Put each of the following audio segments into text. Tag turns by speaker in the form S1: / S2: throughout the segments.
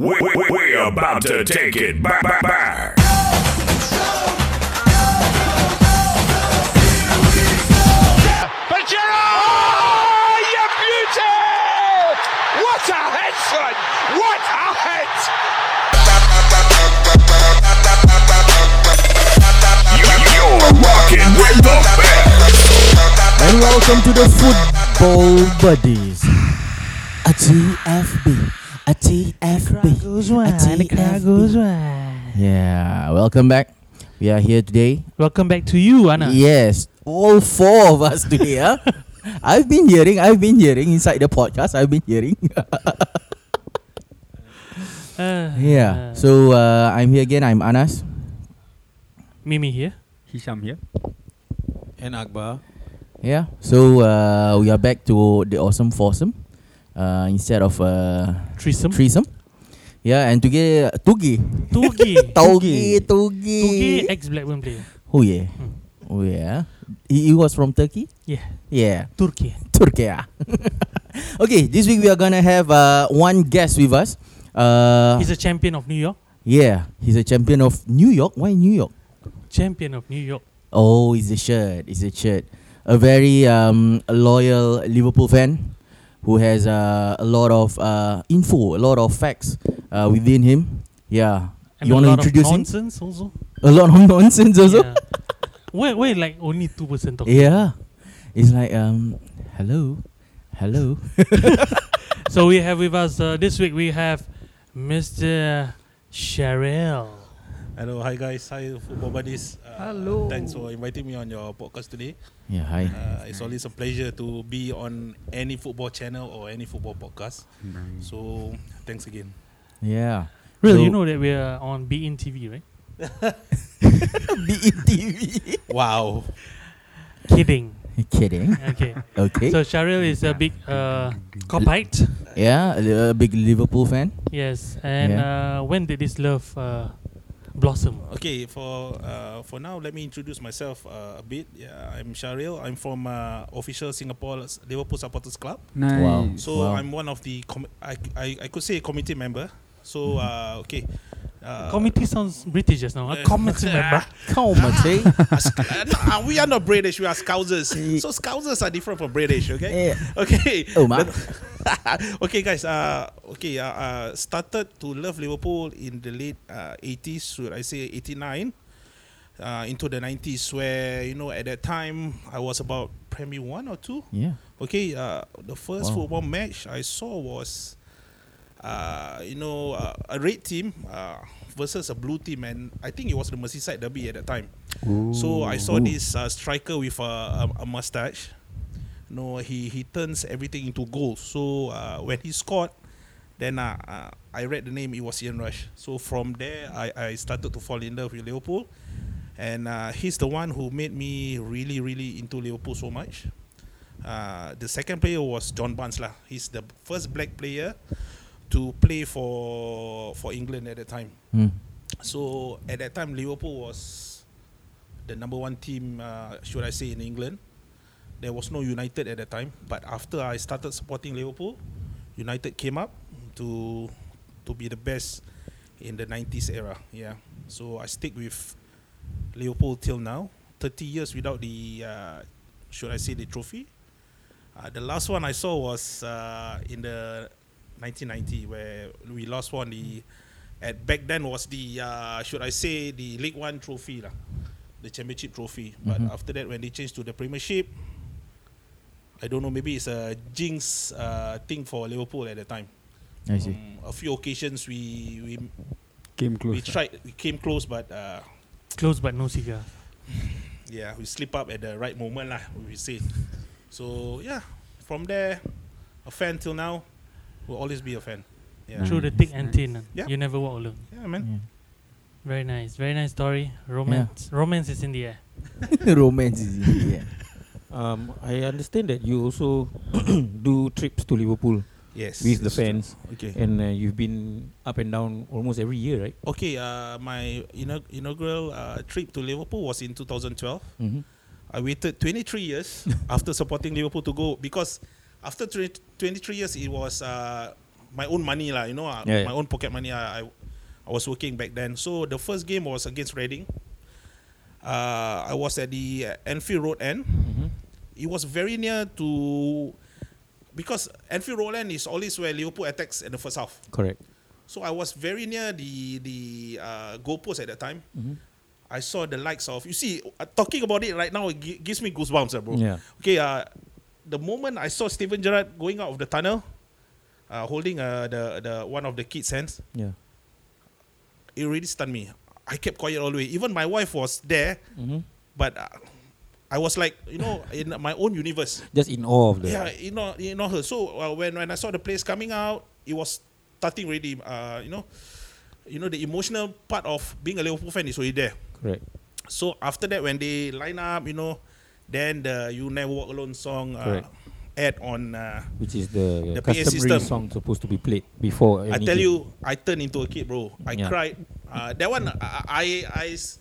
S1: We, we, we're about to take it back. back, back.
S2: Pajero! Oh, you beauty! What a head, son! What a head!
S1: You- You're rocking with the best.
S3: And welcome to the Football Buddies.
S4: A TFB. A TFB. A TFB.
S3: Yeah, welcome back. We are here today.
S4: Welcome back to you, Anna.
S3: Ah. Yes, all four of us today. huh? I've been hearing, I've been hearing inside the podcast, I've been hearing.
S4: Uh,
S3: yeah, so uh, I'm here again. I'm Anas.
S4: Mimi here.
S3: Yeah, so uh, we are back to the awesome foursome uh, instead of uh,
S4: Threesome.
S3: threesome. Yeah, and today, Tugi.
S4: Tugi.
S3: Tugi,
S4: Tugi, eh.
S3: Tugi.
S4: ex-Blackburn player.
S3: Oh, yeah.
S4: Hmm.
S3: Oh, yeah. He, he was from Turkey?
S4: Yeah.
S3: Yeah.
S4: Turkey.
S3: Turkey. ah. okay, this week we are gonna have uh, one guest with us. Uh,
S4: He's a champion of New York.
S3: yeah, he's a champion of New York. Why New York?
S4: Champion of New York.
S3: Oh, he's a shirt. He's a shirt. A very um, loyal Liverpool fan who has uh, a lot of uh, info, a lot of facts uh, within him. Yeah,
S4: And
S3: you
S4: a
S3: want to
S4: lot
S3: introduce
S4: of
S3: him?
S4: nonsense also.
S3: A lot of nonsense also.
S4: Yeah. Wait, wait, like only 2% talking.
S3: Yeah, it's like um, hello, hello.
S4: So we have with us uh, this week we have Mr. Cheryl.
S5: Hello, hi guys, hi football buddies. Uh, Hello. Thanks for inviting me on your podcast today.
S3: Yeah, hi.
S5: Uh, it's always a pleasure to be on any football channel or any football podcast. So thanks again.
S3: Yeah.
S4: Really,
S3: So-
S4: you know that we are on BN TV, right?
S3: BETV.
S5: Wow.
S4: Kidding.
S3: Kidding.
S4: Okay.
S3: Okay.
S4: So Cheryl is a big uh, copite.
S3: yeah, a, a big Liverpool fan.
S4: Yes, and uh, when did this love uh, blossom?
S5: Okay, for uh, for now, let me introduce myself uh, a bit. Yeah, I'm Sharil. I'm from uh, official Singapore Liverpool Supporters Club.
S6: Nice.
S3: Wow.
S5: So
S3: Wow.
S5: I'm one of the com- I, I I could say committee member. So uh, okay. Uh,
S4: committee sounds British just now. A
S5: uh,
S4: committee member.
S3: Come on, say.
S5: Uh, sc- uh, no, uh, we are not British, we are Scousers. So Scousers are different from British, okay?
S3: Yeah.
S5: Okay.
S3: Eh. Oh, ma.
S5: okay, guys. Uh, okay, uh, uh, started to love Liverpool in the late uh, 80s, should I say 89, uh, into the 90s, where, you know, at that time I was about Premier 1 or 2.
S3: Yeah.
S5: Okay, uh, the first
S3: Wow.
S5: football match I saw was, uh, you know, uh, a red team uh, versus a blue team, and I think it was the Merseyside derby at that time. So I saw this uh, striker with a, a, a mustache. No, he he turns everything into goals. So uh, when he scored, then uh, uh, I read the name. It was Ian Rush. So from there, I, I started to fall in love with Liverpool, and uh, he's the one who made me really really into Liverpool so much. Uh, the second player was John Barnes lah. He's the first black player to play for for England at that time.
S3: Mm.
S5: So at that time, Liverpool was the number one team, uh, should I say, in England. There was no United at that time, but after I started supporting Liverpool, United came up to to be the best in the 90s era. Yeah, so I stick with Liverpool till now. 30 years without the, uh, should I say, the trophy. Uh, the last one I saw was uh, in the 1990 where we lost one the at back then was the uh, should I say the League One trophy lah, the Championship trophy. But
S3: Mm-hmm.
S5: after that, when they changed to the Premiership, I don't know. Maybe it's a jinx uh, thing for Liverpool at the time.
S3: I see.
S5: Um, a few occasions we we
S6: Came
S5: we
S6: close.
S5: tried we came close, but uh,
S4: Close but no cigar.
S5: yeah, we slip up at the right moment lah. We say. So yeah, from there, a fan till now, will always be a fan.
S6: Uh,
S5: Yeah,
S4: Through the thick and thin.
S5: Yeah.
S4: You never walk alone.
S5: yeah, man.
S4: Very nice. Very nice story. Romance. Romance is in the air.
S3: Romance is in the air.
S7: Um, I understand that you also do trips to Liverpool
S5: Yes.
S7: with the fans,
S5: Okay.
S7: and uh, you've been up and down almost every year, right?
S5: Okay, uh, my inaug- inaugural uh, trip to Liverpool was in 2012.
S3: Mhm.
S5: I waited 23 years after supporting Liverpool to go because after 20 23 years, it was uh, my own money lah, you know, ah,
S3: Yeah, yeah.
S5: my own pocket money. I, I I was working back then. So the first game was against Reading. Uh, I was at the uh, Enfield Road end.
S3: Mm-hmm.
S5: It was very near to because Enfield Road end is always where Liverpool attacks in the first half.
S7: Correct.
S5: So I was very near the the uh, goalpost at that time. I saw the likes of you see uh, talking about it right now it gi- gives me goosebumps, uh, bro.
S7: Yeah.
S5: Okay, uh, the moment I saw Steven Gerrard going out of the tunnel, uh, holding uh, the the one of the kids' hands,
S7: Yeah.
S5: it really stunned me. I kept quiet all the way. Even my wife was there, but uh, I was like, you know, in my own universe.
S7: Just in awe of the.
S5: Yeah, you know, you know her. So uh, when when I saw the players coming out, it was starting already. Uh, you know, you know the emotional part of being a Liverpool fan is already there.
S7: Correct.
S5: So after that, when they line up, you know, then the "You Never Walk Alone" song uh,
S7: Correct.
S5: add on. Uh,
S7: Which is the,
S5: The PA system.
S7: customary song supposed to be played before.
S5: I
S7: any
S5: tell
S7: game.
S5: you, I turned into a kid, bro. I
S7: E Yeah.
S5: cried. Uh, that one, I, I, I, s-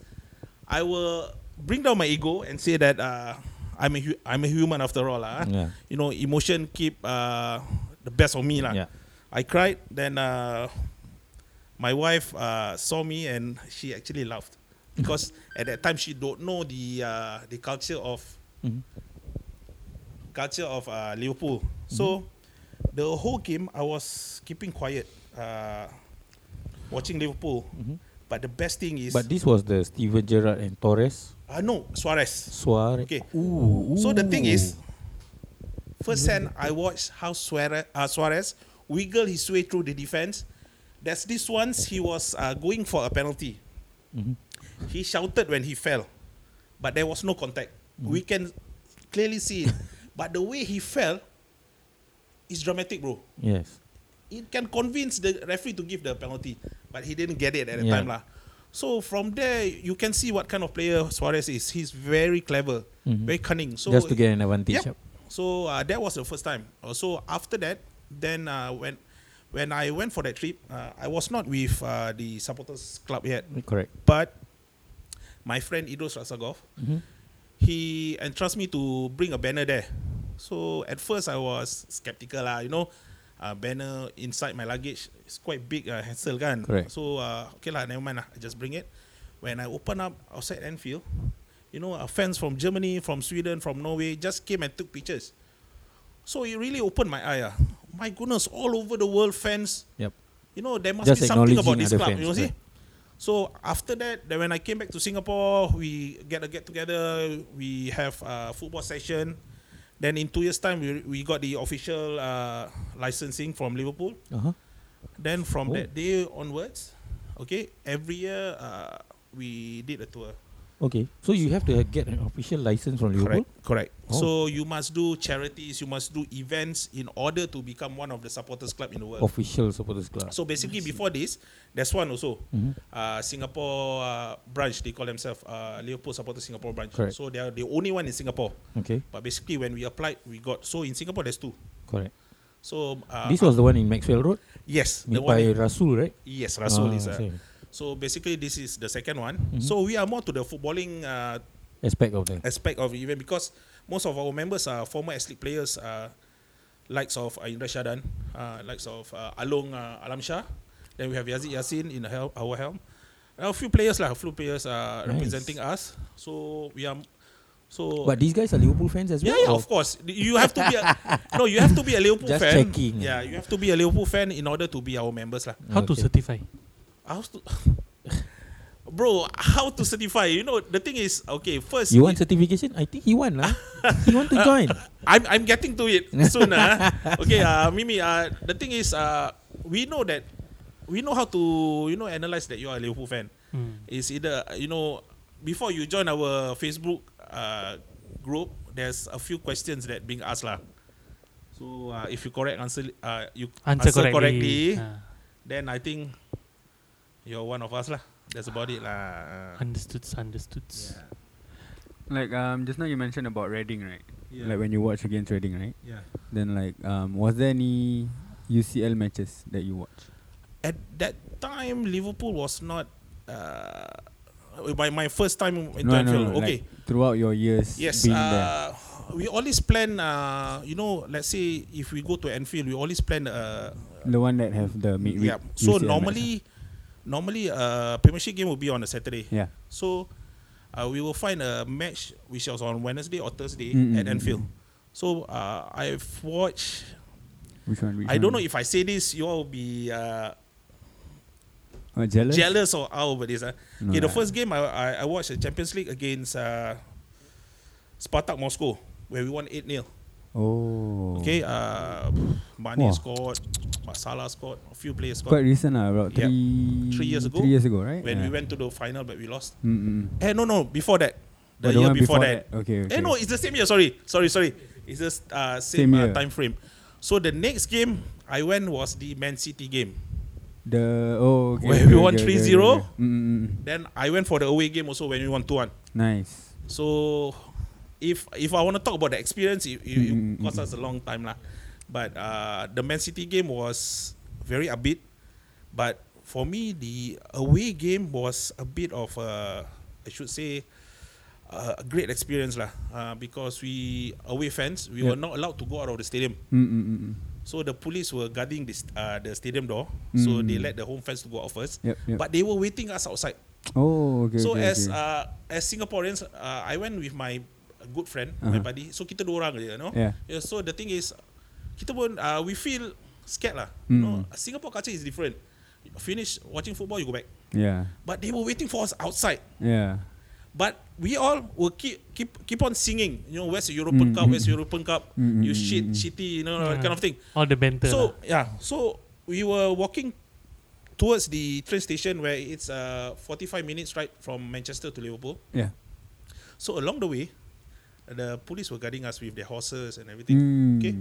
S5: I will bring down my ego and say that uh, I'm a hu- I'm a human after all, lah. ah.
S7: Yeah.
S5: You know, emotion keep uh, the best of me, lah.
S7: Yeah.
S5: I cried. Then uh, my wife uh, saw me and she actually laughed
S7: Mm-hmm.
S5: because at that time she don't know the uh, the culture of
S7: Mm-hmm.
S5: culture of uh, Liverpool.
S7: Mm-hmm.
S5: So the whole game I was keeping quiet, uh, watching Liverpool. But the best thing is,
S7: Mm-hmm. But this was the Steven Gerrard and Torres
S5: uh, no Suarez.
S7: Suarez.
S5: Okay. So the thing is, first hand I watched how Suarez, uh, Suarez wiggle his way through the defense. There's this once he was uh, going for a penalty. He shouted when he fell, but there was no contact. We can clearly see it. but the way he fell is dramatic, bro.
S7: Yes.
S5: It can convince the referee to give the penalty, but he didn't get it at the
S7: Yeah.
S5: time, lah. So from there, you can see what kind of player Suarez is. He's very clever, very cunning. So
S7: Mhm. Just to get an advantage.
S5: Yep. So uh, that was the first time. Uh, So after that, then uh, when when I went for that trip, uh, I was not with uh, the supporters club yet,
S7: Correct.
S5: but my friend Idros Rasagov, he entrusted me to bring a banner there. So at first I was skeptical lah, you know, uh, banner inside my luggage is quite big uh, hassle kan.
S7: Correct.
S5: So uh, okay lah, never mind lah, I just bring it. When I open up outside Enfield, you know, uh, fans from Germany, from Sweden, from Norway just came and took pictures. So it really opened my eye. ah. My goodness, all over the world, fans
S7: Yep.
S5: you know there must
S7: Just
S5: be something about
S7: acknowledging
S5: this
S7: other
S5: club
S7: fans,
S5: you know see
S7: right.
S5: so after that then when i came back to singapore we get a get together we have a football session then in two years time we, we got the official uh, licensing from liverpool
S7: Uh-huh.
S5: then from
S7: Oh.
S5: that day onwards okay every year uh, we did a tour
S7: Okay. So you have to get an official license from Liverpool.
S5: correct correct
S7: Oh.
S5: so you must do charities you must do events in order to become one of the supporters club in the world
S7: Official supporters club.
S5: So basically, before this, there's one also
S7: Mm-hmm.
S5: uh, Singapore uh, branch. They call themselves uh, Liverpool Supporter Singapore branch.
S7: Correct.
S5: So they are the only one in Singapore.
S7: okay.
S5: But basically, when we applied, we got. So in Singapore, there's two.
S7: Correct.
S5: So uh,
S7: this was the one in Maxwell Road,
S5: yes, the
S7: made
S5: one.
S7: by
S5: in-
S7: Rasul, right?
S5: Yes, Rasul
S7: Ah, Mm-hmm.
S5: is. Uh,
S7: same.
S5: so basically, this is the second one. So we are more to the footballing uh,
S7: aspect of them.
S5: aspect of the event because most of our members are former athlete players, uh, likes of uh, Indra Shadan, uh, likes of uh, Along uh, Alam Shah. Then we have Yazid Yasin in the hel- our helm. Uh, a few players lah, a few players are
S7: Nice.
S5: representing us. So we are, so
S7: But these guys are Liverpool fans as
S5: yeah,
S7: well.
S5: yeah,
S7: or-
S5: of course. You have to be a, no, you have to be a Liverpool
S7: oh. Just
S5: fan.
S7: checking.
S5: Yeah, you have to be a Liverpool fan in order to be our members lah.
S4: How to
S7: Okay.
S4: certify?
S5: How to, bro? How to certify? You know, the thing is, okay. First,
S7: You want certification? I think he won lah. he want to join.
S5: I'm I'm getting to it soon. ah. Okay, uh, Mimi, uh, the thing is uh, we know that we know how to you know analyze that you are a Liverpool fan.
S4: Hmm.
S5: It's either uh, you know before you join our Facebook uh, group, there's a few questions that being asked lah. So uh, if you correct answer, uh, you
S4: Answer,
S5: correctly,
S4: correctly. Ah,
S5: then I think you're one of us lah. That's about it lah.
S4: understood, understood.
S6: Like um, just now you mentioned about Reading, right?
S5: Yeah.
S6: Like when you watch against Reading, right?
S5: yeah.
S6: Then like um, was there any UCL matches that you watched?
S5: at that time Liverpool was not uh, my my first time in no, okay
S6: Like, throughout your years
S5: yes
S6: being there.
S5: uh, we always plan uh, you know let's say if we go to Anfield we always plan a, a
S6: The one that have the midweek.
S5: Yeah. So
S6: UCL match.
S5: normally, normally, uh, Premiership game will be on a Saturday.
S6: Yeah.
S5: So uh, we will find a match which was on Wednesday or Thursday
S6: Mm, mm,
S5: at
S6: mm,
S5: Anfield. So uh, I've watched.
S6: Which one? Which
S5: I don't know
S6: one?
S5: if I say this, you all will be uh,
S6: Oh, jealous.
S5: jealous or how over this. Uh.
S6: No
S5: okay, the
S6: lah.
S5: first game I, I, I watched the Champions League against uh, Spartak Moscow, where we won 8 0.
S6: Oh.
S5: Okay, uh, Mane
S6: Wah.
S5: scored, Salah scored, a few players scored.
S6: Quite recent lah, about
S5: Yeah.
S6: three.
S5: Three years ago,
S6: Three years ago, right?
S5: when
S6: yeah.
S5: we went to the final, but we lost.
S6: Mm-mm.
S5: Eh, no, no, before that. The
S6: Oh,
S5: year
S6: one
S5: before, that.
S6: Okay. okay.
S5: Eh, no, it's the same year. Sorry, sorry, sorry. It's the s- uh,
S6: Same
S5: same, uh,
S6: year.
S5: time frame. So the next game I went was the Man City game.
S6: the oh. Okay,
S5: Where
S6: okay,
S5: we won
S6: okay, okay,
S5: 3-0.
S6: okay. Mm-mm.
S5: Then I went for the away game also when we won two one.
S6: Nice.
S5: So if if I want to talk about the experience, it, it, it
S6: Mm, mm,
S5: cost us a long time lah. But uh, the Man City game was very upbeat. But for me, the away game was a bit of a, I should say, a a great experience lah. Uh, because we away fans, we
S6: Yeah.
S5: were not allowed to go out of the stadium.
S6: Mm-mm.
S5: So the police were guarding this, uh, the stadium door. So
S6: Mm.
S5: they let the home fans to go out first.
S6: Yep. Yep.
S5: But they were waiting us outside
S6: oh. Okay.
S5: so
S6: okay,
S5: as
S6: okay.
S5: uh, as Singaporeans, uh, I went with my good friend,
S6: Uh-huh.
S5: my buddy. So kita dua orang je, you know.
S6: yeah.
S5: Yeah, so the thing is, kita pun uh, we feel scared lah.
S6: Mm.
S5: No, Singapore culture is different. Finish watching football, you go back.
S6: Yeah.
S5: But they were waiting for us outside.
S6: Yeah.
S5: But we all will keep keep keep on singing. You know, where's the European
S6: Mm,
S5: Cup?
S6: mm,
S5: Where's the European Cup?
S6: Mm, mm,
S5: You
S6: mm,
S5: shit,
S6: mm.
S5: shitty, you know, that kind of thing.
S4: All the banter.
S5: So yeah, so we were walking towards the train station where it's uh 45 minutes ride from Manchester to Liverpool.
S6: Yeah.
S5: So along the way, the police were guarding us with their horses and everything.
S6: Mm.
S5: Okay.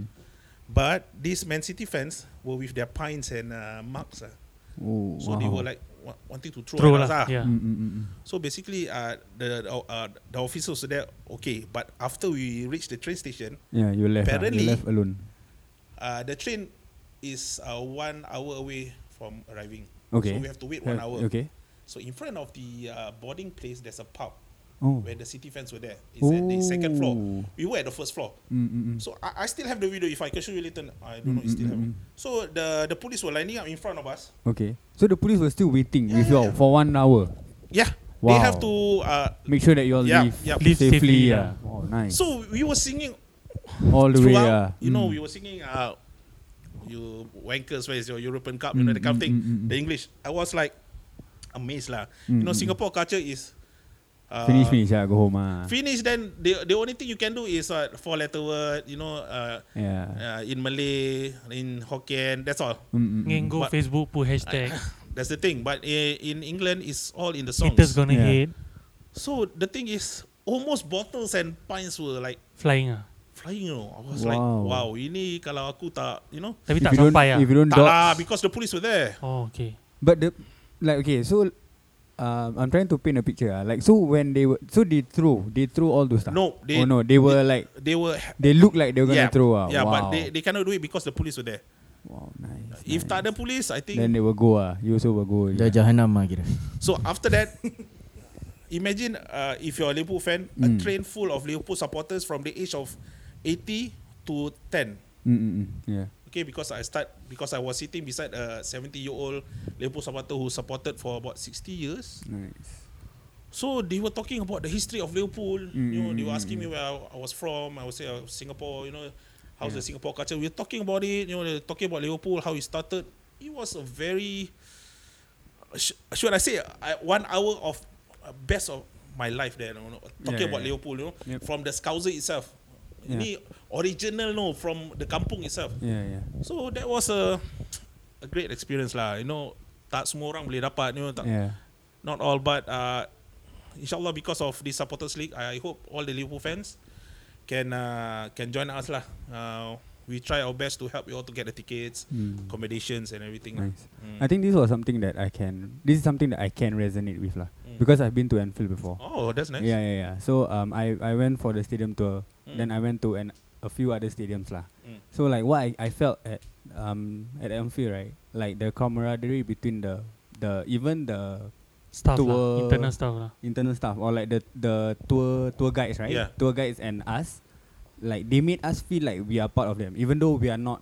S5: But these Man City fans were with their pines and uh, marks. ah.
S6: Oh. wow.
S5: So they were like wa- wanting to throw,
S4: Throw
S5: at us.
S4: lah.
S5: ah.
S6: Mm,
S4: Yeah.
S6: Mm-mm.
S5: So basically, uh, the the, uh, the officers were there, okay. But after we reached the train station,
S6: Yeah. You left. ah,
S5: Apparently-
S6: you left alone.
S5: uh, the train is uh, one hour away from arriving.
S6: Okay.
S5: So we have to wait one
S6: Have-
S5: hour.
S6: Okay.
S5: So in front of the uh, boarding place, there's a pub
S6: Oh.
S5: where the city fans were there. It's at the second floor. We were at the first floor.
S6: Mm-mm.
S5: So I, I still have the video. If I can show you later, I
S6: Mm,
S5: don't know. It's still have. it. So the the police were lining up in front of us.
S6: Okay. So the police were still waiting
S5: Yeah,
S6: with
S5: yeah,
S6: you all
S5: yeah.
S6: for one hour.
S5: Yeah, they
S6: Wow.
S5: have to. Uh,
S6: Make sure that you all
S5: Yeah,
S6: leave,
S5: yeah.
S4: Leave safely,
S6: safely. yeah. Oh, nice.
S5: so we were singing
S6: all the way.
S5: throughout.
S6: Yeah.
S5: You know, we
S6: Mm.
S5: were singing. Uh, you wankers, where is your European Cup? You know that kind
S6: Mm,
S5: of thing.
S6: mm, mm, mm, mm.
S5: The English, I was like amazed lah.
S6: Mm,
S5: You
S6: mm,
S5: know,
S6: mm.
S5: Singapore culture is. Uh,
S6: finish, finish. Yeah. Go home. Ah.
S5: Finish. Then the the only thing you can do is uh, four letter word. You know, uh,
S6: yeah. Mm,
S5: uh, in Malay, in Hokkien. That's all.
S6: Mm-mm.
S4: Ngin go
S5: But-
S4: Facebook put hashtag.
S5: That's the thing. But i- in England, it's all in the songs.
S4: Haters gonna
S6: Yeah.
S4: hate.
S5: So the thing is, almost bottles and pints were like
S4: Flying ah.
S5: flying. You know, I was
S6: Wow.
S5: like, wow, ini kalau aku tak, you know,
S4: Tapi
S6: If
S4: tak
S6: you don't,
S4: sampai ah.
S6: if you don't
S5: tak lah,
S6: dodge,
S5: because the police were there.
S4: Oh okay.
S6: But the like okay, so um, I'm trying to paint a picture. ah. Like so when they were so they threw they threw all those stuff.
S5: No, they
S6: oh no, they were like
S5: they were ha-,
S6: they look like they were
S5: yeah,
S6: gonna throw ah.
S5: yeah,
S6: wow.
S5: but they, they cannot do it because the police were there.
S6: wow, nice.
S5: If tak
S6: nice.
S5: ada police, I think.
S6: then they will go ah. You also will go.
S3: Dah jahanam lah kira.
S5: so after that, imagine uh, if you're a Liverpool fan, a
S6: Mm.
S5: train full of Liverpool supporters from the age of 80 to 10.
S6: Mm-mm. Mm, Yeah.
S5: Okay, because I start because I was sitting beside a 70 year old Liverpool supporter who supported for about 60 years.
S6: Nice.
S5: So they were talking about the history of Liverpool.
S6: Mm,
S5: You know, they were asking me where I, I was from. I was say uh, Singapore. You know, how's the Singapore culture? We were talking about it. You know, they were talking about Liverpool, how it started. It was a very sh- should I say I, one hour of uh, best of my life there. You know,
S6: Yeah,
S5: talking about
S6: yeah, yeah.
S5: Liverpool. You know,
S6: Yep.
S5: from the Scouser itself.
S6: Yeah.
S5: Ni original no from the kampung itself.
S6: Yeah, yeah.
S5: So that was a a great experience lah. You know, tak semua orang boleh dapat. You know, tak,
S6: Yeah.
S5: not all, but uh, inshallah because of this supporters league, I hope all the Liverpool fans can uh, can join us lah. Uh, we try our best to help you all to get the tickets,
S6: Mm.
S5: accommodations, and everything. lah.
S6: Nice.
S5: Mm.
S6: I think this was something that I can. This is something that I can resonate with lah.
S5: Mm.
S6: Because I've been to Anfield before.
S5: Oh, that's nice.
S6: Yeah, yeah, yeah. So um, I I went for the stadium tour.
S5: Mm.
S6: Then I went to an a few other stadiums lah.
S5: Mm.
S6: So like what I, I felt at um at Anfield right, like the camaraderie between the the even the
S4: Staff
S6: Tour-
S4: lah. Internal staff lah.
S6: internal staff or like the the tour tour guides right,
S5: Yeah.
S6: tour guides and us, like they made us feel like we are part of them, even though we are not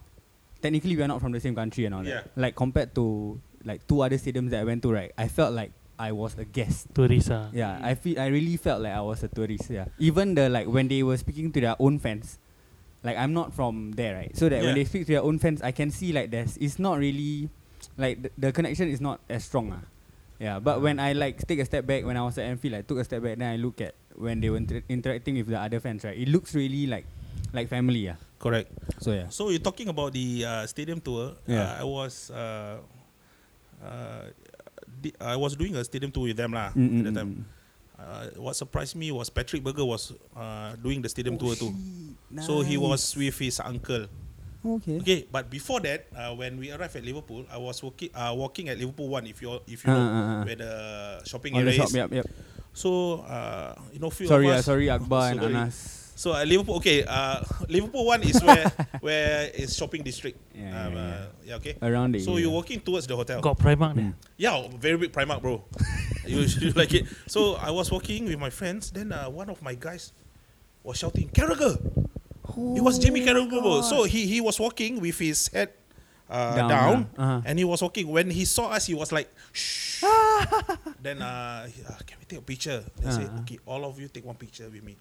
S6: technically we are not from the same country and all
S5: Yeah.
S6: that. Like compared to like two other stadiums that I went to, right? I felt like I was a guest.
S4: Tourist ah.
S6: Yeah, I feel I really felt like I was a tourist. Yeah, even the like when they were speaking to their own fans, like I'm not from there, right? So that when they
S5: Yeah.
S6: speak to their own fans, I can see like there's it's not really like the, the connection is not as strong. Ah. Yeah, but when I like take a step back when I was at Anfield, I took a step back. Then I look at when they were inter- interacting with the other fans, right? It looks really like like family. Yeah.
S5: Correct.
S6: So yeah.
S5: So you're talking about the uh, stadium tour.
S6: Yeah.
S5: Uh, I was uh, uh, di- I was doing a stadium tour with them lah
S6: Mm, mm,
S5: at the
S6: mm,
S5: time.
S6: mm.
S5: Uh, what surprised me was Patrick Berger was uh, doing the stadium
S6: Oh,
S5: tour too. So he was with his uncle.
S6: okay.
S5: Okay, but before that, uh, when we arrived at Liverpool, I was walking uh, walking at Liverpool One. If you if
S6: Ah,
S5: you know
S6: ah, ah.
S5: where the shopping
S6: On the
S5: area
S6: shop,
S5: is.
S6: yep, yep.
S5: So uh, you know, few
S6: Sorry,
S5: of
S6: ah,
S5: us,
S6: sorry, Akbar and
S5: Sorry.
S6: Anas.
S5: So uh, Liverpool, okay, uh, Liverpool One is where where is shopping district.
S6: Yeah,
S5: um,
S6: yeah,
S5: uh, yeah, okay.
S6: Around it.
S5: So you're walking towards the hotel.
S4: Got Primark ni.
S5: Yeah, very big Primark, bro. you, you like it. So I was walking with my friends. Then uh, one of my guys was shouting, "Carragher!" it was Jamie Carragher, bro. So he he was walking with his head uh,
S6: Down,
S5: down,
S6: yeah. Uh-huh.
S5: and he was walking. When he saw us, he was like, "Shh." then uh, he, uh, can we take a picture? They said,
S6: Uh-huh.
S5: "Okay, all of you take one picture with me."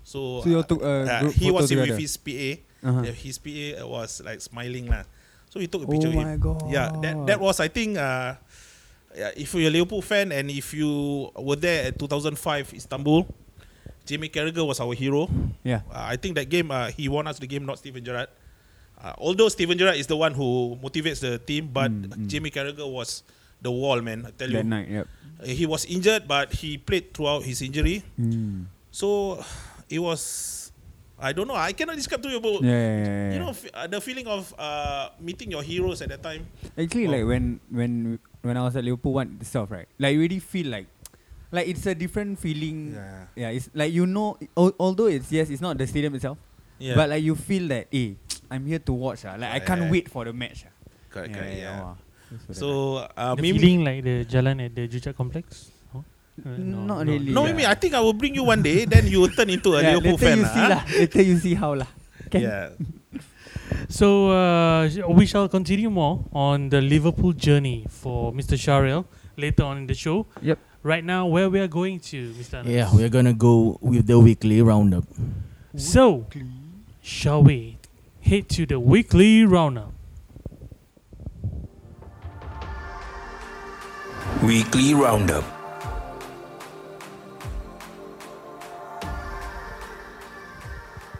S5: So,
S6: So you all
S5: uh,
S6: took a
S5: uh,
S6: group
S5: he
S6: photo
S5: was
S6: together?
S5: with his PA.
S6: Uh-huh.
S5: Yeah, His PA was like smiling lah. So we took a
S6: Oh
S5: picture with
S6: my
S5: him. Yeah, that that was I think uh, yeah, if you're a Liverpool fan and if you were there at 2005 Istanbul, Jamie Carragher was our hero.
S6: Yeah.
S5: Uh, I think that game uh, he won us the game, not Steven Gerrard. Uh, although Steven Gerrard is the one who motivates the team, but
S6: Mm, mm.
S5: Jamie Carragher was the wall man. I tell
S6: That
S5: you,
S6: night. Yep.
S5: Uh, he was injured, but he played throughout his injury.
S6: Mm.
S5: So it was, I don't know. I cannot describe to you about
S6: Yeah, yeah, yeah, yeah.
S5: you know f- uh, the feeling of uh, meeting your heroes at that time.
S6: Actually,
S5: Oh.
S6: like when when when I was at Liverpool one itself, right? Like, you really feel like, like it's a different feeling. Yeah,
S5: Yeah.
S6: it's like you know, al- although it's yes, it's not the stadium itself,
S5: Yeah,
S6: but like you feel that, hey, I'm here to watch. Ah, like I
S5: Yeah,
S6: can't
S5: yeah.
S6: wait for the match. Ah.
S5: correct, correct,
S6: wah.
S5: yeah.
S6: That's what I-
S5: So uh,
S4: The
S5: maybe
S4: feeling like the jalan at the Joo complex. No? Uh,
S6: Not really.
S5: no,
S6: Yeah.
S5: maybe I think I will bring you one day. Then you will turn into a
S6: yeah,
S5: Liverpool
S6: later
S5: fan,
S6: you
S5: lah, kan?
S6: see
S5: huh?
S6: lah. Later you see how lah. Can-
S5: Yeah,
S4: So uh, sh- we shall continue more on the Liverpool journey for Mr. Sharil later on in the show.
S7: Yep.
S4: Right now, where we are going to, Mr. Anas.
S3: Yeah, we're gonna go with the weekly roundup.
S4: So, shall we head to the weekly roundup?
S1: Weekly Roundup.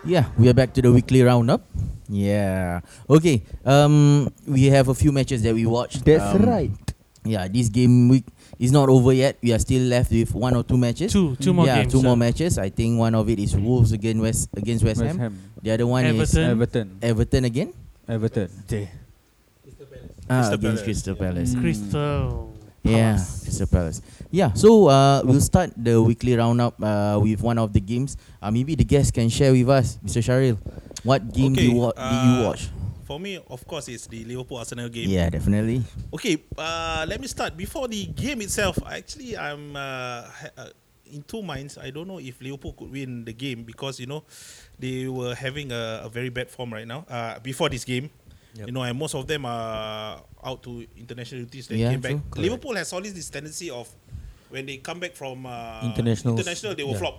S3: Yeah, we are back to the weekly roundup. Yeah. Okay. Um, we have a few matches that we watched.
S6: That's
S3: Um,
S6: right.
S3: Yeah, this game week is not over yet. We are still left with one or two matches.
S4: Two, two more
S3: yeah,
S4: games.
S3: two more
S4: uh,
S3: matches. I think one of it is Wolves against West against West, Ham. The other one is
S4: Everton.
S6: Everton.
S3: Everton again.
S6: Everton.
S3: Ah,
S5: Crystal
S3: against
S5: Palace.
S3: Crystal Palace.
S4: Crystal.
S3: Mm. Yeah,
S4: Mm. Palace.
S3: Crystal Palace. Yeah, so uh, we'll start the weekly roundup uh, with one of the games. Uh, maybe the guest can share with us, Mr. Sharil, what game do you
S5: Okay,
S3: wa- did you
S5: uh,
S3: watch?
S5: for me, of course, it's the Liverpool Arsenal game.
S3: Yeah, definitely.
S5: Okay, uh, let me start. Before the game itself, actually, I'm uh, ha- uh, in two minds. I don't know if Liverpool could win the game because you know they were having a, a very bad form right now. Uh, before this game, you know, and most of them are out to international duties. They
S3: Yeah,
S5: came back.
S3: true. Correct.
S5: Liverpool has always this tendency of when they come back from uh,
S7: Internationals.
S5: international, they will
S7: Yeah.
S5: flop.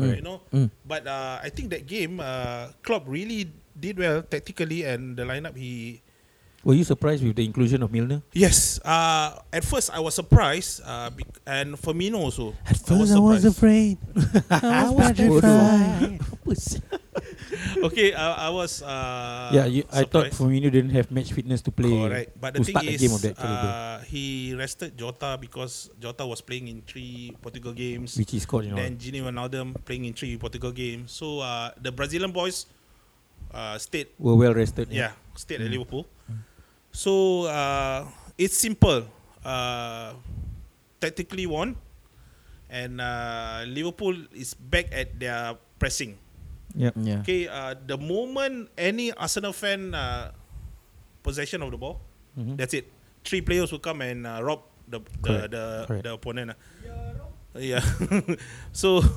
S5: You know,
S3: Mm.
S5: but uh, I think that game, uh, Klopp really did well tactically and the lineup he
S7: Were you surprised with the inclusion of Milner?
S5: Yes. Uh, at first, I was surprised, uh, bec- and Firmino also.
S7: At
S5: first, I was
S7: afraid. I was petrified.
S5: okay, I, I was. Uh,
S7: yeah, you, I thought
S5: surprised.
S7: Firmino didn't have match fitness to play.
S5: Correct. But the
S7: to
S5: thing
S7: start the
S5: is,
S7: game of that calibre.
S5: uh, he rested Jota because Jota was playing in three Portugal games.
S7: which is called, you know.
S5: then Gini Wijnaldum playing in three Portugal games. So uh, the Brazilian boys uh, stayed
S7: were well rested.
S5: Yeah, stayed at Liverpool. So uh, it's simple. Uh, tactically won, and uh, Liverpool is back at their pressing.
S7: yeah.
S3: Yeah.
S5: Okay, uh, the moment any Arsenal fan uh, possession of the ball,
S7: Mhm.
S5: that's it. Three players will come and uh, rob the the
S7: Correct,
S5: the,
S7: correct.
S5: the opponent. ah. Yeah. so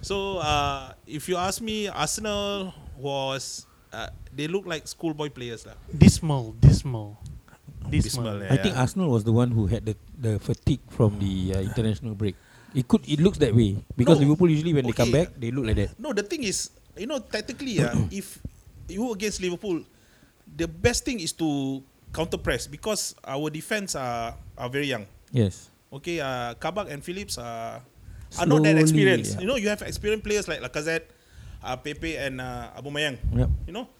S5: so uh, if you ask me, Arsenal was uh, they look like schoolboy players lah.
S4: Dismal, dismal. Dismal.
S5: Bismal,
S7: I think Arsenal was the one who had the, the fatigue from the uh, international break. It could it looks that way because
S5: No.
S7: Liverpool usually when they come
S5: Okay.
S7: back they look like that.
S5: No, the thing is, you know, tactically, uh, if you against Liverpool, the best thing is to counter press because our defense are are very young.
S7: Yes.
S5: Okay, uh, Kabak and Phillips are are not that
S7: Slowly,
S5: experienced.
S7: yeah.
S5: You know, you have experienced players like Lacazette, uh, Pepe, and uh, Aubameyang.
S7: Yep.
S5: You know,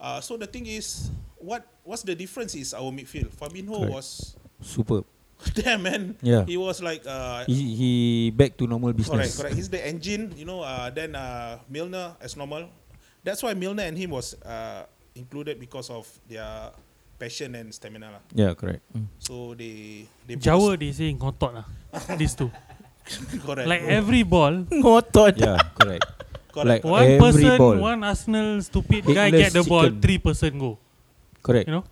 S5: uh, so the thing is, what what's the difference is our midfield. Fabinho
S7: Correct.
S5: was
S7: Superb.
S5: there, man.
S7: Yeah.
S5: He was like uh,
S7: He, he back to normal
S5: Correct,
S7: business.
S5: correct. He's the engine, you know. Uh, then uh, Milner as normal. That's why Milner and him was uh, included because of their passion and stamina lah.
S7: Yeah, correct. Mm.
S5: So they they
S4: Jawa they say ngotot lah. These two.
S5: correct,
S4: Like every ball,
S3: Ngotot.
S7: Yeah, correct.
S5: correct.
S7: like-
S4: one
S7: Every
S4: person,
S7: ball.
S4: one Arsenal stupid guy get
S7: Headless
S4: the ball,
S7: chicken.
S4: three person go.
S7: Correct.
S4: You know?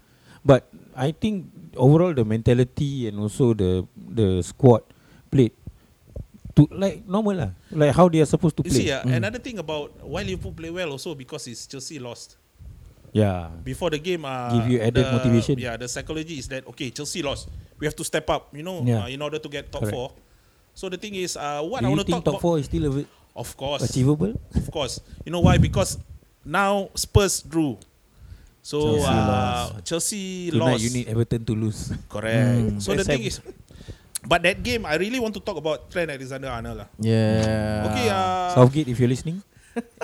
S7: But I think overall the mentality and also the the squad played to like normal lah. Like how they are supposed to
S5: you
S7: play. Mm.
S5: see, uh, another thing about why Liverpool play well also because it's Chelsea lost
S7: yeah.
S5: before the game. Uh,
S7: Give you added
S5: the-
S7: motivation.
S5: Yeah, the psychology is that okay, Chelsea lost. We have to step up, you know,
S7: Yeah.
S5: uh, in order to get top
S7: Correct.
S5: four. So the thing is, uh, what
S7: Do
S5: I
S7: you
S5: want to
S7: think
S5: talk
S7: top
S5: about,
S7: four is still av-
S5: of course,
S7: achievable?
S5: Of course. You know why? Because now Spurs drew. So Chelsea uh,
S7: Chelsea lost.
S5: lost. Chelsea
S7: Tonight
S5: lost.
S7: you need Mm. Everton to lose.
S5: Correct. So the
S7: West
S5: thing
S7: Ham.
S5: is, but that game I really want to talk about Trent Alexander Arnold lah.
S7: Ah.
S3: Yeah.
S5: Okay. Uh,
S7: Southgate, if you're listening,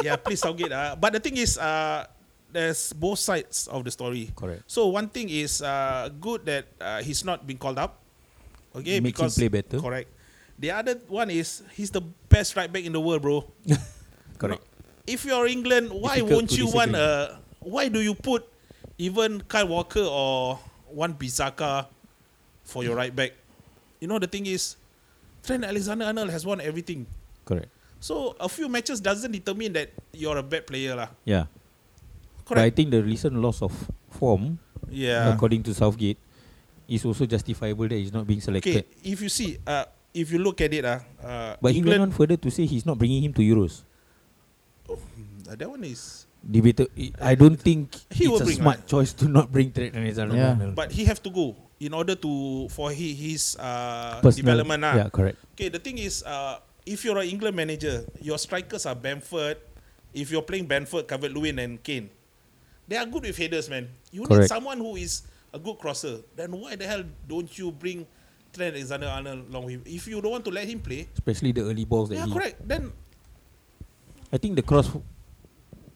S5: yeah, please Southgate. Uh, but the thing is, uh, there's both sides of the story.
S7: Correct.
S5: So one thing is uh, good that uh, he's not being called up. Okay,
S7: Makes him
S5: because
S7: play better.
S5: Correct. The other one is he's the best right back in the world, bro.
S7: correct.
S5: if you're England, why
S7: Difficult
S5: won't
S7: to
S5: you want
S7: disagree.
S5: a? Why do you put even Kyle Walker or one Bisaka for your right back? You know the thing is, Trent Alexander-Arnold has won everything.
S7: Correct.
S5: So a few matches doesn't determine that you're a bad player lah.
S7: Yeah. But I
S5: Correct.
S7: think the recent loss of form,
S5: yeah.
S7: according to Southgate, is also justifiable that he's not being
S5: Okay.
S7: selected.
S5: If you see, uh, if you look at it, ah, uh,
S7: But he went
S5: England,
S7: on further to say he's not bringing him to Euros.
S5: uh, that one is.
S7: Debated. I don't think
S5: He
S7: it's
S5: will
S7: a
S5: bring,
S7: smart
S5: right?
S7: choice to not bring Trent Alexander.
S3: Yeah.
S5: But he have to go in order to for he, his uh,
S7: Personal-
S5: development. ah.
S7: Yeah, correct.
S5: Okay, the thing is, uh, if you're an England manager, your strikers are Bamford. If you're playing Bamford, Calvert Lewin, and Kane, they are good with headers, man. You need
S7: Correct.
S5: someone who is a good crosser. Then why the hell don't you bring Trent Alexander Arnold along with him? If you don't want to let him play,
S7: Especially the early balls that
S5: yeah,
S7: he.
S5: correct. Then
S7: I think the cross f-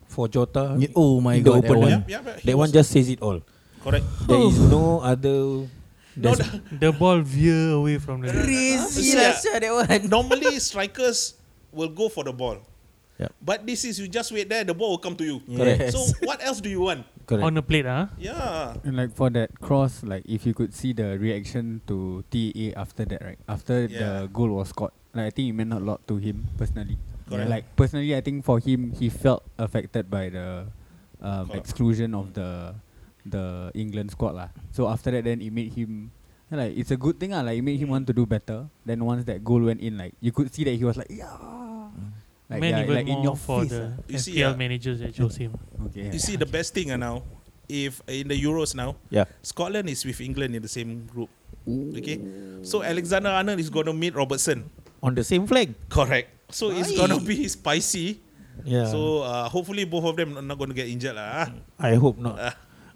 S7: for Jota.
S3: Ye- Oh my
S7: in the
S3: god, that
S7: opener.
S3: one.
S5: yeah, yeah, but he
S7: That one
S5: was-
S7: just says it all.
S5: correct.
S7: There is
S5: Oh.
S7: no other.
S5: No,
S7: there's-
S5: the-
S4: The ball veer away from the
S3: Crazy lah,
S5: Yeah.
S3: sia, that one.
S5: normally strikers will go for the ball.
S7: Yeah.
S5: But this is you just wait there, the ball will come to you.
S3: Correct.
S5: So what else do you want?
S7: correct.
S4: on the plate, ah.
S5: Yeah.
S6: And like for that cross, like if you could see the reaction to TEA after that, right? After
S5: Yeah.
S6: the goal was scored, like I think it meant a lot to him personally.
S5: Correct.
S6: Like personally, I think for him, he felt affected by the um,
S5: Correct.
S6: exclusion of the the England squad lah. So after that, then it made him and, like it's a good thing ah. Like it made him want to do better. Then once that goal went in, like you could see that he was like yeah, like,
S4: Mm. Man,
S6: yeah,
S4: even
S6: like
S4: more
S6: in your
S4: for
S6: face.
S4: the
S5: You see,
S4: FPL
S5: ah.
S4: managers at Chelsea.
S6: ah. Okay.
S5: You see, the best thing uh, now, if uh, in the Euros now,
S7: Yeah.
S5: Scotland is with England in the same group. Okay, so Alexander Arnold is gonna meet Robertson.
S7: On the same flag.
S5: Correct. So it's gonna be spicy.
S7: Yeah.
S5: So uh, hopefully both of them are not gonna get injured lah. ah.
S7: I hope not.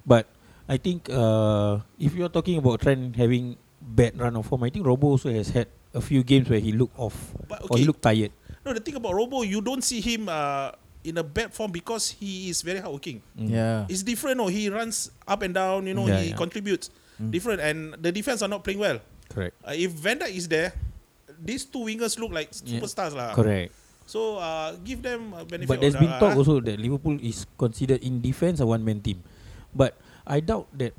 S7: but I think uh, if you're talking about Trent having bad run of form, I think Robo also has had a few games where he looked off
S5: But
S7: or Oh,
S5: okay.
S7: he looked tired.
S5: No, the thing about Robo, you don't see him uh, in a bad form because he is very hardworking.
S3: Yeah.
S5: It's different. No, he runs up and down. You know,
S7: Yeah, Mm.
S5: he
S7: yeah.
S5: contributes different, and the defense are not playing well.
S7: Correct.
S5: Uh, if Van Dijk is there, these two wingers look like superstars lah.
S7: Correct.
S5: So uh, give them a benefit.
S7: But
S5: of
S7: there's
S5: doubt
S7: been
S5: lah,
S7: talk
S5: ah.
S7: also that Liverpool is considered in defence a one man team. But I doubt that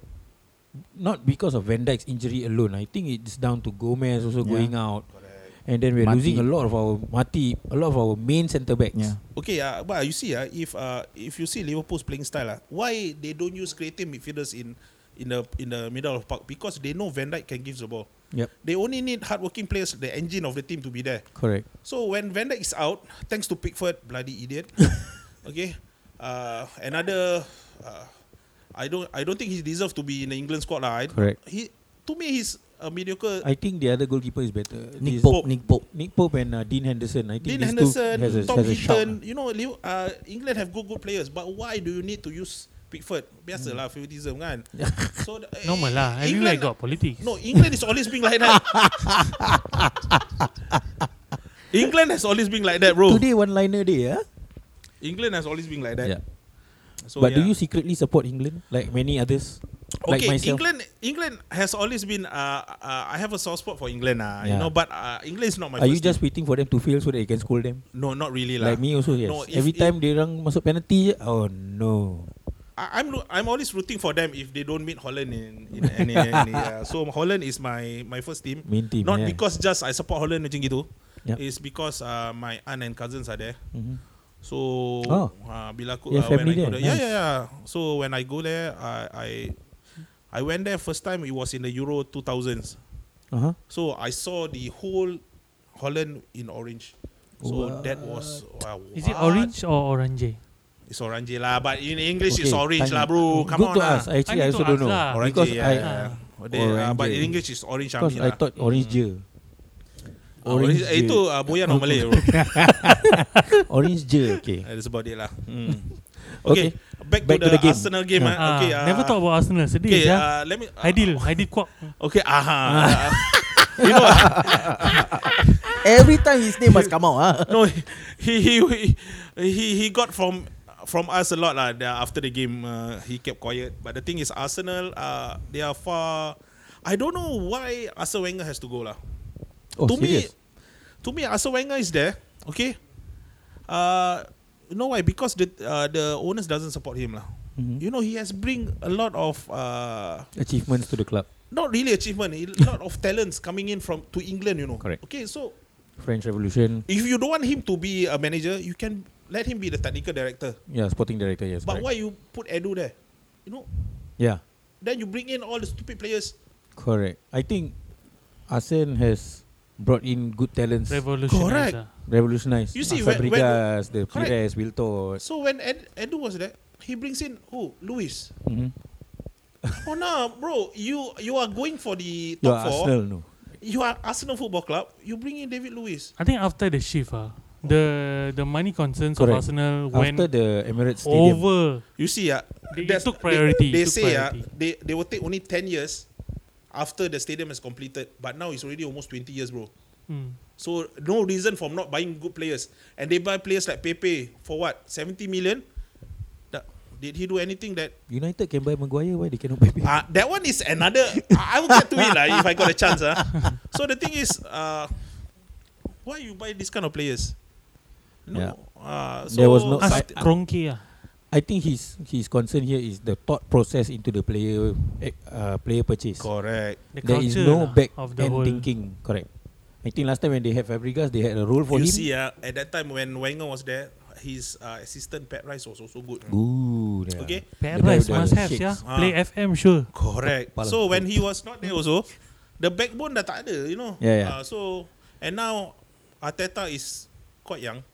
S7: not because of Van Dijk's injury alone. I think it's down to Gomez also
S3: Yeah.
S7: going out. And then we're
S3: Matip.
S7: losing a lot of our Mati, a lot of our main centre backs.
S3: Yeah.
S5: Okay, uh, but you see, uh, if uh, if you see Liverpool's playing style, uh, why they don't use creative midfielders in in the in the middle of park? Because they know Van Dijk can give the ball.
S7: Yep.
S5: They only need hardworking players, the engine of the team, to be there.
S7: Correct.
S5: So when Van Dijk is out, thanks to Pickford, bloody idiot. okay, Uh, another, uh, I don't I don't think he deserves to be in the England squad lah. I-
S7: Correct.
S5: He to me he's a mediocre.
S7: I think the other goalkeeper is better.
S3: Nick
S7: This-
S3: Pope, Nick Pope.
S7: Nick Pope and uh, Dean Henderson. I think
S5: Dean
S7: these
S5: Henderson,
S7: two has a,
S5: Tom
S7: has a lah. shout.
S5: Heaton, you know, Liv- uh, England have good good players, but why do you need to use Pickford? Biasalah favoritism kan. so the-
S4: Normal lah. I really like
S5: England- ah.
S4: got politics.
S5: No, England is always being like that. England has always been like that, bro.
S7: Today one liner day, yeah?
S5: England has always been like that.
S7: yeah.
S5: So,
S7: but do
S5: yeah.
S7: you secretly support England like many others? like
S5: okay,
S7: myself?
S5: England England has always been uh, uh, I have a soft spot for England ah, you
S7: Yeah.
S5: know, but uh, England is not my
S7: Are
S5: first
S7: you just waiting for them to fail so that you can scold them?
S5: team. No, not really lah.
S7: Like me also, yes.
S5: No, if-
S7: Every
S5: if-
S7: time they orang masuk penalty, je, oh no.
S5: I, I'm lo- I'm always rooting for them if they don't meet Holland in in any, any uh, so Holland is my my first team.
S7: Main team.
S5: Not
S7: yeah.
S5: because just I support Holland macam gitu.
S7: Yup.
S5: It's because uh, my aunt and cousins are there.
S7: Mhm.
S5: So
S7: Oh.
S5: uh, bila aku uh,
S7: You have
S5: when I
S7: family
S5: go
S7: there?
S5: there, yeah
S7: Nice.
S5: yeah yeah. So when I go there, I I I went there first time. It was in the Euro 2000s.
S7: Uh-huh.
S5: So I saw the whole Holland in orange. So that was wow.
S4: Is it
S5: what?
S4: orange or orange?
S5: It's orange lah, but in English it's
S7: Okay,
S5: orange lah,
S7: tanya.
S5: bro. Come
S7: Good
S5: on
S7: to
S5: lah.
S7: us.
S4: I
S7: Actually, I
S4: need to
S7: also
S4: ask
S7: don't know.
S4: lah.
S5: Orange,
S7: Because
S5: yeah,
S7: I,
S5: yeah. They, uh,
S7: Orange.
S5: but in English it's orange
S7: because
S5: army
S7: I
S5: lah.
S7: thought orange je.
S5: Ah, orange, eh, itu uh, Boyan or Malay, bro.
S7: Orange je, okay.
S5: That's about it lah. Hmm.
S7: Okay.
S5: Okay, back,
S7: Back
S5: to,
S7: to
S5: the,
S7: the game.
S5: Arsenal game.
S4: Ah,
S5: ah. okay, uh,
S4: never talk about Arsenal. Sedih
S5: Okay,
S4: okay, ya.
S5: uh, let me. Uh,
S4: Aidil, Aidil kuak.
S5: Okay, ah, aha.
S3: Every time his name must come out. Ah.
S5: no, he he he- he he got from from us a lot lah. the- After the game, uh, he kept quiet. But the thing is, Arsenal, uh, they are far. I don't know why Arsene Wenger has to go lah.
S7: Oh,
S5: to
S7: serious?
S5: me, to me, Arsene Wenger is there. Okay, uh, you know why? Because the uh, the owners doesn't support him lah.
S7: Mhm.
S5: You know he has bring a lot of uh,
S7: Achievements to the club.
S5: not really achievement, a lot of talents coming in from to England. You know.
S7: Correct.
S5: Okay, so
S7: French Revolution.
S5: if you don't want him to be a manager, you can let him be the technical director.
S7: Yeah, sporting director, yes.
S5: But
S7: correct.
S5: why you put Edu there? You know,
S7: Yeah,
S5: then you bring in all the stupid players.
S7: correct. I think Arsene has brought in good talents.
S4: Revolution.
S5: Correct.
S7: revolutionized.
S5: You see, when- when-
S7: Fabregas, the
S5: correct.
S7: Pires, Wiltord.
S5: So when Ed, Edu was there, he brings in who? Luis.
S7: Mhm.
S5: Oh no, bro, you you are going for the
S7: You
S5: top
S7: are
S5: four.
S7: Arsenal, no?
S5: You are Arsenal Football Club. You bring in David Luis.
S4: I think after the shift, ah, the the money concerns
S7: Correct.
S4: of Arsenal
S7: After
S4: went
S7: the Emirates Stadium.
S4: over.
S5: You see, uh,
S4: They- it
S5: that's-
S4: took priority,
S5: They, they
S4: it took
S5: say uh,
S4: priority.
S5: they, they will take only 10 years after the stadium is completed. But now it's already almost 20 years, bro.
S4: Hmm.
S5: So no reason for not buying good players. And they buy players like Pepe for what? 70 million? That, did he do anything that
S7: United can buy Maguire, why they cannot buy
S5: uh, that one is another I I will get to it lah if I got a chance. ah. So the thing is uh, why you buy this kind of players? No.
S7: Yeah.
S5: Uh, so
S7: There was no-
S4: Ask
S7: I- I-
S4: Kroenke ah.
S7: I think his his concern here is the thought process into the player eh, uh, player purchase.
S5: correct.
S4: The
S7: There is
S4: culture
S7: no
S4: lah
S7: back
S4: of the
S7: end
S4: whole.
S7: thinking. Correct. I think last time when they had Fabregas, they had a role for
S5: you
S7: him.
S5: see, uh, at that time when Wenger was there, his uh, assistant Pat Rice was also good.
S7: Good. yeah.
S5: Okay.
S4: Paradise
S7: The- the-
S4: must
S7: the
S4: have,
S7: shakes.
S4: yeah.
S5: Ah.
S4: Play FM sure.
S5: Correct.
S7: Kepala.
S5: So when he was not there also, the backbone dah tak ada, you know.
S7: Yeah, yeah.
S5: Uh, so and now Arteta is quite young.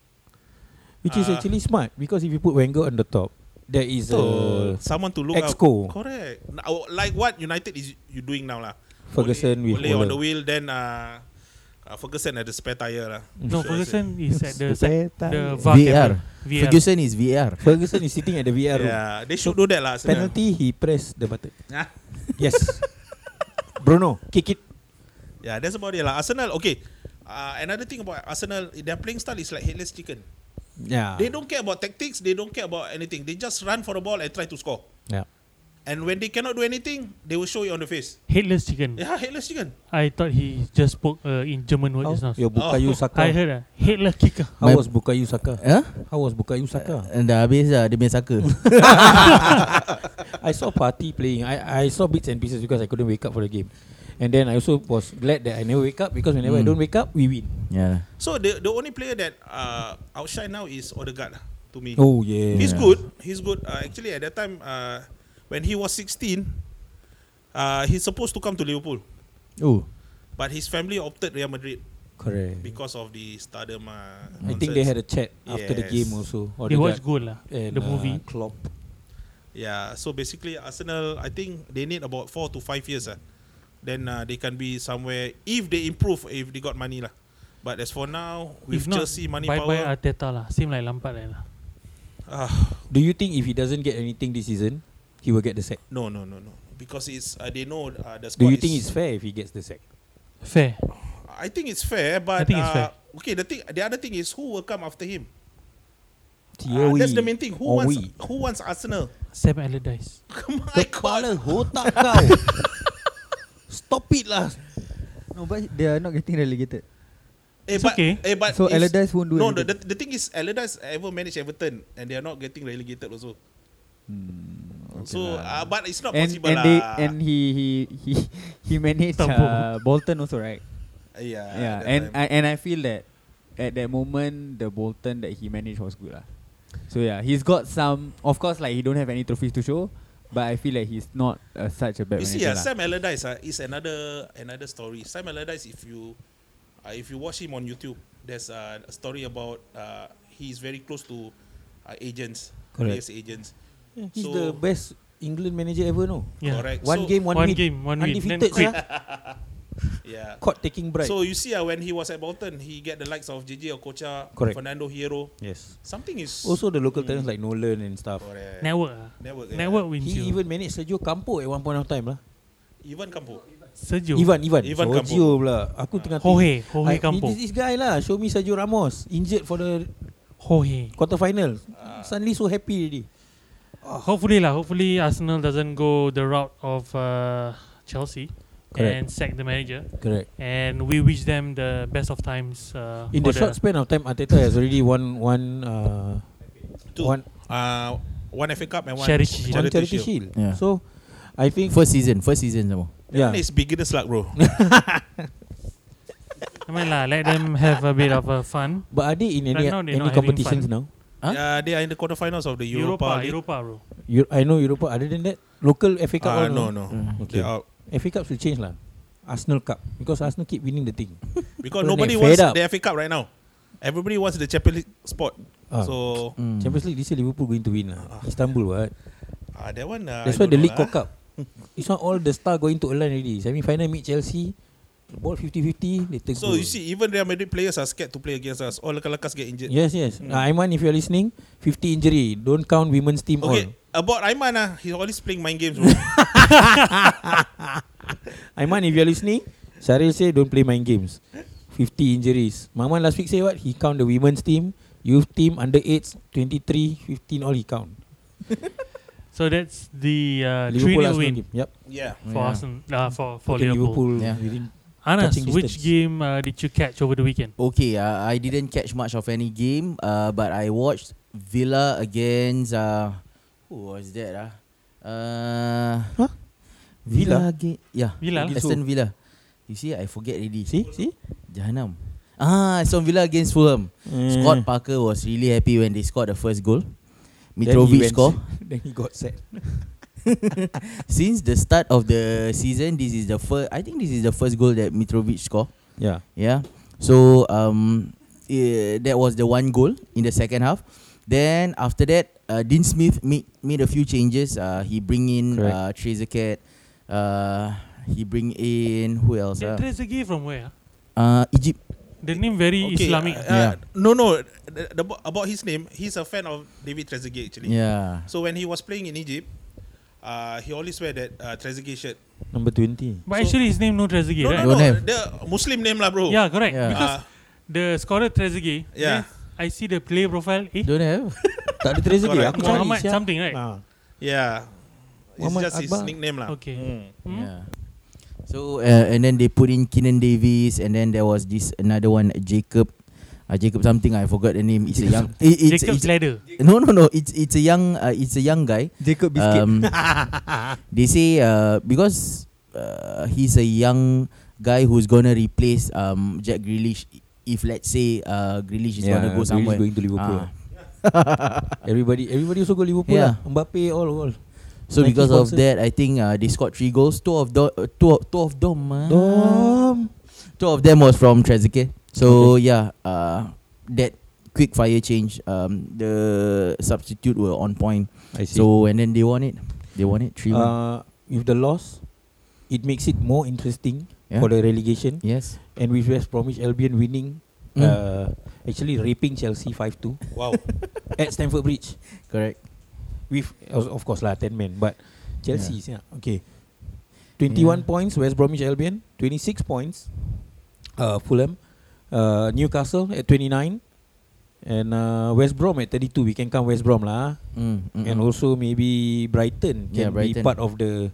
S7: Which is
S4: uh,
S5: Ah.
S7: actually smart because if you put Wenger on the top, there is
S5: So
S7: a
S5: someone to look
S7: Exco.
S5: up. Correct. Now, oh, Like what United is you doing now lah.
S7: Ferguson
S5: Ole,
S7: with
S5: Ole on the
S7: Ole.
S5: wheel, then uh, uh, Ferguson at the spare tire lah.
S7: Ừ.
S4: No,
S5: Sure,
S4: Ferguson is at the sec-
S7: The
S4: the
S7: penalty.
S3: VR.
S4: VAR. camera. VR.
S3: Ferguson is VR.
S7: Ferguson is sitting at the VR room.
S5: Yeah, they should do that lah. Arsenal.
S7: Penalty, he pressed the button.
S5: Ah.
S7: Yes. Bruno, kick it.
S5: Yeah, that's about it lah. Arsenal, okay. Uh, another thing about Arsenal, their playing style is like headless chicken.
S7: Yeah.
S5: They don't care about tactics. They don't care about anything. They just run for the ball and try to score.
S7: Yeah.
S5: And when they cannot do anything, they will show you on the face.
S4: Headless
S7: Hmm.
S4: chicken.
S5: Yeah, headless chicken.
S4: I thought he just spoke uh, in German word just
S7: How,
S4: now.
S7: your
S5: Oh.
S7: Bukayo Saka.
S4: I heard Eh? ah, headless kicker.
S7: How
S3: My-
S7: was Bukayo Saka?
S3: Huh?
S7: How was Bukayo Saka?
S3: And dah habis lah dia punya saka.
S7: I saw party playing. I I saw bits and pieces because I couldn't wake up for the game. And then I also was glad that I never wake up because whenever
S5: Hmm.
S7: I
S3: Mm.
S7: don't wake up, we win.
S3: yeah.
S5: So the the only player that uh, outshine now is Odegaard lah, to me.
S7: Oh yeah.
S5: He's good. He's good. Uh, actually, at that time, uh, when he was 16, uh, he's supposed to come to Liverpool,
S3: Oh.
S5: but his family opted Real Madrid.
S7: Correct.
S5: because of the stardom. Uh,
S7: Hmm. I think they had a chat after the
S5: Yes.
S7: game also. Or
S4: They watch goal lah. the
S7: uh,
S4: movie.
S7: Klopp.
S5: Yeah, so basically Arsenal, I think they need about four to five years. Uh. Then uh, they can be somewhere if they improve, if they got money lah. But as for now,
S4: If
S5: with
S4: not,
S5: Chelsea money
S4: Bye bye
S5: power,
S4: Arteta lah. Same like Lampard eh lah.
S5: ah,
S7: Do you think if he doesn't get anything this season, he will get the sack?
S5: no, no, no, no, because it's uh, they know uh, the
S7: Do
S5: squad.
S7: you think it's
S5: is,
S7: fair if he gets the sack?
S4: Fair.
S5: I think it's fair, but
S4: think it's
S5: uh,
S4: fair.
S5: okay. The thing, the other thing is who will come after him. Ah,
S7: Thierry
S5: that's the main thing. Who
S7: or
S5: wants
S7: we?
S5: who wants Arsenal?
S4: Sam Allardyce.
S5: My God.
S7: Kepala otak kau. Stop it lah.
S8: No, but they are not getting relegated.
S5: Eh,
S4: It's
S5: but,
S4: okay.
S5: eh, but
S8: so
S5: it's-
S8: Allardyce won't do
S5: No,
S8: anything.
S5: the, the, the thing is Allardyce ever managed Everton and they are not getting relegated also. so, uh, but it's not
S8: Hmm, and
S5: possible
S8: and they
S5: lah.
S8: and he he he he managed
S4: Tambo.
S8: uh, Bolton also, right?
S5: yeah,
S8: yeah,
S5: that
S8: and
S5: time.
S8: I, and I feel that at that moment the Bolton that he managed was good lah. So yeah, he's got some. Of course, like he don't have any trophies to show, but I feel like he's not uh, such a bad
S5: you
S8: manager.
S5: see, uh,
S8: lah.
S5: Sam Allardyce uh, is another another story. Sam Allardyce, if you uh, if you watch him on YouTube, there's uh, a story about uh, he's very close to uh, agents,
S7: Correct.
S5: players agents.
S7: He's
S5: So-
S7: the best England manager ever, no?
S4: Yeah.
S5: Hmm. Correct.
S7: One
S5: so,
S7: game, one,
S4: One
S7: win.
S4: game, one win. Then
S7: Undefeated,
S4: quit.
S7: sia.
S5: Yeah.
S7: Caught taking bribe.
S5: So you see, uh, when he was at Bolton, he get the likes of JJ Okocha,
S7: Correct.
S5: Fernando Hierro.
S7: yes.
S5: Something is
S7: Also the local
S5: Mm.
S7: talents like Nolan and stuff.
S5: Correct.
S4: Network lah.
S5: Network. yeah.
S4: Network wins
S7: He
S4: you.
S7: even managed Sergio Campo at one point of time lah.
S5: Ivan Campo.
S4: Sergio.
S7: Ivan, Ivan.
S5: Ivan Campo.
S7: Sergio pula. Aku tengah think-
S4: Jorge. Jorge
S7: I-
S4: Campo.
S7: This, this guy lah. Show me Sergio Ramos. Injured for the
S4: Jorge.
S7: quarter final.
S5: Ah.
S7: Suddenly so happy already.
S4: Hopefully lah. Hopefully Arsenal doesn't go the route of uh, Chelsea
S7: Correct.
S4: and sack the manager.
S7: Correct.
S4: And we wish them the best of times. Uh,
S7: In
S4: for
S7: the short span of time, Arteta has already won one uh,
S5: Two.
S7: one,
S5: Uh, one FA Cup and one
S4: Charity shield.
S7: one charity shield.
S3: Yeah.
S7: So, I think
S3: First season, first season some more.
S5: Yeah.
S7: yeah,
S5: It's beginner's luck, bro.
S4: I mean lah, let them have a bit of uh, fun.
S7: but are they in any
S4: Right now, they're
S7: any
S4: not having
S7: competitions
S4: fun.
S7: now?
S3: Huh?
S5: Yeah, Uh, they are in the quarterfinals of the
S4: Europa,
S5: Europa. League.
S4: Europa, bro.
S7: Eu- I know Europa. Other than that, local FA Cup.
S5: Ah,
S7: all
S5: no,
S7: no.
S5: no.
S3: Mm.
S7: Okay.
S5: They are out.
S7: FA Cups will change lah. Arsenal Cup because Arsenal keep winning the thing.
S5: Because
S7: Don't
S5: nobody
S7: they
S5: wants
S7: fed up?
S5: the FA Cup right now. Everybody wants the Champions League spot.
S7: Ah.
S5: So
S3: Mm.
S7: Champions League this year Liverpool going to win lah. Istanbul what?
S5: uh, that one. Uh,
S7: That's
S5: I
S7: why
S5: Ah. don't
S7: the
S5: know
S7: league
S5: lah,
S7: cock up. It's not all the star going to align already. Semi final meet Chelsea. The ball 50-50 they
S5: ah.
S7: take
S5: So
S7: goal.
S5: you see, even Real Madrid players are scared to play against us. All lekas get injured.
S7: Yes, yes. Uh, Aiman, if you're listening, 50 injury. Don't count women's team
S5: Okay,
S7: all.
S5: about Aiman, ah, he's always playing mind games. Bro.
S7: Aiman, if you're listening, Saril say don't play mind games. 50 injuries. Maman last week say what? He count the women's team, youth team, under 8s, 23, 15, all he count.
S4: So that's the uh, three
S7: Liverpool
S4: nil
S7: Arsenal
S4: win
S7: game. Yep.
S5: yeah.
S4: for
S3: Yeah.
S4: Arsenal, uh, for for
S7: Okay,
S4: Liverpool.
S7: Liverpool.
S3: Yeah.
S7: within-
S4: Anas,
S7: touching
S4: which
S7: distance.
S4: game uh, did you catch over the weekend?
S3: Okay, uh, I didn't catch much of any game, uh, but I watched Villa against uh, who was that? Ah, uh,
S7: Huh? Villa?
S3: again, yeah,
S4: Villa lah.
S3: Aston Villa. You see, I forget already.
S7: See? See?
S3: Jahanam. Ah, Aston Villa against Fulham.
S4: Eh.
S3: Scott Parker was really happy when they scored the first goal.
S7: Hmm. Then he
S3: Mitrovic
S7: went-
S3: score.
S7: Then he got set.
S3: Since the start of the season, this is the first. I think this is the first goal that Mitrovic score.
S7: Yeah.
S3: Yeah. So um, eh, that was the one goal in the second half. Then after that, uh, Dean Smith made made a few changes. Uh, he bring in
S7: Correct.
S3: uh, Trezeguet. Uh, he bring in who else? Uh,
S4: That Trezeguet from where? ah?
S3: uh Egypt.
S4: The name very Islamic.
S5: Uh,
S3: Yeah.
S5: uh, No, no. The, the, bo- about his name, he's a fan of David Trezeguet actually.
S3: Yeah.
S5: So when he was playing in Egypt, uh, he always wear that uh, Trezeguet shirt.
S7: Number 20.
S4: but
S5: so-
S4: actually his name no Trezeguet,
S5: No,
S4: right?
S5: no, no.
S3: Don't have.
S5: The Muslim name lah, bro.
S4: Yeah, correct.
S3: Yeah.
S4: Because
S5: Uh,
S4: the scorer Trezeguet.
S5: Yeah.
S4: eh, I see the player profile. Eh,
S3: Don't have.
S7: tak ada Trezeguet.
S5: Correct.
S7: Aku cari.
S4: Muhammad
S7: siap.
S4: something, right?
S7: Ah.
S5: yeah. It's
S7: Muhammad
S5: just his
S7: Akbar.
S5: nickname lah.
S4: Okay.
S5: Mm.
S4: Hmm?
S3: Yeah. So uh, and then they put in Keenan Davies and then there was this another one Jacob uh, Jacob something I forgot the name. It's a young it- it's, it's,
S4: Jacob's ladder.
S3: No no no, it's it's a young uh, it's a young guy.
S8: Jacob Biscuit.
S3: Um,
S7: Um,
S3: they say uh, because uh, he's a young guy who's gonna replace um, Jack Grealish if let's say uh, Grealish is gonna go
S7: Grealish
S3: somewhere.
S7: going to Liverpool.
S3: Ah.
S7: Everybody everybody also go Liverpool
S3: Yeah.
S7: lah. Mbappe all all.
S3: So
S7: Nike
S3: because of
S7: sponsor.
S3: that, I think uh, they scored three goals. Two of do- uh, two, of- two of them. ah.
S7: Dom.
S3: Two of them was from Trezeguet. So yeah, uh, that quick fire change, um, the substitute were on point.
S7: I see.
S3: So and then they won it. They won it three one.
S7: uh, with the loss, it makes it more interesting
S3: Yeah.
S7: for the relegation.
S3: Yes.
S7: And with West Bromwich Albion winning,
S3: Mm.
S7: uh, actually raping Chelsea 5 2
S5: Wow.
S7: at Stamford Bridge.
S3: Correct.
S7: With, of, of course, lah, 10 men. But Chelsea, yeah. okay.
S3: Yeah.
S7: 21 points, West Bromwich Albion. 26 points, uh, Fulham. Uh, Newcastle at 29. And uh, West Brom at 32. We can count West Brom lah.
S3: Mm, mm,
S7: and
S3: mm.
S7: also maybe Brighton
S3: Yeah,
S7: can
S3: Brighton.
S7: be part of the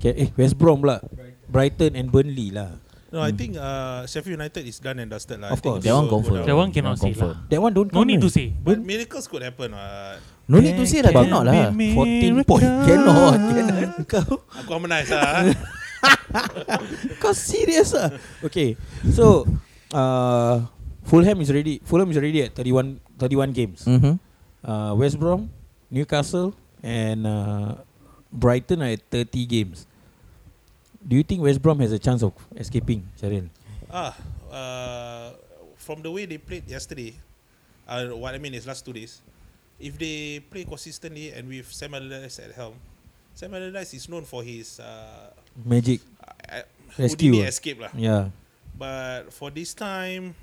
S7: can, eh, West Brom lah Brighton and Burnley lah
S5: No, I
S3: Mm.
S5: think uh, Sheffield United is done and dusted. lah. I
S7: Of
S5: think
S3: that
S7: course.
S5: they
S3: one
S5: will go
S3: confirm.
S5: down.
S4: That one cannot say
S3: confirm.
S7: that one don't
S4: No
S7: count
S4: need
S7: right?
S4: to say.
S5: But miracles could happen. Uh,
S3: No need to say lah.
S4: Can
S3: Cannot
S4: be
S3: lah.
S7: 14 point
S4: miracle.
S3: Cannot. Cannot.
S5: aku harmonise lah.
S7: Kau serious ah? Okay, so uh, Fulham is ready. Fulham is ready at 31, 31 games.
S3: Mm-hmm.
S7: Uh, West Brom, Newcastle, and uh, Brighton are at thirty games. Do you think West Brom has a chance of escaping, Cheryl?
S5: Ah, uh, from the way they played yesterday, uh, what I mean is last two days, if they play consistently and with Sam Allardyce at helm, Sam Allardyce is known for his uh,
S7: Magic,
S5: uh,
S7: Rescue.
S5: Houdini escape lah.
S7: yeah.
S5: But for this time,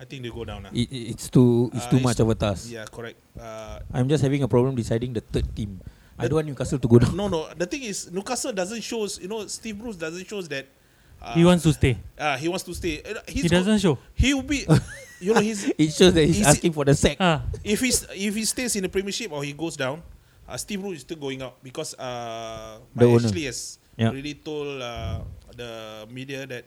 S5: I think they go down lah.
S7: It, it- it's too it's
S5: Uh,
S7: too
S5: it's-
S7: much of a task.
S5: Yeah, correct. Uh,
S7: I'm just having a problem deciding the third team. I don't want Newcastle to go down.
S5: no, no. The thing is, Newcastle doesn't shows. You know, Steve Bruce doesn't shows that. Uh,
S4: He wants to stay.
S5: Uh, he wants to stay. Uh, He's
S4: He doesn't show.
S5: He will be. You know, he's
S7: It shows that he's
S5: Is it-
S7: asking for the sack.
S4: Ah,
S5: if he's if he stays in the Premiership or he goes down, uh, Steve Bruce is still going out because uh,
S7: The
S5: Mike
S7: owner.
S5: Ashley has
S7: Yeah.
S5: really told uh, the media that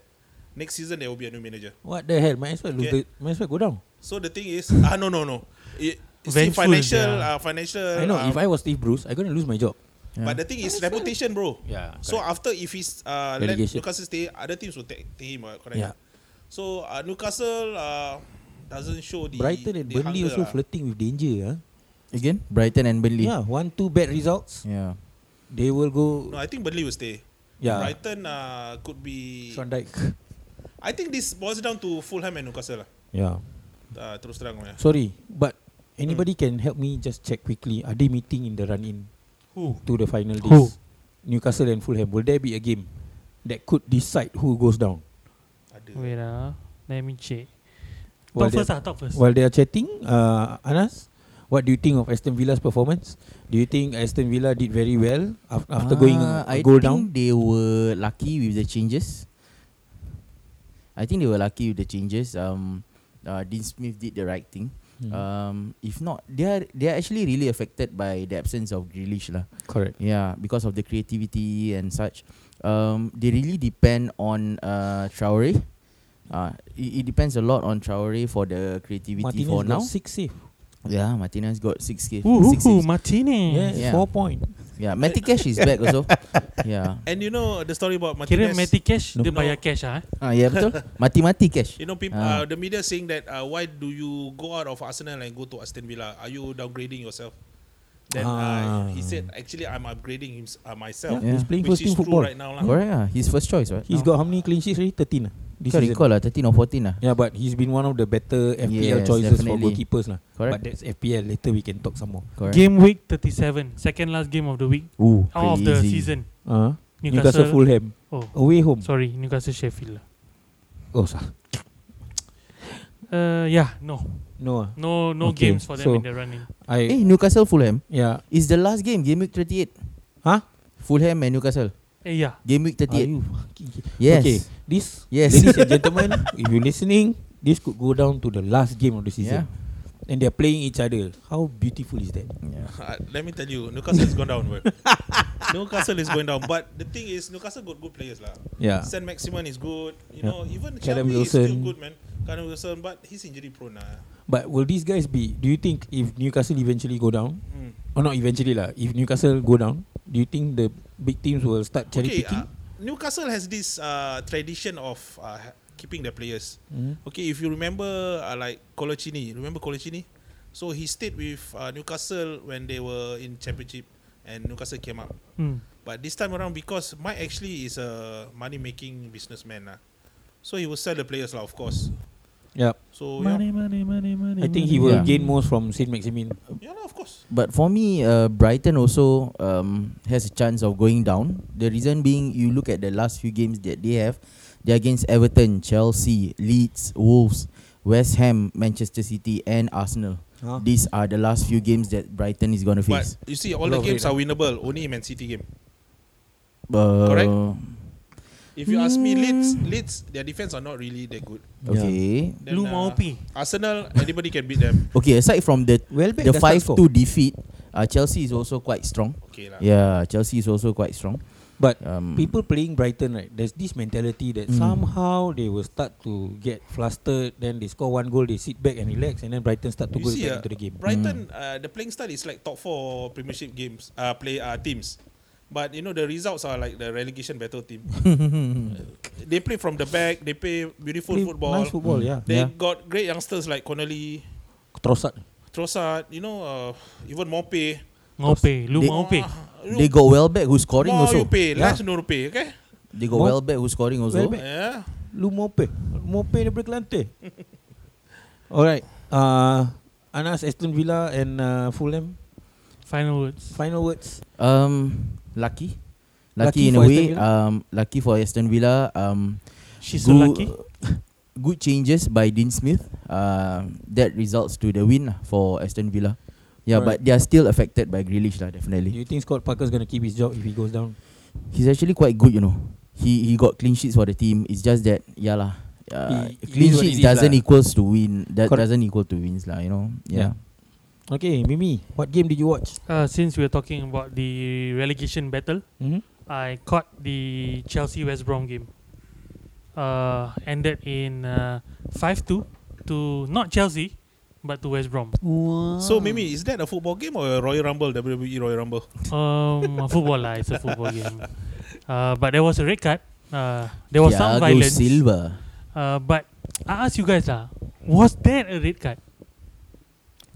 S5: next season there will be a new manager.
S7: What the hell? Might as well lose
S5: Yeah.
S7: the, might as well go down.
S5: So the thing is, ah no no no, it, it's the
S4: Vengeful,
S5: financial
S4: yeah.
S5: uh, financial.
S7: I know.
S5: uh,
S7: If I was Steve Bruce, I'm gonna lose my job.
S5: but the thing is reputation, bro.
S7: Yeah.
S5: So after if he's uh, let
S7: Relegation.
S5: Newcastle stay, other teams will take, take him. Uh, correct.
S7: Yeah.
S5: So uh, Newcastle uh, doesn't show the
S7: Brighton and
S5: the
S7: Burnley
S5: hunger
S7: also
S5: lah.
S7: flirting with danger. Huh?
S3: Again, Brighton and Burnley.
S7: Yeah. One two bad results,
S3: Yeah.
S7: they will go.
S5: No, I think Burnley will stay.
S7: yeah.
S5: Brighton uh, could be.
S7: Van Dijk.
S5: I think this boils down to Fulham and Newcastle lah.
S7: Yeah.
S5: Uh, terus terang punya.
S7: Sorry, but anybody
S5: Hmm.
S7: can help me just check quickly. Are they meeting in the run-in
S4: who?
S7: to the final days?
S4: Who?
S7: Newcastle and Fulham. Will there be a game that could decide who goes down?
S5: Ada.
S4: Wait ah, let me check.
S7: While
S4: Talk
S7: they are
S4: first ah, talk first.
S7: While they are chatting, uh, Anas, what do you think of Aston Villa's performance? Do you think Aston Villa did very well af- after going
S3: Ah,
S7: uh,
S3: I
S7: a goal
S3: think
S7: down?
S3: they were lucky with the changes. I think they were lucky with the changes. Um, uh, Dean Smith did the right thing.
S7: Mm,
S3: Um, if not, they are they are actually really affected by the absence of Grealish lah.
S7: correct.
S3: Yeah, because of the creativity and such. Um, they really depend on uh Traore. Uh, it, it depends a lot on Traore for the creativity
S7: Martinez
S3: for
S7: got
S3: now.
S7: six save.
S3: Yeah, Martinez got six K. Six
S4: Woohoo,
S3: saves.
S7: Yeah,
S4: Martinez.
S3: Yeah.
S7: four point.
S3: yeah, Matty Cash is back also. Yeah.
S5: And you know the story about
S4: Kira
S5: Martinez.
S4: Matty Cash,
S7: No.
S4: dia bayar cash ah. eh.
S3: Ah, yeah betul. Mati-mati Cash.
S5: you know people
S3: Ah.
S5: uh, the media saying that uh, why do you go out of Arsenal and go to Aston Villa? Are you downgrading yourself? Then uh,
S7: Ah.
S5: he said actually I'm upgrading him, uh, myself.
S3: Yeah.
S7: He's playing
S5: Which
S7: first
S5: is
S7: team
S5: true
S7: football.
S5: right now lah.
S3: Correct ah, his first choice right.
S7: He's got how many clean sheets already? 13 ah, this
S3: Can't
S7: season.
S3: recall lah, 13 or 14 lah.
S7: Yeah, but he's been one of the better
S3: Yes,
S7: FPL choices for
S3: definitely.
S7: goalkeepers lah.
S3: Correct.
S7: But that's FPL. Later we can talk some more.
S3: Correct.
S4: Game week 37, second last game of the week,
S3: Ooh,
S4: out of
S3: crazy.
S4: the season.
S3: Uh-huh.
S7: Uh, Newcastle,
S4: Newcastle.
S7: Fulham
S4: Oh,
S7: away home.
S4: sorry, Newcastle Sheffield. lah.
S7: Oh, sah.
S4: Uh, yeah, no,
S7: no. ah.
S4: no, no
S7: Okay,
S4: games for them
S7: so-
S4: in the running.
S3: Eh,
S7: I ya.
S3: Newcastle Fulham
S7: yeah.
S3: is the last game, game week 38.
S7: Huh?
S3: Fulham and Newcastle,
S4: Eh, yeah,
S3: game week
S7: Are
S3: 38.
S7: you fucking
S3: Yes.
S7: Okay, this
S3: Yes.
S7: ladies and gentlemen, if you're listening, this could go down to the last game of the
S3: Yeah.
S7: season, and they're playing each other. How beautiful is that?
S3: yeah.
S5: Uh, let me tell you, Newcastle is going down. Bro. Newcastle is going down, but the thing is, Newcastle got good players lah.
S7: Yeah,
S5: Saint Maximin is good, you
S7: Ah. Yeah.
S5: know. Even
S7: Callum
S5: Shelby is still
S7: Wilson.
S5: good, man. Callum Wilson, but he's injury prone lah.
S7: but will these guys be? Do you think if Newcastle eventually go down,
S5: Mm.
S7: or not eventually lah? If Newcastle go down, do you think the big teams will start cherry
S5: Okay,
S7: picking?
S5: uh, Newcastle has this uh, tradition of uh, ha- keeping their players.
S7: Mm.
S5: Okay, if you remember, uh, like Colaccini, remember Colaccini? So he stayed with uh, Newcastle when they were in Championship, and Newcastle came up.
S4: Mm.
S5: But this time around, because Mike actually is a money making businessman, lah. so he will sell the players, lah, of course.
S7: Yeah.
S5: So
S4: Money, money, money, money.
S7: I think
S4: money.
S7: he will
S3: Yeah.
S7: gain most from Saint Maximin.
S5: yeah, yeah, lah, of course.
S3: But for me, uh, Brighton also um, has a chance of going down. The reason being, you look at the last few games that they have, they're against Everton, Chelsea, Leeds, Wolves, West Ham, Manchester City, and Arsenal.
S7: Huh?
S3: These are the last few games that Brighton is going to
S5: But
S3: face.
S5: you see, all the
S7: Lot of
S5: games
S7: it,
S5: are winnable. Only Man City game.
S3: Uh,
S5: correct? If you ask me, Leeds, Leeds, their defense are not really that good.
S3: Okay.
S5: Then,
S4: Blue
S5: uh,
S4: Maupi.
S5: Arsenal, anybody can beat them.
S3: Okay, aside from the
S7: Well,
S3: the 5-2 defeat, uh, Chelsea is also quite strong.
S5: Okay, lah.
S3: Yeah, Chelsea is also quite strong.
S7: But
S3: Um,
S7: people playing Brighton, right? There's this mentality that
S3: Mm.
S7: somehow they will start to get flustered. Then they score one goal, they sit back and relax, and then Brighton start to
S5: You
S7: go
S5: see,
S7: back
S5: uh,
S7: into the game.
S5: Brighton, uh, the playing style is like top four Premiership games, uh, play uh, teams. But you know the results are like the relegation battle team. they play from the back. They play beautiful
S7: Play
S5: football.
S7: nice football, yeah.
S5: They
S7: yeah.
S5: got great youngsters like Connolly,
S7: Trossard.
S5: Trossard. You know, uh, even Mope.
S4: Maupi. Blue
S3: They-
S4: Maupi.
S3: They got Welbeck who's scoring
S5: more
S3: also.
S5: you pay,
S7: Yeah.
S5: less no you pay. Okay.
S3: They got
S7: Mo-
S3: Welbeck who's scoring also.
S7: Welbeck.
S5: Yeah.
S7: Lu Mope. Mope daripada Kelantan. Alright. Uh, Anas, Aston Villa and uh, Fulham.
S4: Final words.
S7: Final words.
S3: Um, lucky.
S7: Lucky
S3: Lucky, in a
S7: for Aston
S3: way.
S7: Villa?
S3: Um, lucky for Aston Villa. Um,
S4: She's so
S3: good,
S4: lucky.
S3: good changes by Dean Smith. Um, that results to the win lah for Aston Villa. Yeah, but
S7: Alright.
S3: they are still affected by Grealish lah.
S7: Do
S3: Definitely,
S7: you think Scott Parker's going to keep his job if he goes down?
S3: he's actually quite good. You know, he he got clean sheets for the team. It's just that yeah lah. Uh,
S7: He- it
S3: clean
S7: is what it
S3: sheets
S7: is
S3: doesn't
S7: lah.
S3: equals to win. That
S7: Correct.
S3: doesn't equal to wins lah. You know.
S7: Yeah.
S3: Yeah.
S7: Okay, Mimi, what game did you watch?
S4: Uh, since we're talking about the relegation battle,
S7: Mm-hmm.
S4: I caught the Chelsea West Brom game. Uh, ended in uh, 5-2 to not Chelsea, but to West Brom.
S7: Ah.
S5: So Mimi, is that a football game or a Royal Rumble WWE Royal Rumble?
S4: Um, a football lah, it's a football game. Uh, but there was a red card. Uh, there was some
S3: Thiago
S4: violence.
S3: Silva.
S4: Uh, but I ask you guys lah, was that a red card?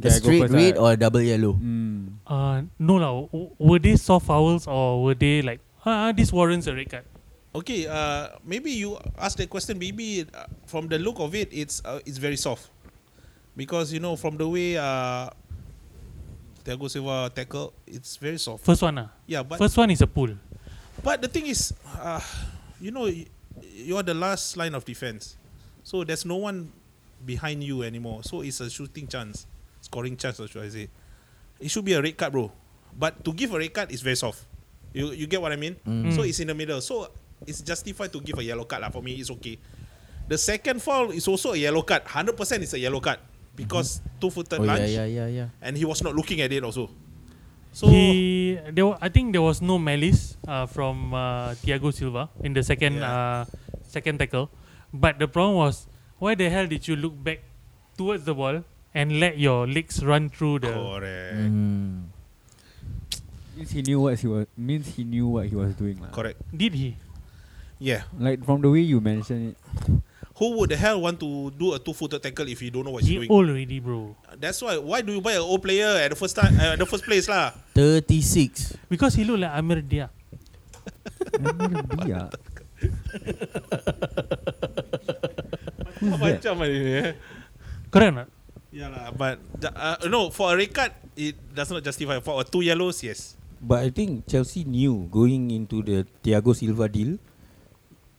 S3: A straight red
S6: lah.
S3: or a double yellow?
S6: Mm.
S4: Uh, no lah. W- were they soft fouls or were they like, ah, this warrants a red card?
S5: Okay. Uh, maybe you ask that question. Maybe uh, from the look of it, it's uh, it's very soft, because you know from the way uh, Thiago Silva tackle, it's very soft.
S4: First one lah.
S5: Yeah, but
S4: First one is a pull.
S5: but the thing is, uh, you know, y- you're the last line of defense, so there's no one behind you anymore. So it's a shooting chance, scoring chance, or should I say? It should be a red card, bro. But to give a red card is very soft. You you get what I mean?
S4: Mm.
S5: So it's in the middle. So it's justified to give a yellow card lah. For me, it's okay. The second foul is also a yellow card. Hundred percent is a yellow card because
S3: Oh
S5: two-footed
S3: yeah,
S5: lunge,
S3: yeah, yeah, yeah.
S5: and he was not looking at it also.
S4: So
S5: So
S4: he, there, wa- I think there was no malice uh, from uh, Thiago Silva in the second uh, second tackle, but the problem was why the hell did you look back towards the ball and let your legs run through the?
S5: correct,
S3: Mm.
S6: Means he knew what he was. Means he knew what he was doing. lah.
S5: correct,
S4: Did he?
S5: yeah.
S6: Like from the way you mentioned it,
S5: Who would the hell want to do a two-footed tackle if you don't know what
S4: He
S5: he's doing?
S4: old already, bro.
S5: That's why. Why do you buy an old player at the first time, uh, the first place lah?
S3: 36.
S4: Because he looked like Amir Dia.
S6: I'm gonna be ah. Who's that?
S5: Macam mana ni, eh?
S4: Correct or not?
S5: Yeah lah, but the- uh, no for a red card it does not justify. For a two yellows, yes.
S7: But I think Chelsea knew going into the Thiago Silva deal,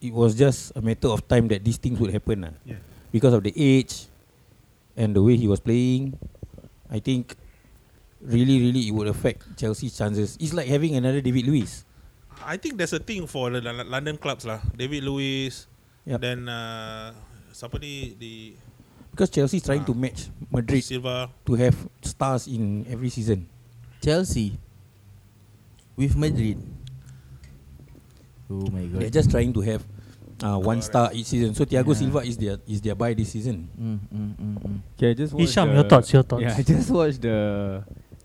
S7: it was just a matter of time that these things would happen. lah.
S5: Yeah.
S7: Because of the age and the way he was playing, I think really, really it would affect Chelsea's chances. It's like having another David Luiz.
S5: I think there's a thing for the Lon- London clubs lah. David Lewis,
S7: Yup.
S5: then uh, siapa ni the
S7: Because Chelsea's trying to
S5: Ah.
S7: match Madrid
S5: Silva.
S7: to have stars in every season.
S3: Chelsea with Madrid. Oh my god.
S7: They're just trying to have uh, one
S5: Correct.
S7: star each season. So Thiago
S3: Yeah.
S7: Silva is their is their buy this season.
S3: mm, mm, mm, mm.
S6: Okay, I just watched
S4: Hisham,
S6: the-
S4: your thoughts, your thoughts.
S6: Yeah, I just watched the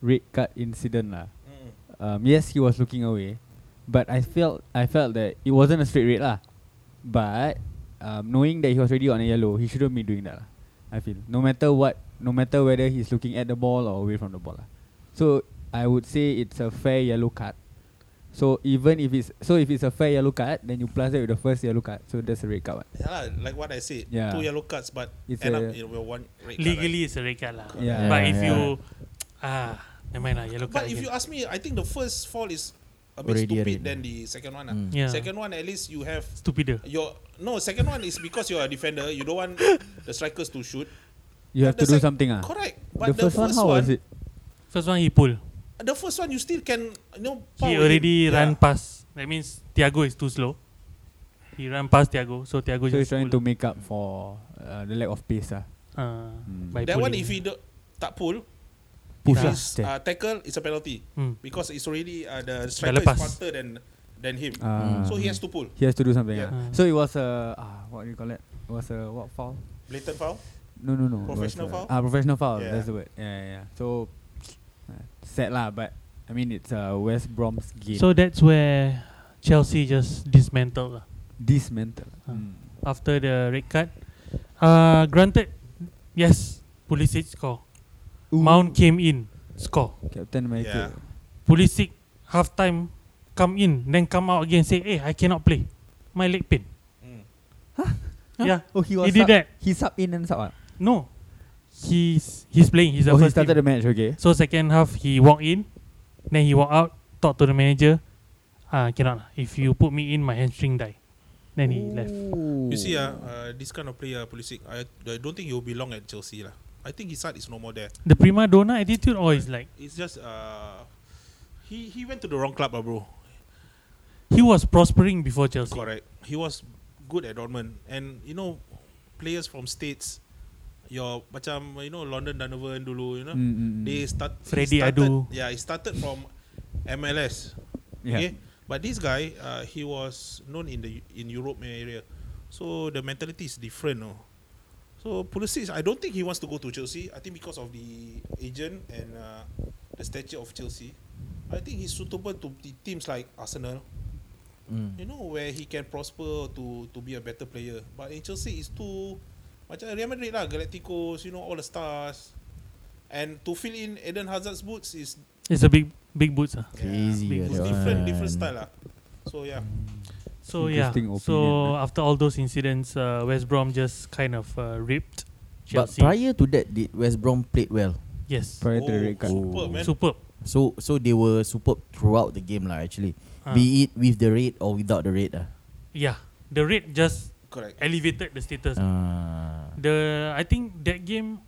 S6: red card incident lah.
S5: Mm.
S6: Um, yes, he was looking away, but I felt I felt that it wasn't a straight red lah. But um, knowing that he was already on a yellow, he shouldn't be doing that lah. I feel no matter what, no matter whether he's looking at the ball or away from the ball lah. So
S8: I would say it's a fair yellow card. So even if it's so if it's a fair yellow card, then you plus it with the first yellow card. So that's a red card. One.
S5: Yeah, lah, like what I said,
S8: Yeah.
S5: two yellow cards, but
S8: It's
S5: end
S8: a-
S5: up it will one red card, right?
S4: Legally, it's a red card lah.
S8: Yeah.
S4: but
S3: Yeah,
S4: if
S3: yeah.
S4: you ah, never mind lah, yellow card.
S5: But if
S4: again.
S5: you ask me, I think the first fall is a bit
S3: Already
S5: stupid
S3: already.
S5: than the second one. ah.
S8: Hmm.
S3: Mm.
S4: Yeah.
S5: Second one at least you have
S4: stupider.
S5: your no second one is because you're a defender. You don't want the strikers to shoot.
S8: You have
S5: The
S8: to do
S5: sec-
S8: something. Ah.
S5: Correct. But
S8: The first one, how was it?
S4: First one he pull.
S5: The first one you still can you know.
S4: He
S5: power
S4: already
S5: him.
S4: run
S5: Yeah.
S4: past. That means Thiago is too slow. He run past Thiago, so Thiago
S8: So he's
S4: just
S8: trying to
S4: pull.
S8: make up for uh, the lack of pace. Ah.
S4: Ah,
S8: Mm.
S4: by
S5: That one
S4: pulling.
S5: if he do, tak pull,
S4: Push
S5: if
S4: lah.
S5: it's, uh, tackle it's a penalty
S4: Mm.
S5: because it's already uh, the striker
S4: lepas.
S5: is faster than than him.
S8: Ah.
S5: So he has to pull.
S8: He has to do something.
S5: Yeah.
S8: ah.
S4: Ah.
S8: So it was a ah, what do you call it? It was a what foul?
S5: Blatant foul.
S8: No, no, no. it was
S5: Professional
S8: a-
S5: foul?
S8: Ah, professional foul.
S5: Yeah.
S8: That's the word. Yeah, yeah. yeah. So uh, sad lah, but I mean it's a West Brom's game.
S4: So that's where Chelsea just dismantled lah.
S8: dismantle.
S4: Ah.
S8: Mm.
S4: after the red card. Uh, granted, yes, Pulisic score.
S8: Ooh.
S4: Mount came in, score.
S8: Captain America.
S4: Pulisic half time come in, then come out again say, "Hey, I cannot play, my leg pain."
S5: Mm.
S4: Yeah,
S8: Oh, he was.
S4: he did
S8: sub-
S4: that.
S8: He sub in and sub out.
S4: No, he's he's playing. He's
S8: oh,
S4: a
S8: he
S4: first
S8: started
S4: team.
S8: the match. Okay.
S4: So second half he walk in, then he walk out, talk to the manager. Ah, cannot. lah. If you put me in, my hamstring die. Then he left.
S5: You see, ah, uh, this kind of player, Pulisic, I, I don't think he'll be long at Chelsea. lah. I think his side is no more there.
S4: The prima donna attitude, or is like
S5: It's just uh, he he went to the wrong club, ah, bro.
S4: he was prospering before Chelsea.
S5: Correct. He was good at Dortmund, and you know, players from states, your macam you know London Donovan dulu, you know,
S8: Mm, mm, mm.
S5: they start. he
S4: Freddie
S5: started-
S4: Adu.
S5: Yeah, he started from MLS.
S8: Yeah.
S5: Okay, but this guy, uh, he was known in the in Europe area, so the mentality is different. No? So Pulisic, I don't think he wants to go to Chelsea. I think because of the agent and uh, the stature of Chelsea, I think he's suitable to the teams like Arsenal. You know where he can prosper to to be a better player. But in Chelsea, it's too macam Real Madrid lah, Galacticos, you know all the stars, and to fill in Eden Hazard's boots is
S4: It's a big big boots. Ah.
S3: Crazy ah,
S5: Yeah, it's
S3: that
S5: different,
S3: one.
S5: different style lah. So yeah,
S4: So yeah.
S8: Interesting opinion, eh?
S4: so after all those incidents, uh, West Brom just kind of uh, ripped
S3: But
S4: Chelsea.
S3: prior to that, did West Brom played well?
S4: yes,
S8: Prior to the red card.
S5: Oh, super man.
S4: superb.
S3: So so they were superb throughout the game lah actually.
S4: Ah.
S3: Be it with the red or without the red ah.
S4: yeah, the red just
S5: Correct.
S4: elevated the status.
S3: Ah.
S4: The I think that game,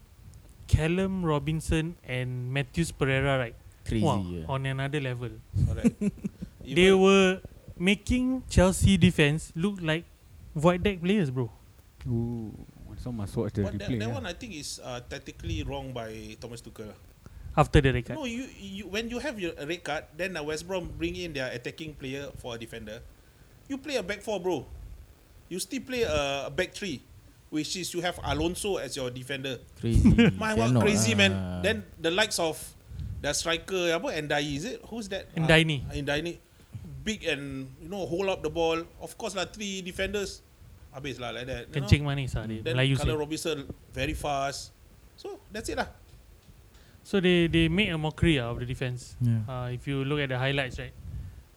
S4: Callum Robinson and Matthews Pereira right,
S3: Crazy.
S4: wow,
S3: ah.
S4: on another level.
S5: Correct.
S4: They
S5: Even-
S4: were making Chelsea defense look like void deck players, bro.
S8: Ooh. So must watch the
S5: But that,
S8: replay.
S5: that
S8: ah.
S5: one I think is uh, tactically wrong by Thomas Tuchel.
S4: After the red card.
S5: No, you, you when you have your a red card, then uh, West Brom bring in their attacking player for a defender. You play a back four, bro. You still play a, a back three, which is you have Alonso as your defender.
S3: Crazy.
S5: My what
S3: Cannot ah.
S5: crazy man. Then the likes of the striker, apa Endai is it? Who's that? Ah,
S4: Ndai.
S5: Ndai ni. Big and you know hold up the ball. Of course lah, three defenders. Habis lah like that. you know?
S4: Kencing manis ah dia.
S5: Then
S4: Melayu
S5: Callum
S4: say.
S5: Robinson very fast. So that's it lah.
S4: So they they made a mockery ah of the defense.
S3: Yeah.
S4: Uh, if you look at the highlights, right?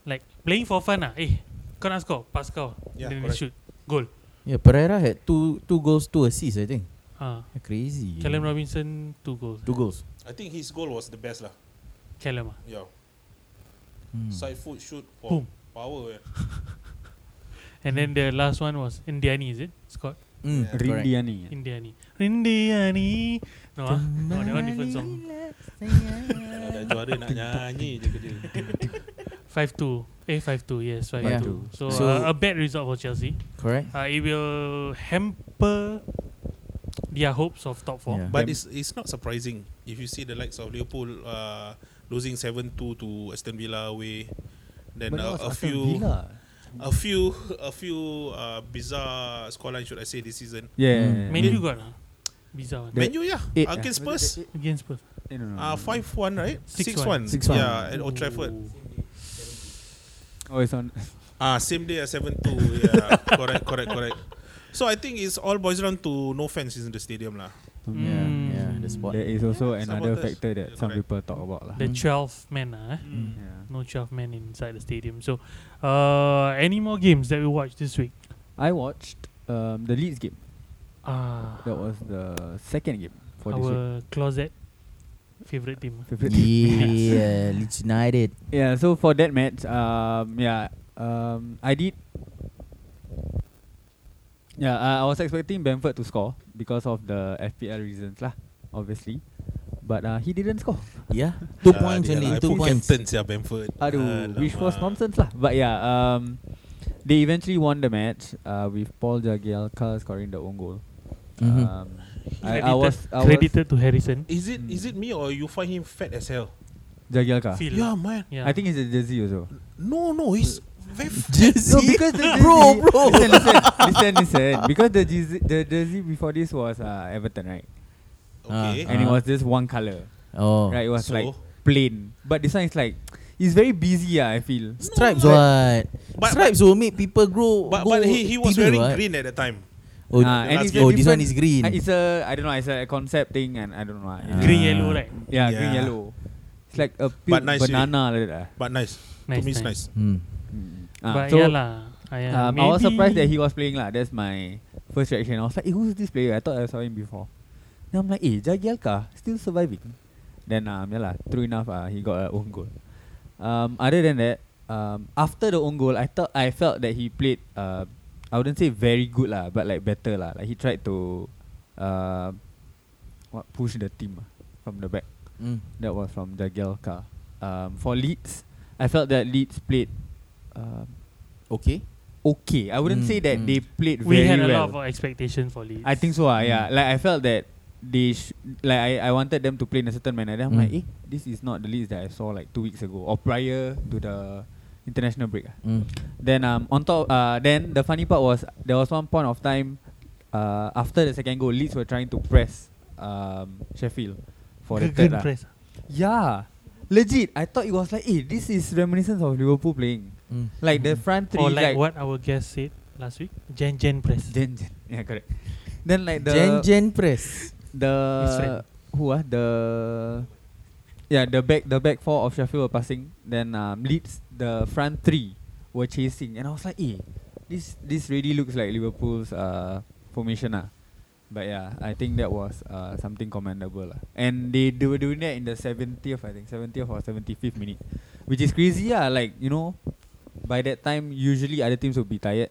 S4: Like playing for fun, ah. Eh, kau nak score, pass kau.
S5: Yeah,
S4: then they
S5: correct.
S4: shoot. Goal.
S3: Yeah, Pereira had two two goals, two assists I think.
S4: Ah,
S3: Yeah, crazy.
S4: Callum Robinson two goals.
S3: two goals.
S5: I think his goal was the best lah.
S4: Callum ah.
S5: Yeah.
S3: Hmm.
S5: Side foot shoot for
S4: Boom.
S5: power. eh.
S4: And then the last one was Indiani, is it? Scott
S3: Mm,
S5: Yeah.
S3: correct.
S8: Rindiani.
S4: Indiani. Indiani. No ah, no that one different song.
S5: Kalau dah juara nak nyanyi je kerja.
S4: Five two. Eh, five two. Yes, five
S3: Yeah.
S4: two. So,
S3: So-
S4: uh, a bad result for Chelsea.
S3: Correct.
S4: Uh, it will hamper their hopes of top four.
S3: Yeah.
S5: But it's it's not surprising if you see the likes of Liverpool uh, losing 7-2 to Aston Villa away. Then uh, a few a few a few uh, bizarre scoreline should I say this season.
S8: Yeah.
S4: Man U got ah. Bizarre one.
S8: The-
S5: Man U yeah
S8: Eight, ah.
S5: against Spurs
S4: Against Spurs.
S8: Eh, no, no, no,
S5: uh,
S8: no.
S5: 5-1 right?
S4: Six
S5: 6-1.
S4: one.
S3: Six one.
S5: Yeah at Old Trafford.
S8: Oh, it's on.
S5: Ah, same day as seven two. Yeah, correct, correct, correct. So I think it's all boys round to no fans in the stadium lah.
S4: Mm.
S3: Yeah, the spot.
S6: There is also another
S5: Supporters.
S6: factor that
S5: Yeah,
S6: some
S5: correct.
S6: people talk about lah.
S4: The 12 men ah, eh?
S5: Mm.
S6: Yeah.
S4: no 12 men inside the stadium. So, uh, any more games that we watch this week?
S6: I watched um, the Leeds game.
S4: Ah,
S6: That was the second game for this week.
S4: our closet favorite team.
S6: Favourite team.
S3: yeah, Leeds United.
S6: Yeah, so for that match, um, yeah, um, I did. Yeah, I, I was expecting Bamford to score because of the FPL reasons lah, obviously, but uh, he didn't score.
S3: Yeah, two
S5: Ah,
S3: points
S5: dia
S3: only.
S5: lah.
S3: Two
S5: Pun
S3: points.
S5: Captain Ah, siapa Bamford.
S6: Aduh,
S5: Alamak.
S6: which was nonsense lah. But yeah, um, they eventually won the match uh, with Paul Jagielka scoring the own goal.
S3: Mhm.
S6: Um, I, I was I was
S4: credited to Harrison.
S5: Is it is it me or you find him fat as hell?
S6: Jagielka.
S4: Feel.
S5: Yeah, man.
S4: Yeah.
S6: I think it's a jersey also.
S5: No, no, he's very fat.
S6: No, because the jersey,
S3: Bro, bro.
S6: Listen, listen, listen, listen. Because the jersey, the jersey before this was uh, Everton, right?
S5: Okay.
S6: And it
S3: Uh-huh.
S6: was just one color,
S3: Oh,
S6: right? It was
S5: So?
S6: like plain. But this one is like, it's very busy. Ah, I feel.
S3: stripes
S5: No,
S3: what?
S5: but-
S3: Stripes will make people grow.
S5: But
S3: go
S5: but he he was
S3: tidur,
S5: wearing
S3: what?
S5: green at the time.
S3: Oh,
S6: Ah, and
S5: that's
S6: it's a
S5: good.
S3: oh, this one
S6: different-
S3: is green.
S6: Uh, it's a I don't know. It's a concept thing, and I don't know. ah.
S4: Green
S3: Ah.
S4: yellow right.
S6: Yeah, green
S5: Yeah.
S6: yellow. It's like a pure
S5: nice
S6: banana like that.
S5: But nice.
S4: Nice,
S5: to me, it's
S4: nice.
S5: nice.
S3: Hmm.
S6: ah. Ah,
S4: but
S6: so
S4: yeah lah. I, uh,
S6: um, I was surprised that
S4: maybe-
S6: he was playing lah. That's my first reaction. I was like, eh, who's this player? I thought I saw him before. Then I'm like, eh, Jagielka still surviving. Then um, yeah lah, true enough, uh, he got an own goal. Um, other than that, um, after the own goal, I thought I felt that he played. Uh, I wouldn't say very good lah, but like better lah. Like he tried to, uh, what push the team ah, from the back.
S3: Mm.
S6: That was from Jagielka. Um, for Leeds, I felt that Leeds played um,
S3: Okay.
S6: okay. I wouldn't
S3: Mm,
S6: say that
S3: mm.
S6: they played
S4: we
S6: very
S4: had a lot
S6: well.
S4: of expectation for Leeds.
S6: I think so. Ah, yeah.
S3: Mm.
S6: Like I felt that they sh- like I, I wanted them to play in a certain manner. Then I'm
S3: Mm.
S6: like, eh, this is not the Leeds that I saw like two weeks ago or prior to the international break. ah.
S3: Mm.
S6: Then um on top uh then the funny part was there was one point of time uh after the second goal Leeds were trying to press um Sheffield for the
S4: Good
S6: third. ah.
S4: press.
S6: Yeah. Legit, I thought it was like, eh, this is reminiscence of Liverpool playing.
S3: Mm.
S6: Like the front three,
S4: Or like, what our guest said last week, Gen Gen press.
S6: Gen Gen. Yeah, correct. Then like the
S3: Gen Gen Press.
S4: His friend.
S6: the who ah the yeah the back the back four of Sheffield were passing. Then um, Leeds the front three were chasing, and I was like, eh, this this really looks like Liverpool's uh formation ah. But yeah, I think that was uh, something commendable lah. And they, they were doing that in the 70th, I think 70th or 75th minute, which is crazy ah. Like you know, by that time usually other teams will be tired.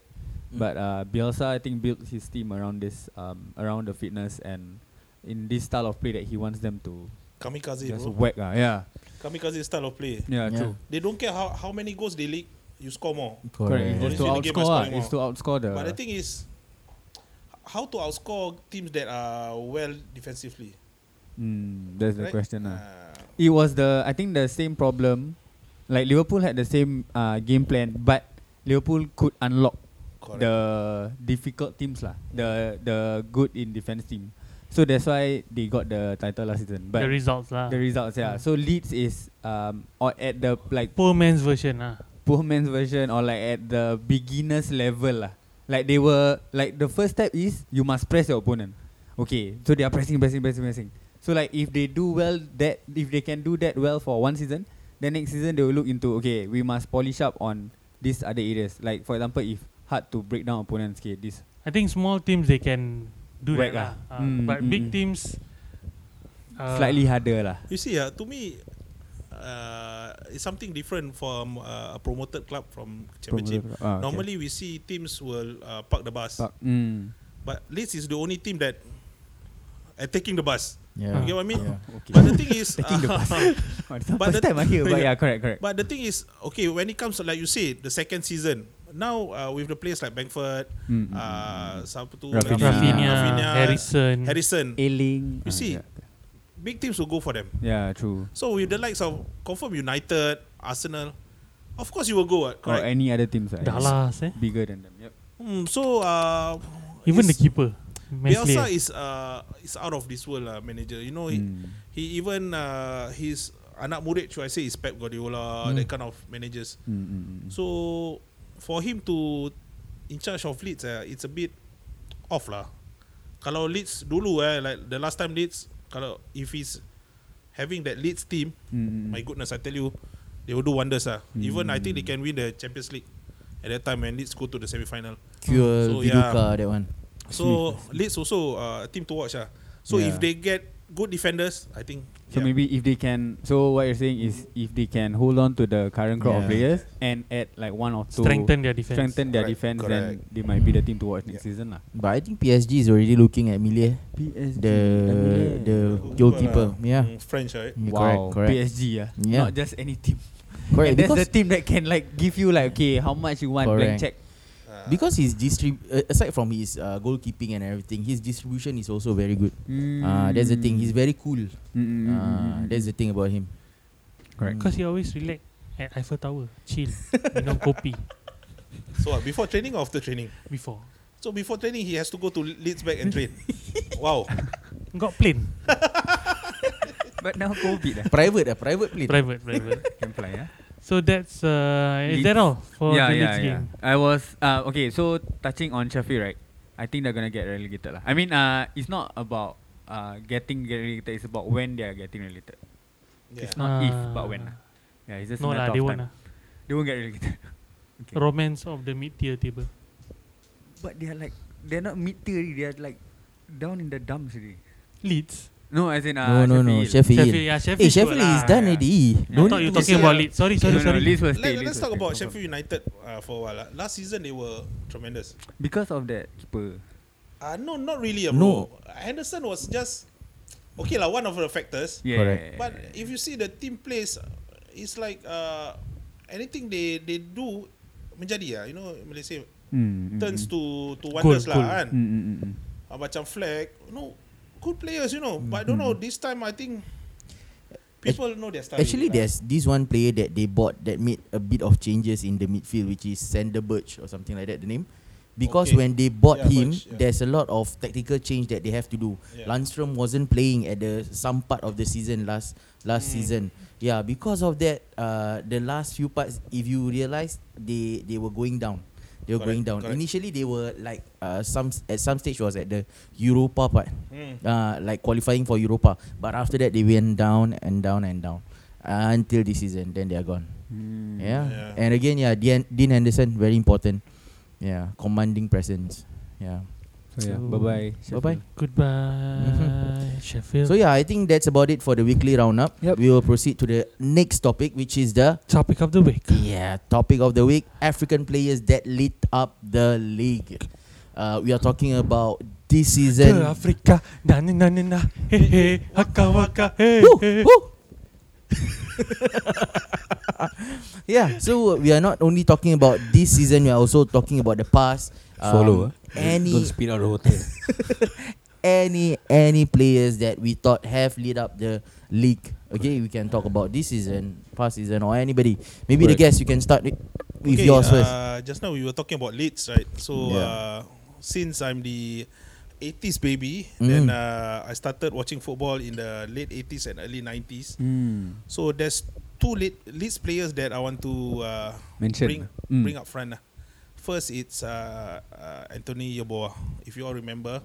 S6: But uh, Bielsa, I think, built his team around this, um, around the fitness and in this style of play that he wants them to
S5: Kamikaze,
S6: just
S5: bro.
S6: whack. ah, yeah.
S5: Kamikaze style of play.
S3: Yeah.
S6: yeah, true.
S5: They don't care how, how many goals they leak, you score more.
S6: Correct.
S5: Yeah.
S6: It's to
S5: Usually the game
S6: outscore.
S5: is
S6: ah,
S5: scoring
S6: It's to outscore the.
S5: But the thing is, how to outscore teams that are well defensively?
S6: mm, that's the
S5: right?
S6: question. ah.
S5: Ah,
S6: It was the I think the same problem, like Liverpool had the same uh, game plan, but Liverpool could unlock
S5: correct.
S6: the difficult teams lah, the the good in defense team. So that's why they got the title last season. But
S4: the results lah.
S6: the results, yeah.
S4: Mm.
S6: So Leeds is um or at the like
S4: Poor man's version ah.
S6: poor man's version or like at the beginner's level lah. Like they were like the first step is you must press your opponent. Okay, so they are pressing, pressing, pressing, pressing. So like if they do well that if they can do that well for one season, then next season they will look into okay we must polish up on these other areas. Like for example, if hard to break down opponents, okay, this
S4: I think small teams they can do
S6: Whack
S4: that lah. Ah,
S6: ah. Mm,
S4: but
S6: mm,
S4: big
S6: mm.
S4: teams
S5: Ah.
S4: uh,
S6: slightly harder lah.
S5: You see, uh, to me, uh, it's something different from uh, a promoted club from Championship.
S6: Ah, okay.
S5: Normally, we see teams will uh, park the bus,
S6: Fuck. Mm.
S5: but Leeds is the only team that attacking the bus.
S3: Yeah.
S5: You get what I mean?
S3: Yeah.
S6: Okay.
S5: But the thing is,
S6: Taking the bus. Oh, this is the
S5: but
S6: first
S5: the-
S6: time I hear, but yeah, correct, correct.
S5: But the thing is, okay, when it comes to, like you say, the second season, now uh, with the players like Bangford,
S6: Mm, mm,
S5: uh, siapa tu?
S6: Rafinha.
S4: Rafinha,
S5: Rafinha,
S4: Harrison.
S5: Harrison,
S6: Ailing.
S5: You
S6: Ah,
S5: see.
S6: yeah.
S5: big teams will go for them.
S6: Yeah, true.
S5: So with the likes of confirm United, Arsenal, of course you will go. What,
S6: Or
S5: correct.
S6: any other teams. ah, yeah.
S4: Dallas eh.
S6: bigger than them. Yep.
S5: Hmm, so uh,
S4: Even the
S5: it's-
S4: keeper. eh, Meslier.
S5: Bielsa is uh, is out of this world uh, manager. You know, he,
S6: Mm.
S5: he even uh, his anak murid should I say is Pep Guardiola, that kind of managers.
S6: Mm, mm, mm.
S5: So for him to in charge of Leeds, uh, it's a bit off lah. Kalau Leeds dulu eh, like eh, the last time Leeds kalau if he's having that Leeds team,
S6: Mm.
S5: my goodness, I tell you, they will do wonders ah. Even I think they can win the Champions League at that time when Leeds go to the semi final.
S3: Cure,
S5: So,
S3: Viduka,
S5: yeah.
S3: that one.
S5: So Leeds also uh, a team to watch ah. So
S6: Yeah.
S5: if they get good defenders, I think
S6: So
S5: yeah.
S6: maybe if they can, so what you're saying is if they can hold on to the current crop of
S3: Yeah.
S6: players and add like one or two,
S4: Strengthen their defense.
S6: strengthen their
S5: Correct,
S6: defense, then
S5: correct.
S6: they might be the team to watch next season lah.
S3: But I think PSG is already looking at Millet,
S6: PSG, Mm.
S3: the the
S5: Goalkeeper
S3: goalkeeper.
S5: lah.
S3: Yeah.
S5: Mm, French right.
S3: Yeah,
S6: wow,
S3: Correct. Correct.
S6: PSG yeah.
S3: Yeah.
S6: not just any team.
S3: correct.
S6: and that's
S3: Because
S6: the team that can like give you like okay, how much you want blank
S3: Correct.
S6: check.
S5: Ah.
S3: because his distrib- uh, aside from his uh, goalkeeping and everything, his distribution is also very good. Uh, that's the thing. He's very cool.
S6: Mm, mm, mm, mm,
S3: Uh,
S6: mm.
S3: that's the thing about him.
S6: Correct.
S4: Because he always relax at Eiffel Tower, chill, minum kopi
S5: So what, before training or after training?
S4: before.
S5: So before training, he has to go to Leeds back and train. wow.
S4: Got plane,
S6: but now COVID lah.
S3: Private, uh, private plane.
S4: private, private.
S6: can fly yeah.
S4: So that's uh, is
S6: Leeds.
S4: that all for
S6: yeah,
S4: the
S6: yeah,
S4: Leeds
S6: yeah.
S4: game?
S6: I was uh, okay. So touching on Sheffield, right? I think they're gonna get relegated lah. I mean, uh, it's not about uh getting relegated. It's about when they are getting relegated.
S5: Yeah.
S6: It's not if,
S4: Ah.
S6: but when. lah. Yeah, it's just
S4: No
S6: a
S4: lah,
S6: matter
S4: they
S6: of
S4: won't
S6: time.
S4: lah.
S6: They won't get relegated. Okay.
S4: Romance of the mid-tier table.
S6: But they are like they're not mid tier. They are like down in the dumps already.
S4: Leeds.
S6: No, as in
S3: No,
S6: uh,
S3: no, no.
S6: Sheffield.
S3: Sheffield.
S4: Sheffield, yeah, Sheffield.
S3: Eh,
S4: should
S3: Sheffield
S4: lah.
S3: is done
S6: yeah.
S3: already.
S6: Yeah.
S4: I
S3: Don't
S4: thought you
S5: Leeds,
S4: talking
S5: yeah.
S4: about Leeds. Sorry, sorry,
S6: no, no,
S4: sorry.
S6: Leeds was
S5: Let,
S6: stay, Leeds
S5: let's
S6: was
S5: talk
S6: stay, no
S5: about
S6: problem.
S5: Sheffield United uh, for a while. lah. Last season they were tremendous.
S6: because of that keeper.
S5: Uh, no, not really. Uh,
S3: No.
S5: bro. Henderson was just okay lah. One of the factors.
S6: Yeah,
S3: Correct.
S5: But
S3: Eh.
S5: if you see the team plays, uh, it's like uh, anything they they do menjadi lah. You know Malaysia
S6: mm, mm,
S5: turns
S3: Mm-hmm.
S6: mm.
S5: to to wonders lah
S4: goal.
S5: kan.
S6: Mm, mm, mm, mm.
S5: Uh, macam flag, you know, good players, you know. But I don't
S3: Mm-hmm.
S5: know this time. I think people know their style. lah.
S3: Actually, there's this one player that they bought that made a bit of changes in the midfield, which is Sander Birch or something like that. The name, because
S5: Okay.
S3: when they bought him,
S5: Yeah, Birch, yeah.
S3: there's a lot of tactical change that they have to do.
S5: Yeah.
S3: Landstrom wasn't playing at the some part of the season last last season. Yeah, because of that, uh, the last few parts, if you realize they they were going down. They were going
S5: Correct,
S3: down.
S5: correct.
S3: Initially, they were like uh, some at some stage was at the Europa part,
S5: Mm.
S3: uh, like qualifying for Europa. But after that, they went down and down and down until this season. Then they are gone.
S6: mm. Mm-hmm.
S3: Yeah.
S5: Yeah.
S3: And again, yeah, Dean, Dean Henderson very important. Yeah, commanding presence. Yeah.
S6: So yeah,
S4: So-
S6: bye bye.
S3: Bye bye.
S4: Goodbye, Sheffield.
S3: So yeah, I think that's about it for the weekly roundup.
S6: Yep.
S3: We will proceed to the next topic, which is the
S4: Topic of the week.
S3: yeah topic of the week: African players that lit up the league. Uh, we are talking about this
S4: Then
S3: season.
S4: Africa, na na na na na, hey hey, haka waka, hey
S3: Woo,
S4: hey.
S3: woo. yeah, so we are not only talking about this season, we are also talking about the past. um,
S7: Swallow, eh?
S3: any
S7: Don't spit out the hotel.
S3: any any players that we thought have lit up the league. Okay, we can talk about this season, past season, or anybody. Maybe the
S7: Correct.
S3: guest you can start with, with yours first.
S5: Uh, just now we were talking about Leeds, right? So
S3: Yeah.
S5: uh, since I'm the 80s baby,
S3: Mm.
S5: then uh, I started watching football in the late 80s and early 90s.
S6: Mm.
S5: So there's two late Leeds players that I want to uh,
S6: Mention.
S5: bring
S6: Mm.
S5: bring up front. lah. First, it's uh, uh, Anthony Yeboah. If you all remember,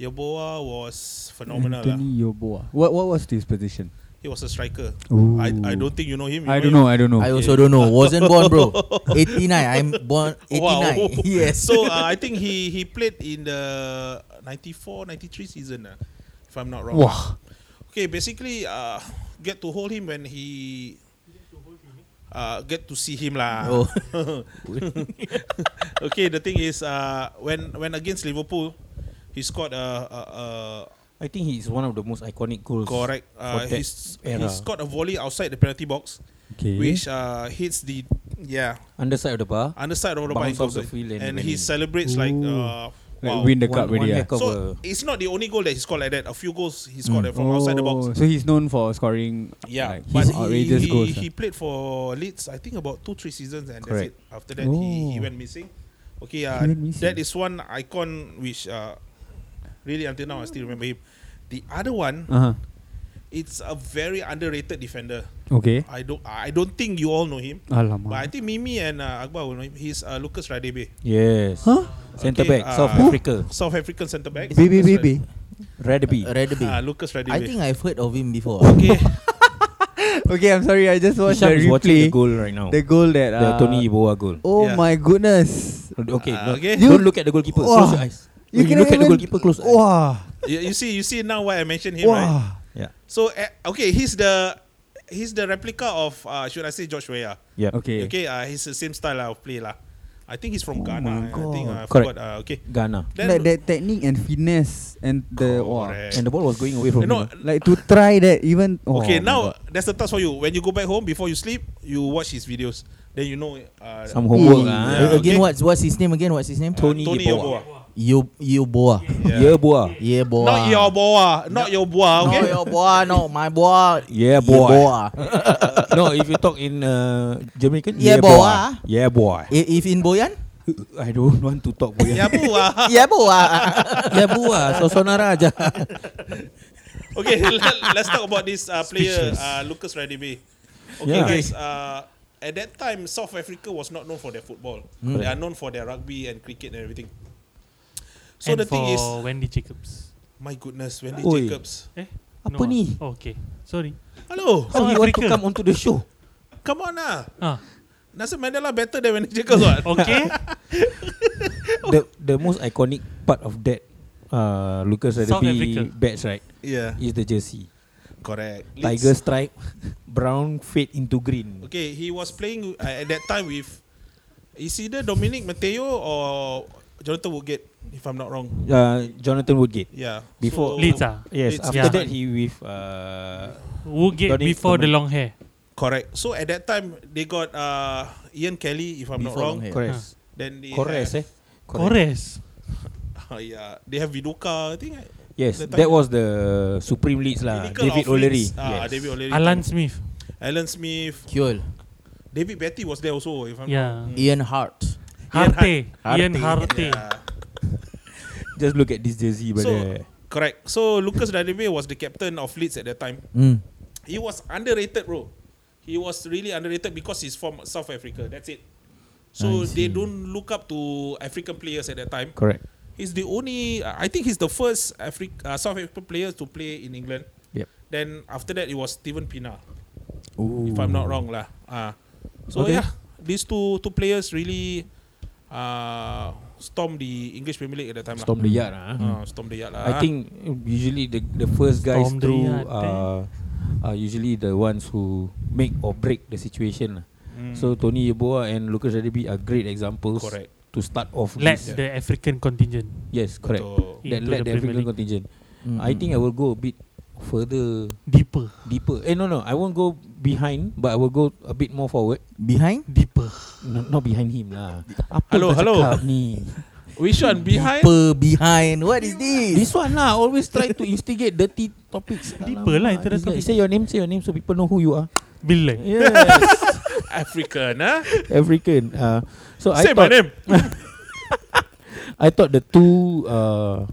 S5: Yeboah was phenomenal. lah.
S6: Anthony Yoboa. What what was his position?
S5: He was a striker.
S6: Ooh.
S5: I, I don't think you know him. You
S6: I don't know. I don't know.
S3: I also don't know. Wasn't born, bro. 89. I'm born 89. Yes.
S5: So uh, I think he he played in the 94 93 season uh, if I'm not wrong.
S6: Wah.
S5: Okay, basically uh, get to hold him when he uh, get to see him lah.
S3: Oh.
S5: okay, the thing is uh, when when against Liverpool he scored a, a, a
S7: I think he is one of the most iconic goals.
S5: correct uh,
S7: that
S5: he's, he
S7: era.
S5: scored a volley outside the penalty box
S6: Okay.
S5: which uh, hits the yeah
S7: Underside of the bar.
S5: underside of the
S7: Bounce
S5: bar
S7: off the field and
S5: and
S7: went
S5: he
S7: in.
S5: celebrates like uh,
S6: Like
S5: wow.
S6: win the cup
S7: one
S6: already. ah.
S7: heck of
S5: So
S7: a
S5: it's not the only goal that he scored like that. A few goals he scored from outside the
S6: Oh,
S5: box.
S6: So he's known for scoring.
S5: Yeah,
S6: like,
S5: but
S6: his
S5: he,
S6: outrageous
S5: he,
S6: goals.
S5: he played for Leeds, I think about two three seasons, and
S6: Correct.
S5: that's it. After that, he, he
S6: Oh.
S5: went missing. Okay, uh,
S6: went missing.
S5: that is one icon which uh, really until now I still remember him. The other one,
S8: Uh-huh.
S6: Uh huh.
S5: it's a very underrated defender.
S6: Okay.
S5: I don't I don't think you all know him, but I
S6: Alamak.
S5: think Mimi and uh, Akbar will know him. He's uh, Lucas Radebe,
S7: yes.
S6: Huh?
S7: Centre
S5: Okay,
S7: back, South
S5: uh,
S7: Africa.
S5: South African centre back.
S3: baby,
S5: Lucas Radebe.
S3: baby.
S7: Radaby.
S3: Radaby.
S5: Ah, Lucas Radebe.
S3: I think I've heard of him before.
S5: okay.
S8: Okay, I'm sorry. I just watched
S7: Hisham is
S8: the
S7: watching the
S8: replay.
S7: goal right now.
S8: The goal that
S7: The
S6: Ah.
S8: uh,
S7: Tony Iboa goal.
S8: Oh
S5: Yeah.
S8: my goodness!
S7: Okay,
S5: Ah,
S7: no,
S5: okay.
S7: don't look at the goalkeeper.
S8: Wah.
S7: Close your eyes. You, you
S8: can
S7: look at the
S8: even-
S7: goalkeeper. Close.
S4: Oh.
S7: your eyes.
S8: Wah,
S5: you, you see, you see now why I mentioned him, right?
S8: wah.
S5: So eh, okay, he's the he's the replica of uh, should I say George Weah?
S7: Yeah.
S8: Okay.
S5: Okay, uh, he's the same style of play lah. I think he's from
S8: my
S5: Ghana. eh. I think uh, I
S7: Correct.
S5: forgot. Uh, okay.
S7: Ghana.
S5: Then-
S8: like that technique and finesse and the wah.
S5: Correct.
S7: And the ball was going away
S5: You
S7: from
S5: know,
S7: him.
S8: Like to try that even. Oh my
S5: okay, now
S8: God.
S5: that's the task for you. When you go back home before you sleep, you watch his videos. Then you know. Uh,
S7: Some
S8: Yeah.
S7: homework. ah.
S5: Yeah.
S3: Again,
S5: okay.
S3: what's what's his name again? What's his name?
S5: uh,
S7: Tony
S5: Tony
S7: Yeboah.
S5: Yoboa.
S3: Yo Yoboa.
S5: Yeah.
S7: Yeah, boy.
S3: Yeah, boy.
S5: Not your boa, not your boa. Okay.
S3: Not your boy, not my boy.
S7: Yeah, boy.
S3: boy.
S7: no, if you talk in uh, Jamaican,
S3: Yeah, boy.
S7: Yeah,
S3: I-
S7: boy.
S3: Eh, If in Boyan,
S7: I don't want to talk boy.
S5: Yeah, boa.
S3: yeah, boy.
S7: yeah, boy. So sonara aja.
S5: Okay, let- let's talk about this uh, player, uh, Lucas Radebe. Okay,
S7: Yeah.
S5: guys. Uh, at that time, South Africa was not known for their football.
S4: Mm.
S5: They are known for their rugby and cricket and everything. So
S4: and
S5: the thing is,
S4: for Wendy Jacobs.
S5: my goodness, Wendy
S7: Oi.
S5: Jacobs.
S4: Eh?
S7: Apa
S4: ah.
S7: ni?
S4: Oh, okay. Sorry.
S5: Hello,
S7: How
S4: South
S7: you want to
S4: Africa.
S7: come onto the show?
S5: come on lah.
S4: Ah,
S5: Nelson Mandela better than Wendy Jacobs. What?
S4: okay.
S7: The the most iconic part of that uh, Lucas
S4: South Africa.
S7: Radebe badge right
S5: Yeah,
S7: is the jersey.
S5: correct. Let's-
S7: Tiger stripe, brown fade into green.
S5: Okay, he was playing uh, at that time with is either Dominic Mateo or Jonathan Woodgate, if I'm not wrong.
S7: Uh, Jonathan Woodgate.
S5: Yeah.
S7: Before-
S5: Oh.
S4: Leeds ah.
S7: Yes.
S5: Leeds.
S7: after
S4: Yeah.
S7: that he with uh,
S4: Woodgate
S7: Donny
S4: before the long
S7: Coleman.
S4: hair.
S5: Correct. So at that time they got uh, Ian Kelly, if
S3: Before
S5: I'm not wrong.
S3: long hair.
S7: Corres.
S5: Then they
S7: Corres eh.
S4: Corres.
S5: have, yeah, they have Viduka. I think uh,
S7: Yes,
S5: The time-
S7: that was the Supreme Leads lah.
S5: Pinnacle
S7: David
S5: of
S7: O'Leary.
S5: Leeds. Ah,
S7: yes.
S5: David O'Leary.
S4: Alan Smith.
S5: Alan Smith.
S3: Kyol.
S5: David Betty was there also. If I'm
S4: Yeah.
S3: Ian Hart.
S4: Harte.
S3: Harte.
S4: Ian Harte.
S5: Yeah.
S7: Just look at this jersey,
S5: So
S7: brother.
S5: correct. So Lucas Radebe was the captain of Leeds at that time.
S7: Hmm.
S3: Mm.
S5: He was underrated, bro. He was really underrated because he's from South Africa. That's it. So they don't look up to African players at that time.
S7: Correct.
S5: He's the only. I think he's the first Afri- uh, South African player to play in England.
S7: Yep.
S5: Then after that, it was Steven Pina, if I'm not wrong lah. Ah, so
S7: Okay.
S5: yeah, these two two players really uh, stormed the English Premier League at that time
S7: Storm the yard ah.
S5: lah. Ah, stormed the yard lah.
S7: I
S5: ah.
S7: think usually the the first guys
S4: Storm the
S7: through
S4: yard, eh?
S7: are, are usually the ones who make or break the situation. lah. So Tony Yeboah and Lucas Radebe are great
S5: Hmm.
S7: examples
S5: Correct.
S7: to start off.
S4: Led
S7: this.
S4: the African contingent.
S7: Yes, correct.
S5: Betul. Hmm.
S7: That
S4: Into
S7: led
S4: the
S7: the
S4: Premier
S7: African
S4: League.
S7: contingent. I think I will go a bit further,
S4: Deeper.
S7: deeper. Eh, no, no, I won't go behind, but I will go a bit more forward.
S3: Behind?
S4: Deeper.
S7: No, not behind him lah. Apa
S5: Hello,
S7: kau
S5: hello.
S7: cakap ni?
S5: Which one behind?
S3: Per behind. What is this?
S7: This one lah always try to instigate dirty topics.
S4: Deeper lah,
S7: Alamak,
S4: interest
S7: this guy.
S4: topic.
S7: Say your name, say your name so people know who you are.
S4: Bilal.
S7: Yes,
S5: African, ah.
S7: African. Uh, so I
S5: Say my
S7: thought
S5: name.
S7: I thought the two uh,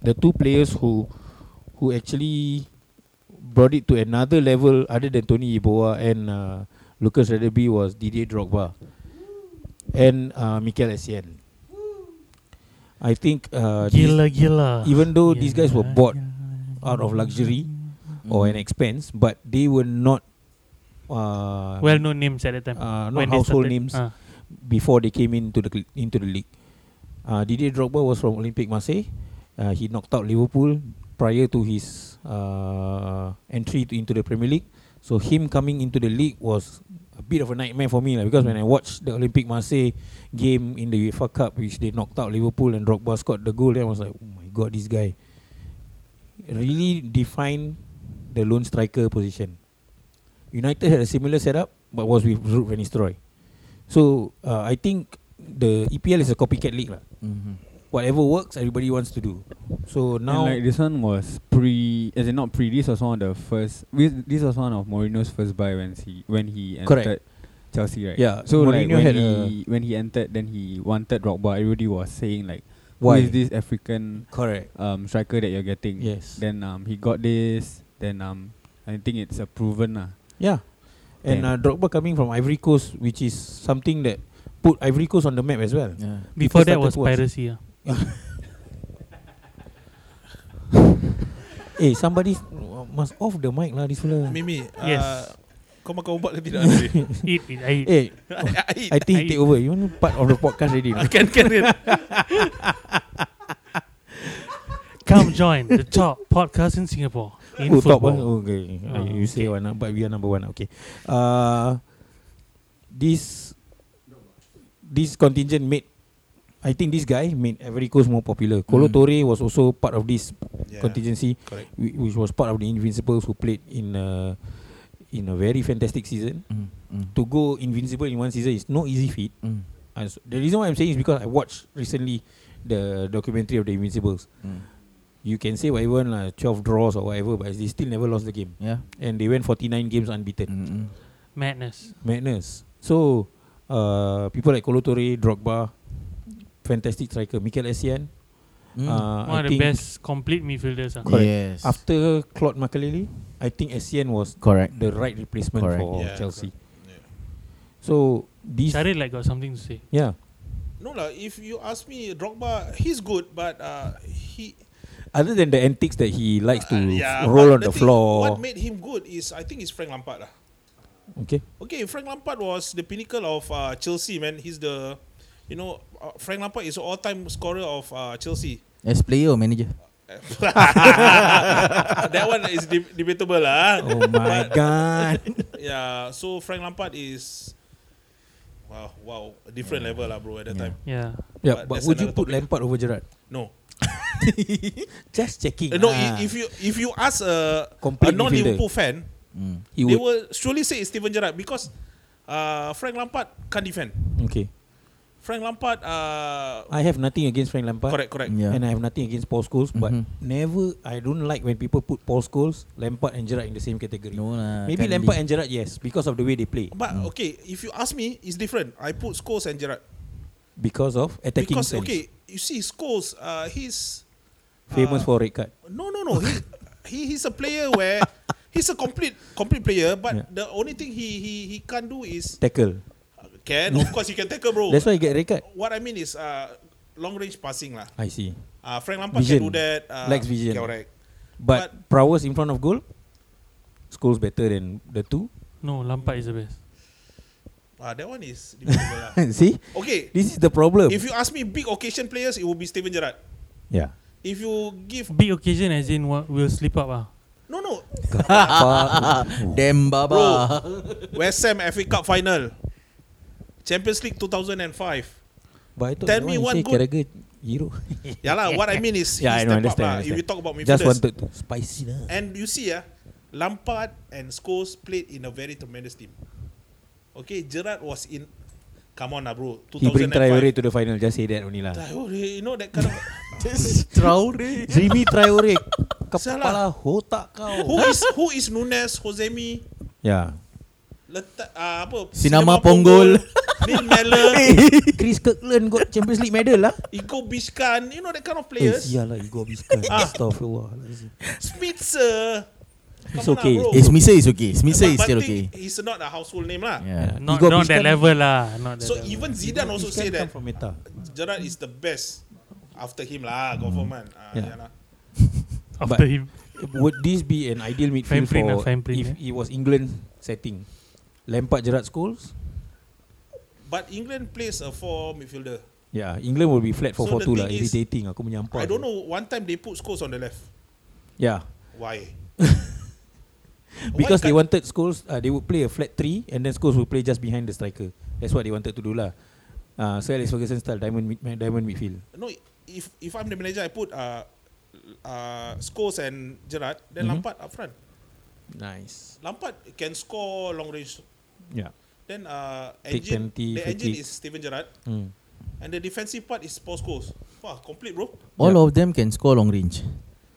S7: the two players who who actually brought it to another level other than Tony Iboa and uh, Lucas Radebe was Didier Drogba and uh, Mikel Essien. I think uh, these-
S4: Gila gila.
S7: even though these guys were
S4: Gila,
S7: bought
S4: gila.
S7: out of luxury or an expense, but they were not uh,
S4: well known names at that time.
S7: uh, not
S4: When they
S7: household
S4: started.
S7: names
S4: Ah.
S7: before they came into the cl- into the league. Uh, Didier Drogba was from Olympic Marseille. Uh, he knocked out Liverpool prior to his uh, entry to, into the Premier League. So him coming into the league was a bit of a nightmare for me lah, because when I watched the Olympic Marseille game in the UEFA Cup, which they knocked out Liverpool and Drogba scored the goal, then I was like, oh my god, this guy really defined the lone striker position. United had a similar setup, but was with Ruud van Nistelrooy. So uh, I think the EPL is a copycat league lah.
S3: Mhm.
S7: Whatever works, everybody wants to do. So now,
S8: And like this one was pre, as in not pre. This was one of the first. This, this was one of Mourinho's first buy when he when he
S7: Correct.
S8: entered Chelsea, right?
S7: Yeah,
S8: So like
S7: Mourinho
S8: when
S7: had
S8: he when he entered, then he wanted Drogba. Everybody was saying like,
S7: Why?
S8: who is this African
S7: correct.
S8: um, striker that you're getting?
S7: Yes.
S8: Then um, he got this. Then um, I think it's a proven lah.
S7: Yeah, and
S8: Yeah.
S7: uh, Drogba coming from Ivory Coast, which is something that put Ivory Coast on the map as well.
S3: Yeah.
S4: Before that
S7: started
S4: was
S7: to watch.
S4: piracy. ah.
S7: Eh, somebody must off the mic lah this fella.
S5: Mimi, uh,
S4: Yes.
S5: kau makan ubat ke tidak? Andre?
S4: Eat, eat, I eat.
S7: Eh,
S5: I,
S7: I think take over. You want part of the podcast already.
S5: I can, can, can.
S4: Come join the top podcast in Singapore. In
S7: oh, top
S4: football.
S7: one. Oh, okay. Uh,
S4: Ah,
S7: you say
S4: okay.
S7: one, ah, but we are number one. ah, Okay. Uh, this this contingent made. I think this guy made every coast more popular. Colo
S4: Hmm.
S3: Mm.
S7: Torre was also part of this
S5: Yeah,
S7: contingency,
S5: correct.
S7: whi- which was part of the Invincibles who played in uh, in a very fantastic season.
S3: Mm, mm,
S7: To go invincible in one season is no easy feat.
S3: mm,
S7: Uh, so the reason why I'm saying is because I watched recently the documentary of the Invincibles.
S3: mm.
S7: You can say whatever, lah, 12 draws or whatever, but they still never lost the game.
S3: Yeah.
S7: And they went 49 games unbeaten.
S3: Mm, mm.
S4: Madness.
S7: Madness. So, uh, people like Kolo Torre, Drogba, fantastic striker, Mikel Essien.
S3: Mm.
S7: Uh,
S4: Hmm. One of
S7: I
S4: the
S7: think
S4: best complete midfielders. ah.
S7: Correct.
S3: Yes.
S7: After Claude Makaleli, I think Essien was
S3: Correct.
S7: the right replacement
S3: Correct.
S7: for
S5: Yeah,
S7: Chelsea.
S5: correct.
S7: So, these,
S4: Sharid like got something to say.
S7: yeah.
S5: No lah. If you ask me, Drogba, he's good, but uh, he
S7: Other than the antics that he likes to
S5: uh, yeah,
S7: Mm. roll
S5: but
S7: on the,
S5: thing-
S7: floor,
S5: What made him good is I think it's Frank Lampard lah.
S7: okay,
S5: Okay, Frank Lampard was the pinnacle of uh, Chelsea, man. He's the, you know, uh, Frank Lampard is all-time scorer of uh, Chelsea.
S3: As player or manager?
S5: that one is deb- debatable lah.
S7: Oh my god.
S5: Yeah, so Frank Lampard is, wow, wow, a different level lah, bro. At that
S3: Yeah.
S5: time,
S4: Yeah.
S7: Yeah,
S5: But
S7: but,
S5: that's
S7: would you
S5: another
S7: put
S5: topic.
S7: Lampard over Gerrard?
S5: no,
S7: Just checking.
S5: Uh, no.
S7: ah.
S5: i- If you if you ask a, a
S7: Complete
S5: non
S7: midfielder.
S5: Liverpool fan,
S3: Mm.
S7: he
S5: they
S7: would.
S5: will surely say it's Steven Gerrard because uh, Frank Lampard can't defend.
S7: Okay.
S5: Frank Lampard, uh,
S7: I have nothing against Frank Lampard.
S5: correct, correct.
S3: Yeah.
S7: And I have nothing against Paul Scholes, but
S3: Mhm.
S7: never. I don't like when people put Paul Scholes, Lampard, and Gerrard in the same category.
S3: No lah.
S7: Maybe
S3: can't be.
S7: Lampard and Gerrard, yes, because of the way they play,
S5: But okay, if you ask me, it's different. I put Scholes and Gerrard
S7: because of attacking
S5: because
S7: sense.
S5: okay, you see Scholes, uh, he's uh,
S7: Famous for red card.
S5: No, no, no. He, he he's a player where he's a complete complete player, but
S7: Yeah.
S5: the only thing he he he can't do is
S7: Tackle.
S5: can of course he can tackle, bro.
S7: That's why you get red card.
S5: What I mean is uh long range passing lah.
S7: I see.
S5: Uh, Frank Lampard
S7: Vision.
S5: can do that. Uh,
S7: Lacks vision.
S5: Correct.
S7: But, prowess in front of goal, Scholes better than the two.
S4: No, Lampard is the best.
S5: Uh, that one is debatable lah.
S7: see,
S5: Okay.
S7: this is the problem.
S5: If you ask me big occasion players, it would be Steven Gerrard.
S7: yeah.
S5: If you give
S4: Big occasion as in what will slip up ah.
S5: no no
S3: Damn baba.
S5: West Ham FA Cup final, Champions League 2005.
S7: But I
S5: Tell
S7: thought that
S5: me
S7: one you
S5: one
S7: say
S5: good-
S7: Carragher, hero.
S5: Yeah lah. What I mean is
S7: Yeah,
S5: he
S7: I
S5: step up
S7: know, understand,
S5: lah. If
S7: understand.
S5: you talk about midfielders,
S7: Just wanted to spicy lah.
S5: And you see, ah, Lampard and Scholes played in a very tremendous team. Okay, Gerrard was in. Come on, ah, bro.
S7: He
S5: 2005.
S7: bring Traore to the final. Just say that only lah.
S5: Traore, you know that kind of.
S3: Traore.
S7: Jimmy Traore, kepala
S5: Salah.
S7: otak kau.
S5: who is who is Nunes, Hosemi,
S7: Yeah.
S5: letak ah, apa?
S3: Sinama
S5: Neil Mellor,
S7: Chris Kirkland got Champions League medal lah.
S5: Iko Biskan, you know that kind of
S7: Eh,
S5: players.
S7: sial lah, Igor Biskan.
S5: Ah.
S7: Astaghfirullah.
S5: Spitzer. Come
S7: It's
S5: on
S7: okay.
S5: Lah, bro.
S3: Eh, Smisser is okay. Smisser
S5: But-
S3: is
S5: but
S3: still okay.
S5: think He's not a household name lah.
S3: Yeah.
S4: Not,
S7: Igor
S4: not that
S7: Biskan-
S4: level lah. Not that
S5: So
S4: level.
S5: even Zidane also say that
S7: from Meta.
S5: Gerrard is the best. After him lah, confirm man. Ah,
S7: Yeah.
S5: yeah lah.
S4: after
S7: but-
S4: him.
S7: Would this be an ideal
S4: Fine
S7: midfield
S4: print
S7: for
S4: lah, fine print,
S7: if it was England setting? Lampard, Gerrard, Scholes?
S5: But England plays a four midfielder.
S7: Yeah, Ya, England will be flat
S5: So
S7: 4-4-2
S5: the
S7: lah.
S5: thing is,
S7: Irritating. Aku menyampah.
S5: I don't know. One time they put scores on the left.
S7: Yeah.
S5: Why?
S7: Because
S5: Why
S7: they
S5: can't-
S7: wanted Scholes, uh, they would play a flat three and then Scholes would play just behind the striker. That's what they wanted to do lah. Uh, Sir Alex Ferguson style diamond mid, diamond midfield.
S5: no. If if I'm the manager, I put uh, uh, scores and Gerrard. Then
S7: Mhm.
S5: Lampard up front.
S7: Nice.
S5: Lampard can score long range.
S7: Yeah.
S5: Then uh,
S7: Take
S5: engine.
S7: penalty,
S5: the
S7: free
S5: engine
S7: kick.
S5: is Steven Gerrard,
S7: Mm.
S5: and the defensive part is Paul Scholes. Wow, complete bro.
S3: All
S7: Yeah.
S3: of them can score long range.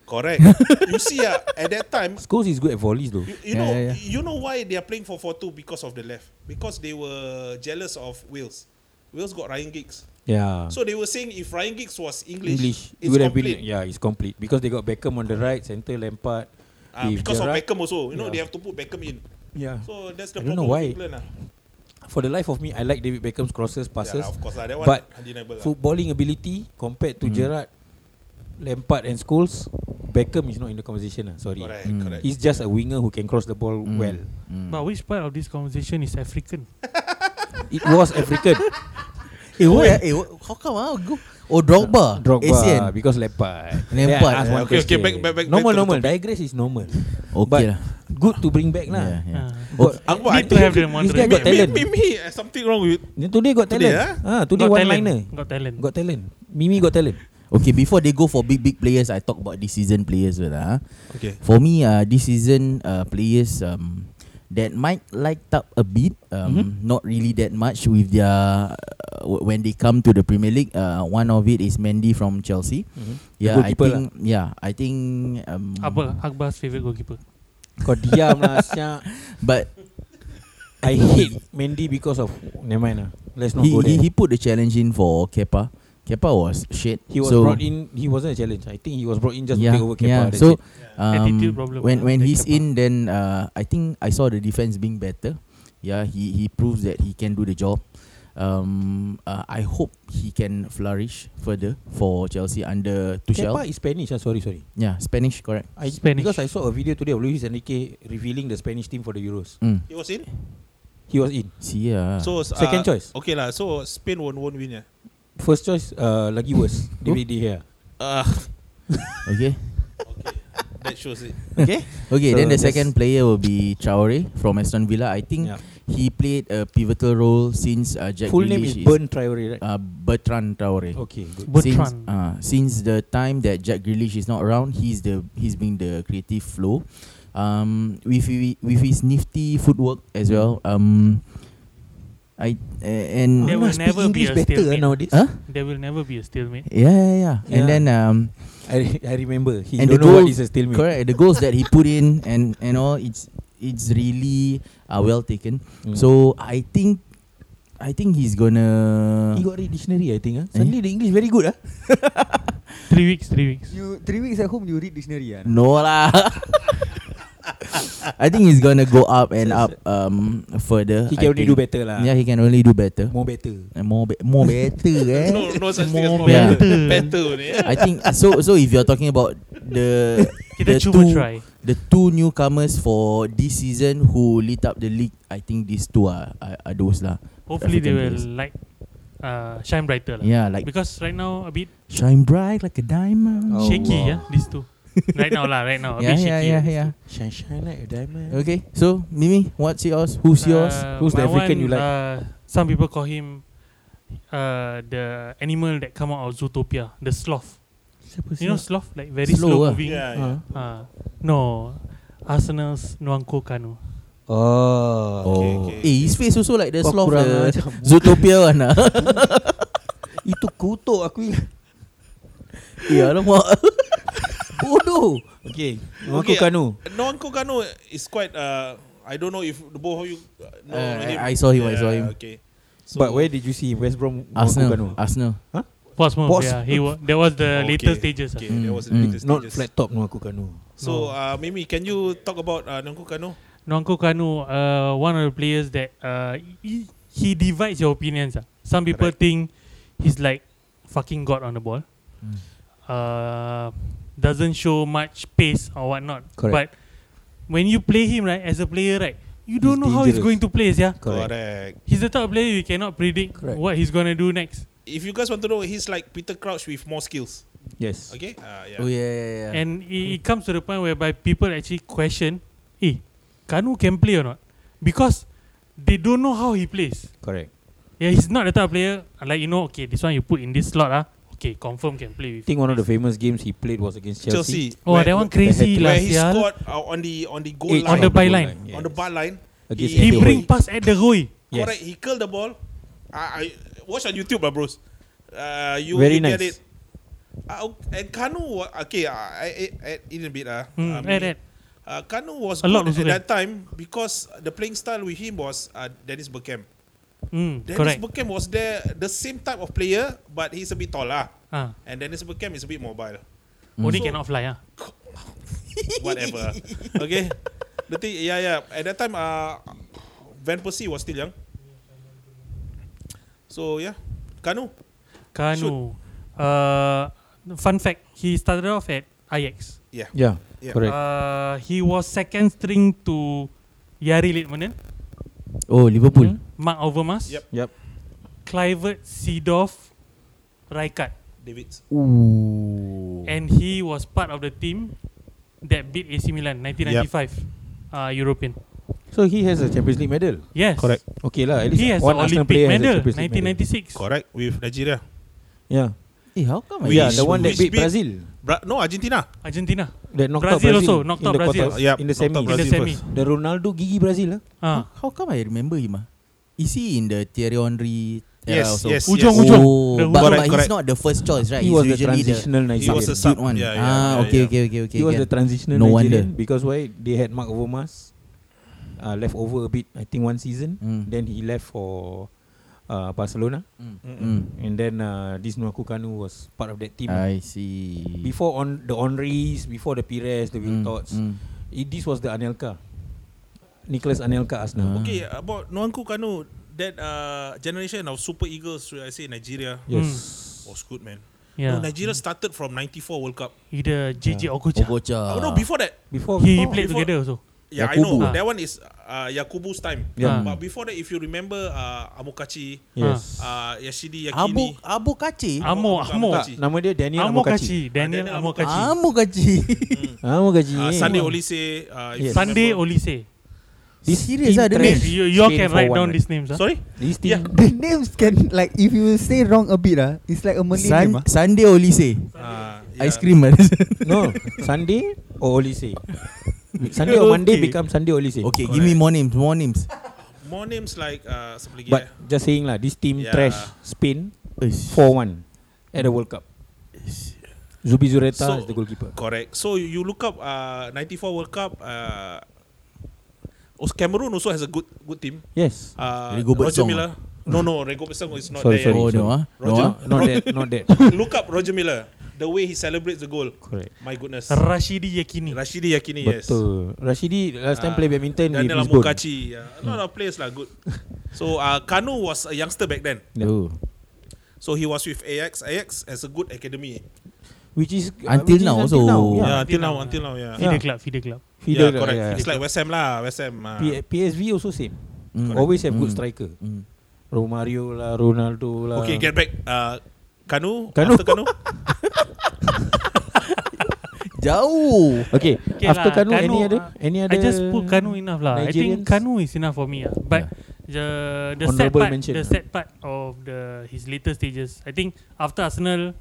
S5: Correct. you see, uh, at that time,
S7: Scholes is good at volleys though.
S5: you, you
S3: Yeah,
S5: know,
S3: yeah, yeah.
S5: you know why they are playing 4-4-2 because of the left. Because they were jealous of Wales. Wales got Ryan Giggs.
S7: Yeah.
S5: So they were saying if Ryan Giggs was English,
S7: English. It
S5: it's
S7: would have
S5: complete.
S7: been yeah, it's complete because they got Beckham on the right, centre Lampard.
S5: Ah,
S7: If
S5: because
S7: Gerrard-
S5: of Beckham also, you know
S7: Yeah.
S5: they have to put Beckham in.
S7: Yeah.
S5: So that's the
S7: I don't
S5: problem
S7: know
S5: with
S7: why.
S5: England. ah.
S7: For the life of me, I like David Beckham's crosses,
S5: Yeah,
S7: passes,
S5: lah, of course uh, lah, that one
S7: But
S5: undeniable. lah.
S3: Hmm.
S7: footballing ability compared to Gerrard, Lampard and Scholes. Beckham is not in the conversation. Ah, sorry.
S5: Correct,
S3: Mm.
S5: correct.
S7: He's just a winger who can cross the ball
S3: Mm,
S7: well.
S3: mm.
S4: But which part of this conversation is African?
S7: It was African.
S3: Eh, what, eh, what, how come ah? Go. Oh, Drogba.
S7: Uh, Drogba ah,
S3: ASEAN.
S7: because Lampard.
S3: Lampard,
S7: ask
S3: eh.
S7: one
S5: Okay, okay,
S7: question.
S5: back- back- back-
S7: normal,
S5: back to the
S7: normal. Digress is normal.
S3: Okay lah.
S7: Good to bring back lah.
S3: Yeah, yeah.
S4: Uh,
S3: Okay.
S5: Akbar, I
S4: need to
S5: think
S4: have them one.
S7: is there
S5: Me,
S7: got
S5: me,
S7: talent?
S5: me, me, eh, something wrong with
S7: Then Today got
S5: Today,
S7: talent.
S3: eh?
S7: Ah, today
S4: got
S7: one
S4: talent.
S7: liner.
S4: Got talent.
S7: Got talent. Mimi got talent.
S3: Okay, before they go for big big players, I talk about this season players well lah. ah.
S5: Okay.
S3: For me, uh, this season uh, players um, that might light up a bit, um,
S7: Mm-hmm.
S3: not really that much with their uh, w- when they come to the Premier League. Uh, one of it is Mendy from Chelsea.
S4: Mm-hmm.
S7: Mhm.
S3: Yeah, I
S7: goalkeeper
S3: think. Yeah, I think. Um,
S4: Akbar, Akbar's favorite goalkeeper.
S7: Kau diam lah Syak
S3: But
S7: I hate Mendy because of Never mind lah Let's not
S3: he,
S7: go
S3: he,
S7: there
S3: he put the challenge in for Kepa. Kepa was shit.
S7: He was
S3: so,
S7: brought in He wasn't a challenge I think he was brought in Just to take over Kepa that's
S3: So
S7: it.
S3: um,
S4: Attitude problem,
S3: when
S4: ah,
S3: when
S4: the
S3: he's
S4: Kepa.
S3: in, then uh, I think I saw the defense being better. Yeah, he he proves that he can do the job. Um, uh, I hope he can flourish further for Chelsea under Tuchel.
S7: Kepa is Spanish ah, Sorry sorry
S3: Yeah, Spanish, correct.
S7: I,
S4: Spanish.
S7: Because I saw a video today Of Luis Enrique Revealing the Spanish team For the Euros
S3: Mm.
S5: It was in.
S7: He was in
S3: See, ya. yeah.
S5: So uh,
S7: Second choice.
S5: Okay lah. So Spain won't won't win ya.
S7: First choice uh, Lagi worse David De Gea Ah.
S5: Uh,
S3: okay,
S5: that shows it.
S7: Okay
S3: okay.
S7: So
S3: then the
S7: that's-
S3: second player will be Traore from Aston Villa. I think
S7: yeah.
S3: he played a pivotal role since uh, Jack
S7: Full name is
S3: Grealish
S7: Bern Traore right
S3: uh, Bertrand Traore.
S7: Okay good
S3: since,
S4: Bertrand.
S3: uh, since the time that Jack Grealish is not around, he's the he's been the creative flow. Um, with hi- with his nifty footwork as well. Um, I uh, and
S4: There
S7: Ah,
S4: will
S7: speak
S4: never be
S7: English
S4: a
S7: better ah
S4: stalemate.
S7: nowadays
S3: huh?
S4: There will never be a stalemate.
S3: Yeah, yeah, yeah. And
S7: Yeah.
S3: then um,
S7: I, re- I remember He
S3: And the
S7: don't know what
S3: goal-
S7: is a stalemate
S3: correct the goals that he put in and and all it's it's really uh, well taken.
S7: Mm.
S3: So I think I think he's gonna.
S7: He got read dictionary I think ah. Suddenly the English very good ah.
S4: Three weeks, three weeks.
S6: You three weeks at home, you read dictionary. Ah,
S3: No lah. I think he's gonna go up and up um further.
S7: He
S3: I
S7: can only
S3: think.
S7: do better lah
S3: Yeah, he can only do better.
S7: More better
S3: And more, be- more better, eh?
S5: No no such thing as
S4: More
S5: more better.
S4: better.
S5: Better only. eh.
S3: I think so. So if you're talking about the the
S4: Kita cuba
S3: two
S4: try.
S3: the two newcomers for this season who lit up the league, I think these two are are, are those lah.
S4: Hopefully they will
S3: African
S4: like uh, shine brighter lah.
S3: Yeah, like
S4: Because right now a bit
S3: shine bright like a diamond.
S7: Oh,
S4: shaky
S7: wow.
S4: yeah these two. right now lah, right now a
S3: yeah,
S4: bit
S3: yeah,
S4: shaky.
S3: yeah,
S4: these
S3: yeah.
S7: Shine shine like a diamond
S3: Okay, so Mimi, what's yours? Who's
S4: two.
S3: yours?
S4: Uh,
S7: Who's the
S4: my
S7: African you like?
S4: Uh, some people call him uh, the animal that come out of Zootopia, the sloth. You know sloth, like very
S3: Slow
S4: slow,
S3: ah.
S4: moving.
S5: Yeah, yeah.
S7: Ah.
S4: Uh, no, Arsenal's Nwanko Kanu.
S7: Oh,
S5: Okay,
S3: oh,
S5: okay,
S3: eh, his face also like the
S7: Kau
S3: sloth,
S7: kurang
S3: the
S7: ajar.
S3: Zootopia one ah.
S7: itu kutuk aku ingat.
S3: Ya, alamak.
S7: Oh, Bodoh. Okay, aku
S5: Okay,
S7: kanu.
S5: Nwanko Kanu is quite. Uh, I don't know if the both of you uh, know
S3: Uh,
S5: him.
S3: I- I saw him, I saw him.
S5: Okay. So,
S7: But where did you see him? West Brom Arsenal. kanu?
S3: Arsenal. Arsenal.
S4: Portsmouth,
S7: Ports-
S4: yeah, he wa- that was the
S5: Okay.
S4: later stages.
S5: Okay,
S4: ah.
S5: that was the
S3: Mm,
S5: latest
S7: Not
S5: stages.
S7: flat top no aku kanu.
S5: So uh, Mimi, can you talk about uh, Nwanko Kanu?
S4: Nwanko Kanu, uh, one of the players that uh, he, he divides your opinions. ah. Some people
S5: Correct.
S4: think he's like fucking god on the ball. Uh, doesn't show much pace or whatnot.
S7: Correct.
S4: But when you play him right as a player right, you don't know how he's
S7: dangerous.
S4: going to play. Yeah,
S7: Correct.
S4: he's the type of player you cannot predict
S7: Correct.
S4: what he's gonna do next.
S5: If you guys want to know, he's like Peter Crouch with more skills.
S7: Yes.
S5: Okay. Uh, yeah.
S3: Oh yeah, yeah, yeah.
S4: And it, it comes to the point whereby people actually question, "Hey, Kanu can play or not?" Because they don't know how he plays.
S7: Correct.
S4: Yeah, he's not the type of player like you know. Okay, this one you put in this slot ah. Okay, confirm can play
S7: I
S4: with.
S7: think one of the famous games he played was against
S5: Chelsea.
S7: Chelsea.
S4: Oh,
S5: where,
S4: that one
S7: crazy
S4: crazy lah.
S5: where he scored uh, on the on the goal
S7: Eight
S5: line.
S4: on the
S7: goal
S4: byline.
S7: yes.
S5: on the bar line.
S7: Against
S5: He
S4: He
S7: Edo.
S4: bring pass at the Roy.
S7: Yes.
S5: Correct. He curled the ball. I, I watch on YouTube, uh, bros. Uh, you
S7: Very
S5: you
S7: nice.
S5: Get it. Uh, and Kanu, wa- okay, uh, I, I, I, in a bit. Uh,
S4: Hmm,
S5: uh,
S4: eh, that.
S5: Uh, Kanu was
S4: A lot also
S5: good at
S4: kan?
S5: that time because the playing style with him was uh, Dennis Bergkamp.
S4: Mm,
S5: Dennis
S4: correct.
S5: Bergkamp was there, the same type of player, but he's a bit taller.
S4: Ah,
S5: And Dennis Bergkamp is a bit mobile.
S7: Hmm.
S4: only
S5: So-
S4: cannot fly ah.
S5: Whatever. okay. The thing, yeah, yeah. At that time, uh, Van Persie was still young. So yeah, Kanu.
S4: Kanu. Uh, fun fact: He started off at Ajax.
S5: Yeah.
S7: Yeah,
S5: Yeah.
S7: correct.
S4: Uh, he was second string to Yari Litmanen,
S3: Oh, Liverpool.
S4: Mark Overmars,
S5: Yep.
S7: Yep.
S4: Clivert Seedorf, Rijkaard.
S5: Davids.
S3: Ooh.
S4: And he was part of the team that beat AC Milan 1995 uh, European.
S7: So he has a Champions League medal.
S4: Yes.
S5: Correct.
S7: Okay lah, at least
S4: He has
S7: one
S4: the
S7: Arsenal
S4: Olympic
S7: player
S4: medal,
S7: has a Champions League medal.
S4: 1996.
S5: Correct with Nigeria.
S7: Yeah,
S3: Eh, how come?
S5: We-
S7: yeah, the one that
S5: which
S7: beat
S5: beat-
S7: Brazil.
S5: Bra- no, Argentina.
S4: Argentina.
S7: That knocked out
S4: Brazil
S7: Brazil
S4: also, knocked
S7: in
S4: out
S7: the
S4: Brazil.
S7: quarters,
S5: Yep,
S7: in
S5: knocked
S7: the
S5: out
S7: semis.
S4: In the
S5: Brazil
S4: semi.
S5: first.
S7: The Ronaldo gigi Brazil lah.
S4: Uh,
S3: How come I remember him? Ah? Is he in the Thierry Henry era
S5: Yes,
S3: also?
S5: yes,
S4: Ujung,
S5: yes.
S3: Oh, but,
S4: ujung. The Ujung.
S3: but
S5: Correct,
S3: he's
S5: correct.
S3: not the first choice, right?
S7: He
S3: he's
S7: was the
S3: usually
S7: transitional
S5: He was
S7: Nigerian.
S5: a sub.
S3: good one.
S5: Yeah,
S3: ah,
S5: yeah, yeah,
S3: okay,
S5: yeah.
S3: okay, okay, okay.
S7: He was
S3: can.
S7: the transitional
S3: No
S7: Nigerian
S3: wonder.
S7: because why they had Mark Overmars uh, left over a bit. I think one season.
S3: Mm.
S7: Then he left for uh, Barcelona,
S3: Mm.
S5: Mm-mm.
S3: Mm.
S7: and then uh, this Nuaku Kanu was part of that team.
S3: I see.
S7: before on the Henrys, before the Pires, the
S3: Mm,
S7: Wiltots.
S3: mm.
S7: It, this was the Anelka, Nicholas Anelka Arsenal.
S3: Ah.
S5: Okay, about Nwanku Kanu, that uh, generation of super eagles, should I say Nigeria,
S3: Mm.
S7: Yes.
S5: was good, man.
S4: yeah.
S5: No, Nigeria started from 94 World Cup.
S4: Either JJ
S7: Yeah.
S4: Okocha.
S3: Okocha.
S5: oh, no, before that.
S7: Before,
S4: He
S7: before-
S4: played
S5: before-
S4: together also.
S5: Yeah, I
S3: Ah. Yakubu.
S5: know.
S4: Ah.
S5: That one is uh, Yakubu's time.
S4: Yeah.
S5: But before that, if you remember uh, Amokachi,
S7: Yes.
S3: Ah.
S5: uh, Yashidi
S3: Abu
S5: Yakini.
S3: Abu Kachi.
S4: Amo, Amo.
S7: Tak,
S5: Amokachi.
S7: nama dia Daniel
S4: Amo
S7: Amokachi.
S4: Kachi. Daniel
S5: Ah, Daniel
S4: Amo Kachi.
S3: Amu Kachi.
S7: Amokachi.
S5: Uh, Sunday Olise. Uh, if you
S7: Yes.
S4: Sunday
S5: remember.
S4: Olise.
S3: This serious ah the
S7: team
S4: Hey,
S3: name.
S7: trash.
S4: you, you all
S7: Spain
S4: can
S7: for
S4: write
S7: one,
S4: down
S7: right?
S4: these names. ah.
S5: Sorry?
S7: This team.
S5: Yeah.
S6: The names can like if you say wrong a bit ah, it's like a Malay name.
S3: Sun, Sunday Olise.
S5: Uh, yeah.
S3: Ice cream. ah.
S7: No. Sunday or Olise. Sunday or Monday
S4: Okay.
S7: become Sunday Olise.
S3: okay, give me more names. More names.
S5: More names like uh, siapa lagi
S7: But
S5: eh?
S7: just saying lah, this team
S5: Yeah.
S7: trash Spain
S3: Eish.
S7: 4-1 at the World Cup. Zubi Zureta
S5: So-
S7: is the goalkeeper.
S5: Correct. So you, you look up uh, 94 World Cup. Uh, also Cameroon also has a good good team.
S7: Yes.
S5: Uh,
S3: Rigobert Song
S5: Roger Miller. No, no, Rigobert Song is not
S7: Sorry,
S5: there.
S3: Oh
S5: yet.
S3: no, ah. no,
S5: Roger.
S3: ah.
S7: No, not that, not that.
S5: Look up Roger Miller. The way he celebrates the goal.
S7: Correct.
S5: My goodness.
S4: Rashidi Yakini.
S5: Rashidi Yakini, yes.
S7: Betul. Rashidi last time
S5: Ah,
S7: play badminton with
S5: Daniel
S7: Lisbon.
S5: Amokachi. Uh, a lot of players lah good. so uh, Kanu was a youngster back then.
S3: Oh.
S7: No.
S5: So he was with AX. AX has a good academy.
S7: Which is uh,
S3: Until
S7: which is
S3: now
S7: until
S3: also.
S7: now,
S5: Yeah,
S7: yeah.
S5: until now, until now, yeah.
S4: Feeder
S7: Yeah.
S4: Club, Feeder Club.
S5: Yeah,
S7: Fidel,
S5: correct.
S7: yeah.
S5: It's like West Ham lah, West Ham. Uh,
S7: P- PSV also same.
S3: Mm.
S7: Always have good
S3: Mm.
S7: striker.
S3: Mm.
S7: Romario lah, Ronaldo lah.
S5: okay, get back. Uh, Kanu,
S7: Kanu.
S5: after Kanu,
S3: Jauh.
S7: Okay,
S4: Okay
S7: after
S4: lah,
S7: Kanu, any
S4: Kanu,
S7: other?
S4: uh,
S7: Any
S4: I
S7: other?
S4: just put Kanu enough lah. I think
S7: Nigerians?
S4: Kanu is enough for me. ah. But the the sad
S7: Honourable
S4: part,
S7: mention,
S4: the
S7: ah.
S4: sad part of the his later stages. I think after Arsenal,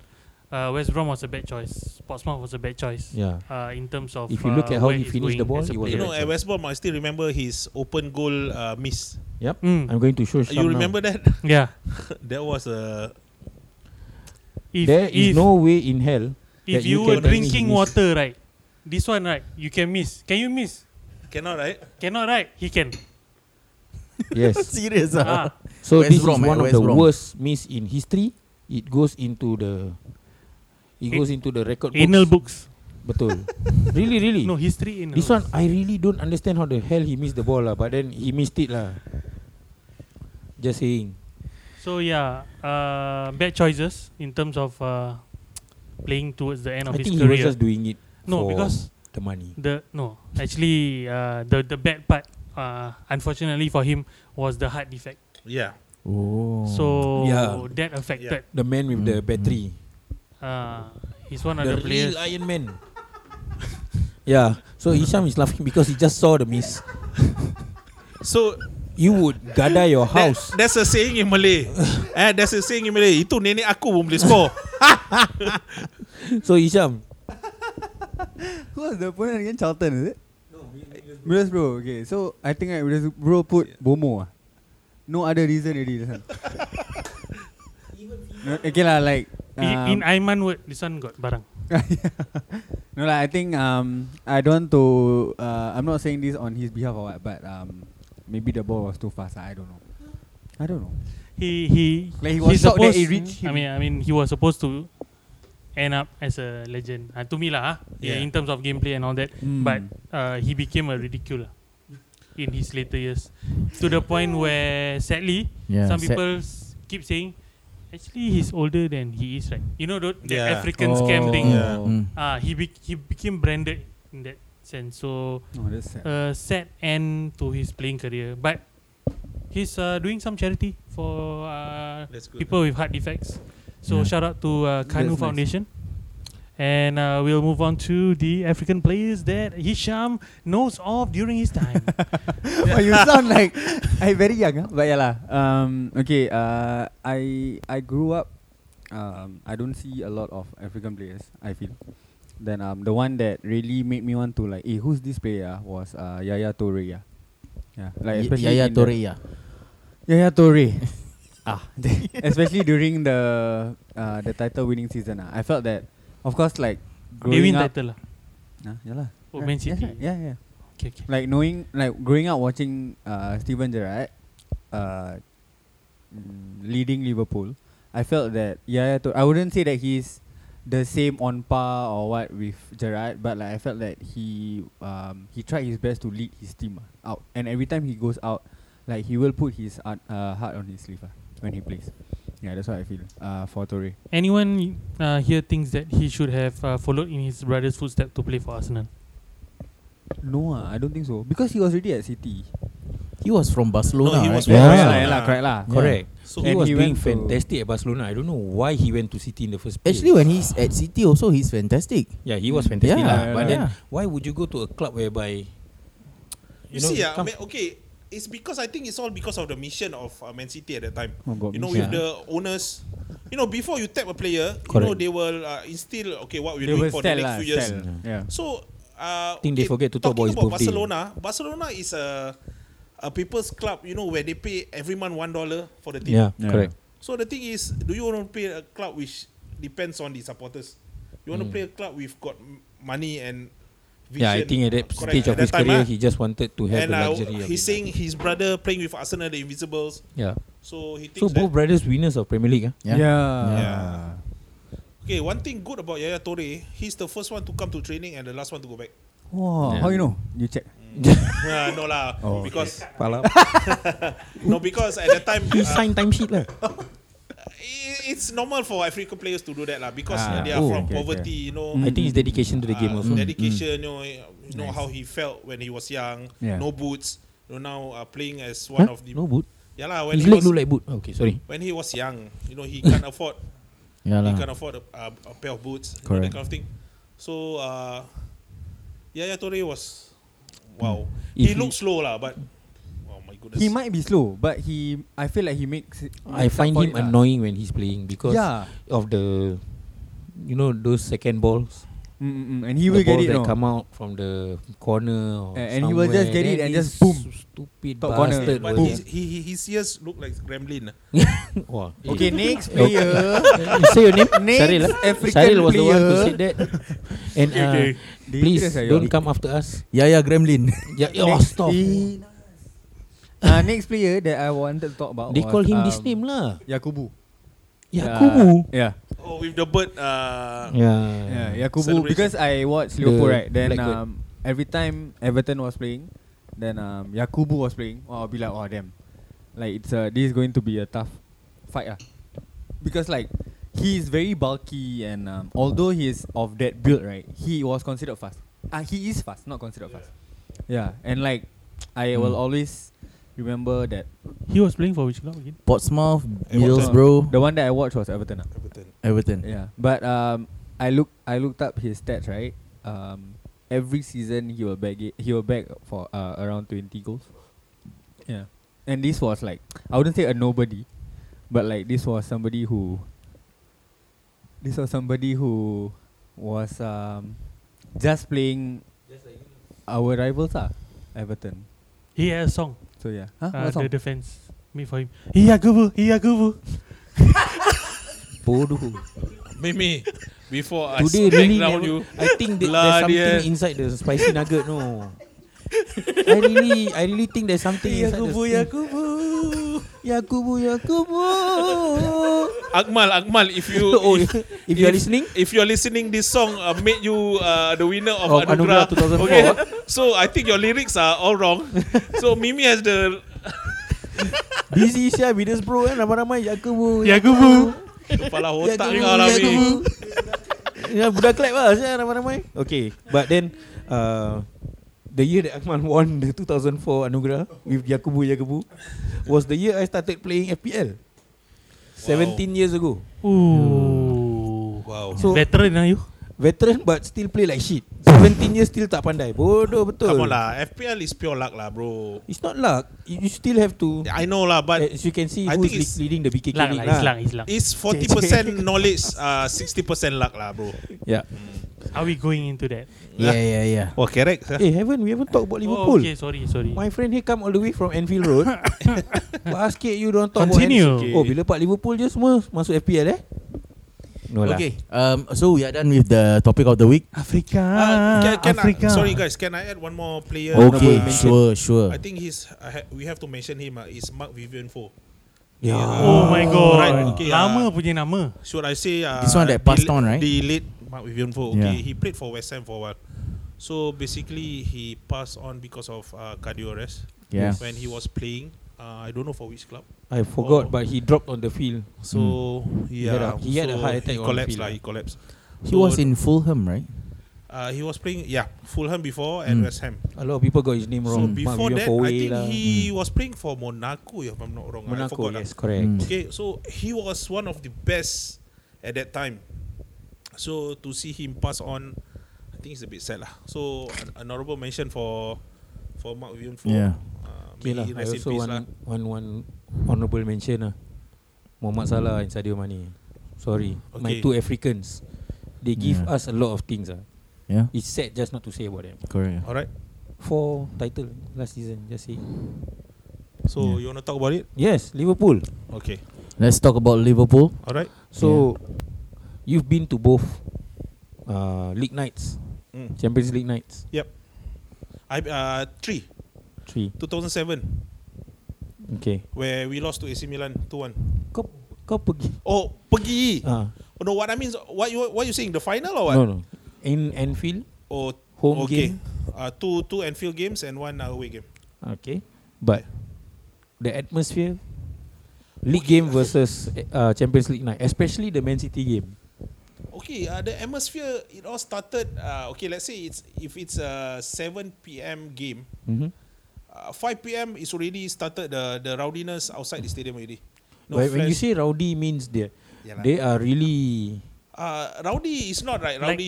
S4: uh, West Brom was a bad choice. Portsmouth was a bad choice.
S7: Yeah.
S4: Uh, in terms of
S7: If you look
S4: uh,
S7: at how
S4: where
S7: he
S4: he's
S7: finished the
S4: going
S7: ball,
S4: as a
S7: he was
S5: you
S4: player.
S5: know, at West Brom, I still remember his open goal uh, miss.
S7: Yep.
S4: Mm.
S7: I'm going to show some
S5: you remember
S7: now.
S5: that?
S4: yeah.
S5: that was a
S4: If,
S7: There
S4: if,
S7: is no way in hell.
S4: if
S7: that
S4: you
S7: you
S4: were
S7: can only
S4: drinking
S7: miss.
S4: water, right? This one, right? You can miss. Can you miss?
S5: cannot right.
S4: Cannot, right? He can.
S7: Yes.
S3: Serious ah.
S4: Ah.
S7: So
S3: West
S7: this
S3: Brom, eh,
S7: is one of
S3: West
S7: the
S3: Brom.
S7: worst miss in history. It goes into the. It
S4: A-
S7: goes into the record books.
S4: Anal books.
S7: Betul. really, really.
S4: No, history anal.
S7: This one I really don't understand how the hell he missed the ball lah, but then he missed it lah. Just saying.
S4: So yeah, uh, bad choices in terms of uh, playing towards the end of
S7: I
S4: his
S7: think he was
S4: career.
S7: just doing it
S4: no,
S7: for
S4: because
S7: the money.
S4: the no actually uh, the the bad part, uh, unfortunately for him, was the heart defect.
S5: Yeah.
S3: Oh.
S4: So
S7: Yeah.
S4: that affected.
S7: The man with the
S4: Hmm.
S3: Mm,
S7: battery.
S4: Uh, he's one of the,
S7: The
S4: players.
S7: real Iron Man. yeah. So Isham is laughing because he just saw the miss.
S5: So
S7: You would gada your
S5: that,
S7: house.
S5: that's a saying in Malay. eh, that's a saying in Malay. Itu nenek aku pun boleh score.
S7: So Isham,
S6: Who was the opponent again? Charlton is it? No, Middlesbrough. Okay, so I think I Middlesbrough put Bomo. ah. No other reason already. This one. no, okay lah, like
S4: I- in
S6: um,
S4: Aiman word, this one got barang.
S6: no lah. I think um I don't want to. Uh, I'm not saying this on his behalf or what, but um maybe the ball was too fast. ah, I don't know. I don't know.
S4: He he
S6: Like, he was
S4: he's
S6: shocked that
S4: supposed.
S6: it reached
S4: I
S6: him.
S4: mean I mean he was supposed to end up as a legend. Uh, to me lah, ah. yeah.
S5: Yeah.
S4: in terms of gameplay and all that.
S6: Mm.
S4: but uh, he became a ridicule in his later years to the point where sadly
S3: yeah,
S4: some
S3: sad.
S4: people s- keep saying actually he's older than he is, right? You know the, the
S5: Yeah.
S4: African
S3: Oh.
S6: Oh.
S4: scam thing.
S5: Yeah.
S3: Mm.
S4: Uh, he be- he became branded in that sense. So
S6: Oh, that's sad.
S4: a sad uh, end to his playing career, but he's uh, doing some charity for uh,
S5: That's good.
S4: people with heart defects. So
S3: Yeah.
S4: shout out to uh, Kanu
S6: That's nice.
S4: Foundation. And uh, we'll move on to the African players that Hisham knows of during his time.
S6: oh, you sound like I very young, huh? but yeah lah. Um, okay. Uh, I I grew up. Um, I don't see a lot of African players. I feel. Then um, the one that really made me want to like, eh, who's this player? ah?" Was uh Yaya Toure. Yeah. Yeah.
S3: Y-
S6: Like especially
S3: Yaya ah.
S6: in the-
S3: Toure, yeah.
S6: Yaya Toure. ah, especially during the uh the title winning season. Ah, I felt that, of course, like
S4: they
S6: growing
S4: win
S6: up.
S4: title lah.
S6: Ah, yeah lah.
S4: Oh,
S6: Yeah,
S4: Man
S6: yeah,
S4: City.
S6: Yeah, yeah.
S4: Okay, okay.
S6: like knowing like growing up watching uh, Steven Gerrard uh, mm, leading Liverpool, I felt that Yaya Toure. I wouldn't say that he's the same on par or what with Gerrard, but like I felt that he um, he tried his best to lead his team ah, out, and every time he goes out, like he will put his art, uh, heart on his sleeve ah, when he plays. Yeah, that's what I feel uh, for Torre.
S4: Anyone uh, here thinks that he should have uh, followed in his brother's footsteps to play for Arsenal?
S6: No, ah, I don't think so because he was already at City.
S3: He was from Barcelona,
S5: he
S3: right?
S5: was
S7: from Yeah.
S6: Correct lah,
S5: Barcelona.
S6: yeah lah, correct lah.
S7: Correct.
S5: So
S7: he
S6: And
S7: was
S6: he
S7: doing
S6: went to-
S7: fantastic at Barcelona. I don't know why he went to City in the first place.
S3: Actually, when he's at City also, he's fantastic.
S7: yeah, he was fantastic.
S3: Yeah,
S7: lah.
S3: yeah,
S7: but
S3: yeah.
S7: then why would you go to a club whereby
S5: You,
S7: know,
S5: see, ah,
S7: come-
S5: man, okay, it's because I think it's all because of the mission of uh, Man City at that time.
S6: Oh, God,
S5: you know,
S6: mission.
S5: with the owners, you know, before you tap a player, you
S7: Correct.
S5: know, they will uh, instill, okay, what we're
S6: They
S5: doing
S6: will
S5: for the
S6: sell
S5: next
S6: lah,
S5: few years.
S6: sell. Yeah.
S5: So, uh,
S7: Think they
S5: okay,
S7: forget to talk
S5: talking
S7: about his birthday.
S5: Barcelona, Barcelona is a, a people's club, you know, where they pay every month one dollar for the team.
S7: yeah,
S6: Yeah.
S7: correct.
S5: So the thing is, do you want to play a club which depends on the supporters? You want to play a club with got m- money and vision.
S7: Hmm. Yeah, I think at that
S5: Correct,
S7: stage
S5: at
S7: of
S5: that
S7: his
S5: time,
S7: career,
S5: ah.
S7: he just wanted to have
S5: and
S7: the
S5: uh,
S7: luxury. of
S5: he's
S7: it.
S5: saying his brother playing with Arsenal, the Invisibles.
S7: yeah.
S5: So he thinks
S7: So both
S5: that,
S7: brothers winners of Premier League. ah.
S3: Yeah.
S5: Yeah. okay. One thing good about Yaya Toure, he's the first one to come to training and the last one to go back.
S6: Wow,
S7: Yeah.
S6: how you know? You check.
S5: uh, no lah,
S6: Oh.
S5: because
S7: Pala.
S5: no because at that time uh,
S7: He signed timesheet lah.
S5: i- it's normal for African players to do that lah because
S6: Ah,
S5: they are
S7: oh,
S5: from
S6: okay, Mm.
S5: poverty, you know.
S7: I think it's dedication to the game
S5: uh,
S7: also. Mm.
S5: Dedication, you know, you know how he felt when he was young.
S6: Yeah.
S5: No boots. You know, now uh, playing as one
S7: Huh?
S5: of the
S7: No boot.
S5: yeah lah when
S7: His
S5: he
S7: leg
S5: was
S7: look like boot. Okay, sorry.
S5: when he was young, you know, he can't afford
S3: Yeah
S5: he
S3: lah.
S5: can't afford a, a, a pair of boots, you know,
S3: Correct.
S5: that kind of thing. So uh, Yaya Toure was wow.
S7: Mm. If
S5: he
S7: he-
S5: looked slow lah, but oh my goodness,
S6: He might be slow, but he I feel like he makes. it-
S7: I
S6: makes up
S7: find
S6: for
S7: him
S6: it lah.
S7: annoying when he's playing because
S6: Yeah,
S7: of the, you know, those second balls.
S6: Mm-mm. and he
S7: the
S6: will get
S7: balls
S6: it.
S7: that
S6: No?
S7: come out from the corner. Or
S6: A- and he will just
S7: somewhere.
S6: get it
S7: Then
S6: and
S7: this
S6: just boom.
S7: Stupid
S6: Top corner.
S7: bastard.
S5: but
S7: will
S5: his,
S7: just-
S5: he, he- his ears look like Gremlin.
S7: Wah.
S6: Okay, next
S7: Okay.
S6: player.
S7: You say your name?
S6: Next
S7: Syaril. lah.
S6: African
S7: Syaril was the one who
S6: player.
S7: said that. And uh, please don't come after us.
S3: Yaya Gremlin.
S7: Yeah, oh,
S6: lah, Next
S7: stop.
S6: is- Uh, next player that I wanted to talk about.
S7: They
S6: was,
S7: call him
S6: um,
S7: this name lah.
S6: Yakubu.
S7: Yakubu.
S6: Yeah,
S5: Oh, with the bird. Uh,
S7: Yeah.
S6: yeah, Yakubu.
S5: Celebration.
S6: Because I watched Liverpool
S7: The
S6: right, then
S7: Blackbird.
S6: um, every time Everton was playing, then um, Yakubu was playing. Oh, I'll be like, oh damn, like it's uh, this is going to be a tough fight ah. because like he's very bulky and um, although he's of that build right he was considered fast ah he is fast not considered fast yeah and like i
S7: Hmm.
S6: will always remember that
S4: He was playing for which club again?
S3: Portsmouth,
S5: Everton.
S3: Middlesbrough,
S6: the one that i watched was everton ah.
S5: Everton.
S3: Everton.
S6: yeah but um i look i looked up his stats right um every season he will bag it, he will bag for uh, around 20 goals yeah and this was like i wouldn't say a nobody but like this was somebody who this was somebody who was um just playing our rivals ah everton
S4: He had a song.
S6: so yeah huh?
S4: Uh,
S6: What song?
S4: The defense made for him. Yakubu, Yakubu.
S7: Bodoh.
S5: Mimi, before I
S7: Today
S5: smack
S7: really
S5: down
S7: never,
S5: you,
S7: I think that
S3: Lah,
S7: there's
S5: Bloody
S7: something
S5: hell.
S7: inside the spicy nugget. No. I really, I really think there's something
S3: Yakubu,
S7: inside Yakubu, Yakubu, Yakubu.
S5: Akmal, Akmal, if you
S7: oh,
S5: if,
S7: if, if you are listening,
S5: if you're listening, this song uh, made you uh, the winner of,
S7: Of
S5: Anugrah.
S7: Anugerah 2004.
S5: Okay, so I think your lyrics are all wrong. so Mimi has the
S7: Busy siya Bidus bro kan Ramai-ramai Yakubu
S4: Yakubu.
S5: Kepala otak kau lah Min.
S7: Ya budak clap lah Saya ramai-ramai Okay But then uh, The year that Akmal won The 2004 Anugerah With Yakubu Yakubu Was the year I started playing FPL 17 years ago
S4: Ooh.
S5: Wow
S7: So
S4: Veteran lah you.
S7: Veteran but still play like shit 17 years still tak pandai Bodoh betul
S5: Come on lah FPL is pure luck lah bro
S7: It's not luck You you still have to
S5: I know lah but
S7: As you can see
S5: I
S7: Who's
S5: think it's-
S7: le- leading the BKK
S4: Lang lah,
S7: league
S4: it's
S7: lah
S4: lang, it's lang.
S5: It's 40% knowledge uh, 60% luck lah bro
S7: Yeah
S4: Are we going into that?
S3: Yeah, yeah, yeah.
S5: Wah correct
S7: Eh haven't We haven't talked
S4: Oh,
S7: about Liverpool
S4: okay, sorry, sorry.
S7: My friend here come all the way from Enfield Road. Basket you don't talk
S4: Continue.
S7: about Enfield. Oh, bila part Liverpool je semua masuk FPL eh? No lah.
S3: Okay. Um, so we are done with the topic of the week.
S4: Africa.
S5: Uh, can, can
S4: Africa.
S5: I, sorry guys, can I add one more player?
S3: Okay,
S5: Uh,
S3: sure, sure.
S5: I think he's. I ha- we have to mention him. Uh, is Mark Vivian Fo?
S7: Yeah.
S4: Oh my god.
S5: Right, okay, uh,
S4: Lama punya nama.
S5: Should I say uh,
S3: This one that passed
S5: the,
S3: on, right?
S5: The late Mark Vivian Fo. Okay,
S3: Yeah.
S5: he played for West Ham for a while. So basically, he passed on because of uh, cardio arrest
S3: Yeah.
S5: when he was playing. Uh, I don't know for which club.
S7: I forgot
S5: Oh.
S7: but he dropped on the field.
S3: Hmm.
S5: So yeah,
S7: had a- he had a
S5: so
S7: heart
S5: He
S7: attack on
S5: collapsed,
S7: field,
S5: lah.
S7: ah.
S5: He collapsed.
S3: He was in Fulham, right?
S5: Uh, he was playing. Yeah, Fulham before and
S3: Mm.
S5: West Ham.
S7: A lot of people got his name
S5: So
S7: wrong.
S5: before
S7: Mark
S5: that,
S7: Vivian
S5: I
S7: Fourway
S5: think
S7: lah. Hmm.
S5: he was playing for Monaco. If I'm not wrong, I
S7: Monaco,
S5: forgot. ah. lah.
S7: yes, correct.
S3: Mm.
S5: Okay, so he was one of the best at that time. So to see him pass on, I think it's a bit sad lah. So an- an honorable mention for for Mark William for
S3: Yeah.
S5: uh, may
S7: Okay lah.
S5: he
S7: I
S5: rest in
S7: also
S5: peace
S7: want,
S5: lah.
S7: one one honorable mention lah. Muhammad Salah and Sadio Mane. Sorry, my
S5: Okay.
S7: two Africans. They give
S3: Yeah.
S7: us a lot of things ah.
S3: Yeah.
S7: It's sad just not to say about them.
S3: Correct.
S5: Alright.
S7: Four title last season. Just say.
S5: So
S3: Yeah.
S5: you wanna talk about it?
S7: Yes, Liverpool.
S5: Okay.
S3: Let's talk about Liverpool.
S5: Alright.
S7: So you've been to both uh, league nights,
S5: Mm.
S7: Champions League nights,
S5: Yep. I uh three
S7: three.
S5: 2007
S7: Okay.
S5: where we lost to AC Milan 2-1.
S7: Kau kau pergi.
S5: Oh, pergi.
S7: Ah,
S5: Oh, no, what I mean is what you what you saying the final or what?
S7: no no. In Anfield
S5: Oh,
S7: home
S5: okay.
S7: game.
S5: Uh, two two Anfield games and one away game.
S7: Okay. But the atmosphere league game versus uh, Champions League night, especially the Man City game.
S5: Okay, uh, the atmosphere it all started. Uh, okay, let's say it's if it's a 7 p.m. game,
S7: Mm-hmm.
S5: uh, 5 p.m. is already started the the rowdiness outside the stadium already.
S7: but when you
S5: flash- lah.
S7: say rowdy means they
S5: Yalah.
S7: they are really
S5: uh, rowdy is not right.
S4: Like,
S5: Rowdy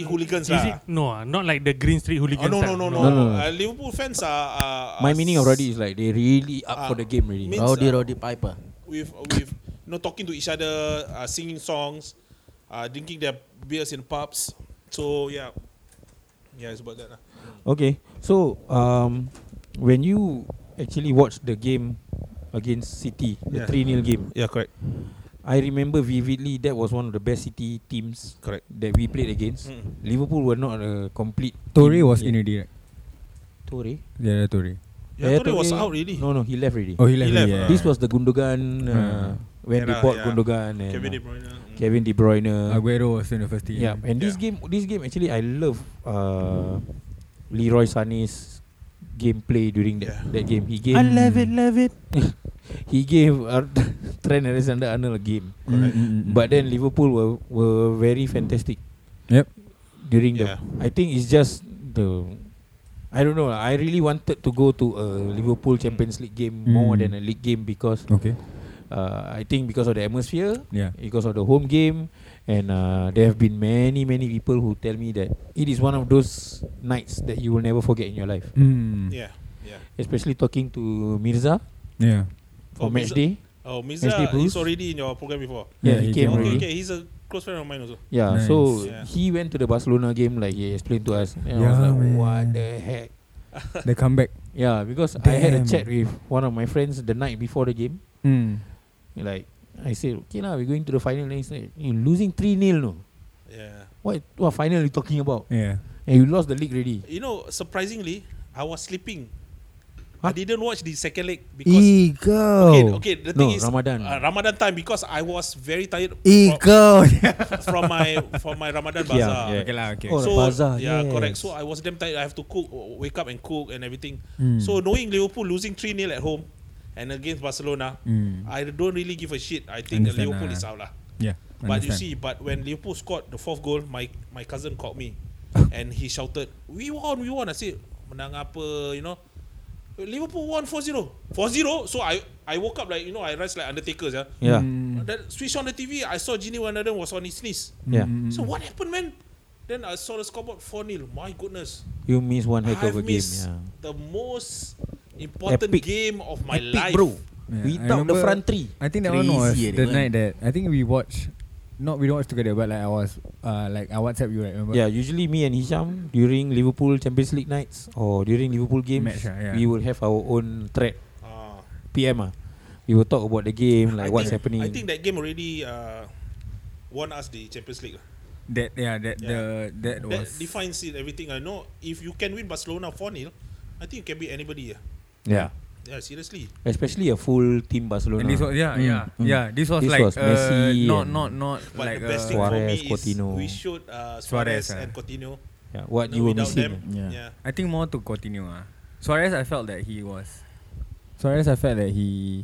S4: is
S5: hooligans lah.
S4: it? No, ah, not like the Green Street
S5: Oh,
S4: hooligans.
S5: no, no,
S4: ah.
S5: no, no.
S7: No, no, no.
S5: Uh, Liverpool fans are. are, are
S7: my meaning
S5: s-
S7: of rowdy is like they really up
S5: Ah,
S7: for the game really.
S5: mean- Means,
S3: Rowdy,
S5: uh,
S3: Rowdy Piper.
S5: with with you know talking to each other, uh, singing songs, uh, drinking their beers in pubs. So yeah, yeah, it's about that. lah.
S7: Okay, so um, when you actually watched the game against City, the
S5: Yeah.
S7: three 0 game,
S5: Yeah, correct,
S7: I remember vividly that was one of the best City teams
S5: correct.
S7: that we played against.
S5: Mm.
S7: Liverpool were not a complete.
S6: Torre
S7: team
S6: was
S7: yet.
S6: in already, right?
S7: Torre.
S6: Yeah, Torre.
S5: Yeah, Torre was out really.
S7: No, no, he left already.
S6: Oh, he left.
S5: He left,
S6: already, yeah.
S5: uh,
S7: This was the Gundogan uh,
S6: Mm.
S7: when
S5: Yeah
S7: they
S5: lah,
S7: bought
S5: yeah.
S7: Gundogan and
S5: Kevin
S7: uh,
S5: De Bruyne. mm.
S7: Kevin De Bruyne.
S6: Aguero was in the first team.
S7: Yeah, and this
S5: Yeah.
S7: game, this game actually I love uh, Leroy Sané's gameplay during that
S5: Yeah.
S7: that game. He gave
S4: it, love it.
S7: he gave Ar- Trent Alexander-Arnold a game,
S5: Correct.
S8: Mm,
S7: but then Liverpool were were very fantastic.
S6: Yep.
S7: During
S5: Yeah.
S7: the, I think it's just the, I don't know. lah, I really wanted to go to a Liverpool Champions League game more
S6: Mm.
S7: than a league game because
S6: Okay.
S7: uh, I think because of the atmosphere,
S6: Yeah.
S7: because of the home game, and uh, there have been many many people who tell me that it is one of those nights that you will never forget in your life.
S6: Mm.
S7: Hmm.
S5: Yeah, yeah.
S7: Especially talking to Mirza
S6: Yeah.
S7: for
S5: Oh,
S7: match
S5: Mirza-
S7: day.
S5: Oh, Mirza
S7: Ashley Bruce?
S5: is already in your program before.
S7: Yeah, he came
S5: Okay,
S7: already.
S5: okay, he's a close friend of mine also.
S7: Yeah,
S6: Nice.
S7: so
S5: Yeah.
S7: he went to the Barcelona game like he explained to us. And I was
S6: Yeah,
S7: like,
S6: man.
S7: what the heck?
S6: The comeback.
S7: Yeah, because I had a
S6: Damn.
S7: chat with one of my friends the night before the game.
S6: Mm.
S7: Like I said, okay lah, we're going to the final. And he said, you losing three 0 no?
S5: Yeah.
S7: What what final you talking about?
S6: Yeah.
S7: And you lost the league already.
S5: You know, surprisingly, I was sleeping. I
S7: Huh?
S5: didn't watch the second leg because okay,
S6: Ego.
S5: okay, the
S7: No,
S5: thing is
S7: Ramadan.
S5: uh, Ramadan time because I was very tired from,
S6: Ego.
S5: from my from my Ramadan
S7: Yeah,
S5: bazaar.
S7: yeah.
S6: Okay lah. Okay.
S7: Oh,
S5: So
S7: the bazaar,
S5: yeah, correct.
S7: yes.
S5: So I was
S7: Hmm.
S5: damn tired. I have to cook, w- wake up and cook and everything.
S6: Mm.
S5: So knowing Liverpool losing 3 0 at home, and against Barcelona,
S9: Mm.
S5: I don't really give a shit. I think
S9: Understand,
S5: Liverpool
S9: ah.
S7: uh,
S5: is out lah.
S9: Yeah.
S5: But you
S9: understand.
S5: see, but when Liverpool scored the fourth goal, my my cousin called me, and he shouted, "We won, we won!" I said, "Menang apa?" You know, Liverpool won 4-0. 4-0? So I I woke up like you know I rise like Undertaker. Yeah.
S7: Yeah.
S5: Then switch on the TV. I saw Gini Wijnaldum was on his knees.
S7: Yeah.
S5: So what happened, man? Then I saw the scoreboard 4 0. My goodness.
S7: You miss one heck
S5: I've
S7: of a game.
S5: missed
S7: Yeah.
S5: the most important
S7: Epic.
S5: game of my
S7: Epic,
S5: life.
S7: bro.
S9: Yeah, I
S7: Without the
S9: remember-
S7: front three.
S9: I think that one was
S3: Crazy, eh,
S9: the
S3: that
S9: night that I think we watched. Not we don't watch together, but like I was, uh, like I WhatsApp you right. Remember?
S7: Yeah, usually me and Hisham during Liverpool Champions League nights or during Liverpool games,
S9: Match, ah, yeah.
S7: we will have our own thread
S5: Ah.
S7: PM. Ah, we will talk about the game, like
S5: I
S7: what's
S5: think,
S7: happening.
S5: I think that game already uh, won us the Champions League.
S9: That yeah, that
S5: Yeah.
S9: the that,
S5: That
S9: was
S5: defines it, everything. I know if you can win Barcelona 4 0, I think you can beat anybody. Yeah,
S7: yeah,
S5: yeah seriously.
S7: especially a full team
S9: And
S7: Barcelona.
S9: this was yeah,
S7: Mm,
S9: yeah,
S7: mm.
S9: yeah. This was
S7: This
S9: like
S7: was
S9: uh,
S7: Messi
S9: not
S7: and-
S9: not not
S5: But
S9: like
S5: the
S9: uh,
S5: best thing for me
S7: Suarez,
S5: is
S7: Coutinho.
S5: we showed uh,
S9: Suarez,
S5: Suarez,
S9: ah.
S5: and Coutinho.
S7: yeah, what
S5: No,
S7: you were
S5: without
S7: missing. ah.
S5: them,
S3: Yeah.
S5: yeah.
S9: I think more to continue ah. Suarez, I felt that he was
S8: Suarez, I felt that he.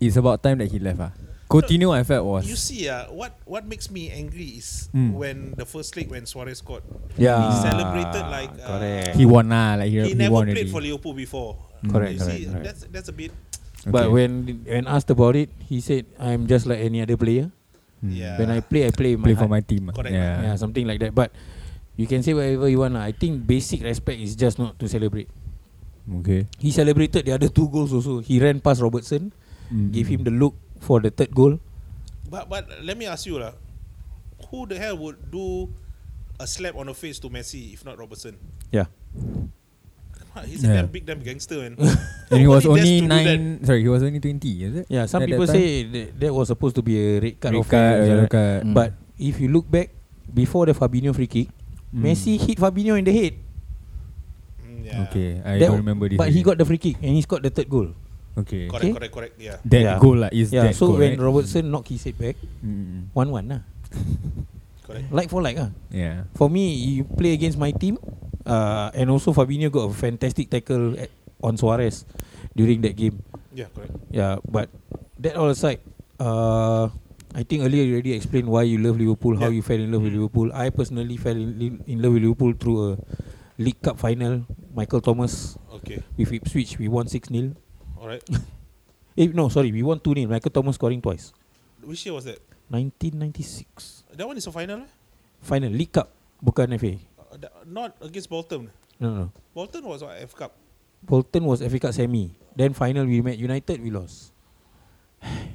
S8: It's about time that he left. Ah, Coutinho, I felt was.
S5: You see, uh, what what makes me angry is
S9: Mm.
S7: Hmm.
S5: when the first leg when Suarez scored,
S8: yeah.
S5: he celebrated like uh,
S7: Ah, correct.
S8: He won lah. Like he, he
S5: He, never
S8: won already.
S5: played for Liverpool before.
S7: Hmm. Correct,
S5: You
S7: correct,
S5: see,
S7: correct.
S5: that's that's a bit.
S7: But
S9: Okay.
S7: when when asked about it, he said, "I'm just like any other player.
S5: Yeah.
S7: Hmm. When I play, I play with my
S8: play for
S7: heart."
S8: my team. ah.
S5: Correct.
S8: Yeah.
S7: yeah, something like that. But you can say whatever you want. lah. I think basic respect is just not to celebrate.
S8: Okay.
S7: He celebrated the other two goals also. He ran past Robertson,
S9: Mm.
S8: Mm-hmm.
S7: gave him the look for the third goal.
S5: But but let me ask you lah, who the hell would do a slap on the face to Messi if not Robertson?
S7: Yeah.
S5: Come on, He's a
S8: Yeah.
S5: damn big damn gangster and
S8: And he was only
S5: Nobody dares to do that.
S8: nine. Sorry, he was only twenty. Is it?
S7: Yeah, some
S8: At that
S7: people
S8: time?
S7: say that, that was supposed to be a red card.
S8: Red
S7: offence,
S8: card or yellow
S7: right?
S8: card.
S3: Mm.
S7: But if you look back before the Fabinho free kick,
S8: Mm.
S7: Messi hit Fabinho in the head.
S5: Mm, yeah.
S8: Okay, I
S7: That-
S8: don't remember this.
S7: But he
S8: already.
S7: got the free kick and he scored the third goal.
S8: okay.
S5: Correct,
S7: Okay.
S5: correct, correct. Yeah.
S8: That
S7: Yeah.
S8: goal lah is
S7: yeah.
S8: that
S7: So
S8: goal,
S7: when
S8: right?
S7: Robertson knocked his head back,
S8: Mm, mm,
S7: one one lah.
S5: Correct.
S7: Like for like ah.
S8: yeah.
S7: For me, you play against my team, uh, and also Fabinho got a fantastic tackle at, on Suarez during that game.
S5: Yeah, correct.
S7: Yeah, but that all aside, uh, I think earlier you already explained why you love Liverpool, how
S5: Yeah.
S7: you fell in love with
S8: Mm-hmm.
S7: Liverpool. I personally fell in, li- in love with Liverpool through a League Cup final. Michael Thomas
S5: Okay.
S7: with Ipswich, we won 6 0.
S5: All right.
S7: Eh, no, sorry, we won 2 0. Michael Thomas scoring twice.
S5: Which year was that?
S7: 1996.
S5: That one is a final. eh?
S7: Final, League Cup, bukan FA.
S5: Uh, that- not against Bolton.
S7: No, no. no.
S5: Bolton was what, F Cup.
S7: Bolton was FA Cup semi. Then final, we met United, we lost.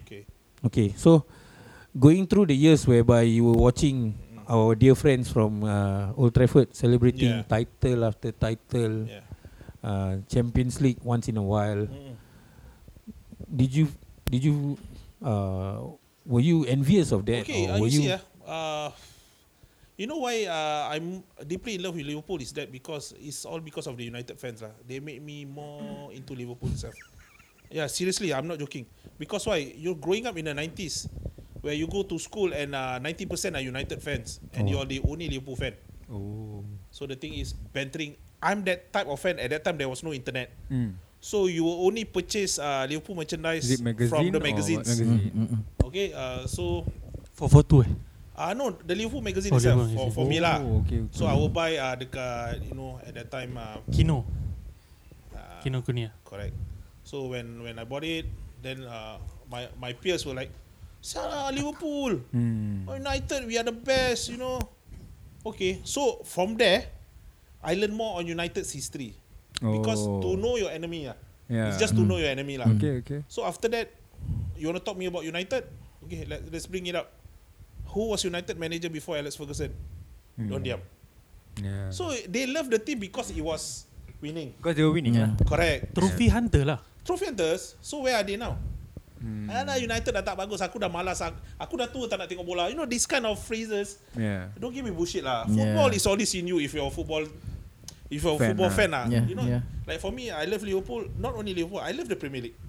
S5: Okay.
S7: Okay, so going through the years whereby you were watching our dear friends from uh, Old Trafford celebrating
S5: Yeah.
S7: title after title,
S5: Yeah.
S7: uh, Champions League once in a while,
S5: Mm.
S7: did you did you uh, were you envious of
S9: Eh,
S7: that?
S5: Okay, uh,
S7: were
S5: you see, ah, uh, you know why uh, I'm deeply in love with Liverpool is that because it's all because of the United fans lah. They made me more into Liverpool itself. Yeah, seriously, I'm not joking. Because why? You're growing up in the 90s, where you go to school and uh, 90% are United fans,
S9: Oh.
S5: and you're the only Liverpool fan. So the thing is bantering. I'm that type of fan. At that time, there was no internet.
S8: Mm.
S5: So you will only purchase uh, Liverpool merchandise
S9: is it magazine
S5: from
S9: or
S5: the
S9: what
S5: magazines.
S3: Mm,
S9: magazine?
S5: Okay, uh, so
S4: For for two eh.
S5: Ah uh, no, the Liverpool magazine
S4: Oh,
S5: itself
S4: Liverpool magazine.
S5: for, for me lah.
S9: Oh, okay, okay.
S5: So I will buy uh, dekat you know at that time uh,
S4: Kino.
S5: uh,
S4: Kino Kunia.
S5: correct. So when when I bought it, then uh, my my peers were like, "Salah Liverpool,
S9: Hmm.
S5: United, we are the best," you know. Okay, so from there, I learn more on United's history because
S9: Oh.
S5: to know your enemy lah.
S9: yeah.
S5: It's just to know your enemy lah.
S9: Hmm. Okay, okay.
S5: So after that, you want to talk me about United? Okay, let, let's bring it up. Who was United manager before Alex Ferguson?
S9: Hmm.
S5: Don't diam.
S9: Yeah.
S5: So they love the team because it was winning.
S9: because they were winning
S3: Yeah.
S9: lah.
S5: Correct.
S4: Trophy hunter lah.
S5: Trophy hunters. So where are they now? Hmm. Alah United dah tak bagus. Aku dah malas. Aku, aku dah tua tak nak tengok bola. You know this kind of phrases.
S9: Yeah.
S5: Don't give me bullshit lah.
S3: Yeah.
S5: Football is always in you if you're a football if you're a
S9: Fan
S5: football
S9: lah.
S5: fan lah.
S3: Yeah,
S5: You know,
S3: yeah.
S5: like for me, I love Liverpool. Not only Liverpool, I love the Premier League.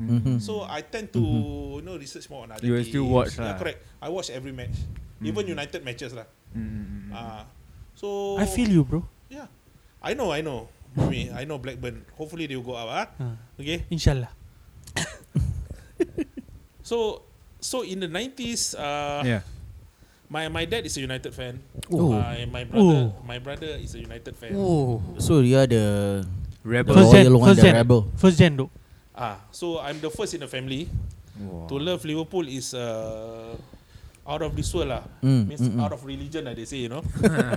S3: Mhm.
S5: So I tend to you know research more on other
S9: You will
S5: teams.
S9: still watch
S5: yeah,
S9: lah.
S5: correct. I watch every match, even United matches lah.
S9: Mm.
S5: Ah, so
S4: I feel you bro.
S5: yeah, I know, I know. I mean, I know Blackburn. Hopefully they will go up. Ah,
S4: Ah.
S5: okay.
S4: Inshallah.
S5: So so in the nineties, uh,
S9: yeah.
S5: my my dad is a United fan.
S7: Ooh.
S5: My my brother
S4: Ooh.
S5: my brother is a United fan.
S9: Oh,
S3: So you are the
S9: rebel.
S3: First-
S4: gen,
S3: Loyal one,
S4: first
S3: the
S4: gen,
S3: rebel.
S4: first gen though.
S5: Ah, so I'm the first in the family to love Liverpool is uh, out of this world lah.
S3: Mm,
S5: Means
S3: mm, mm.
S5: out of religion lah they say you know.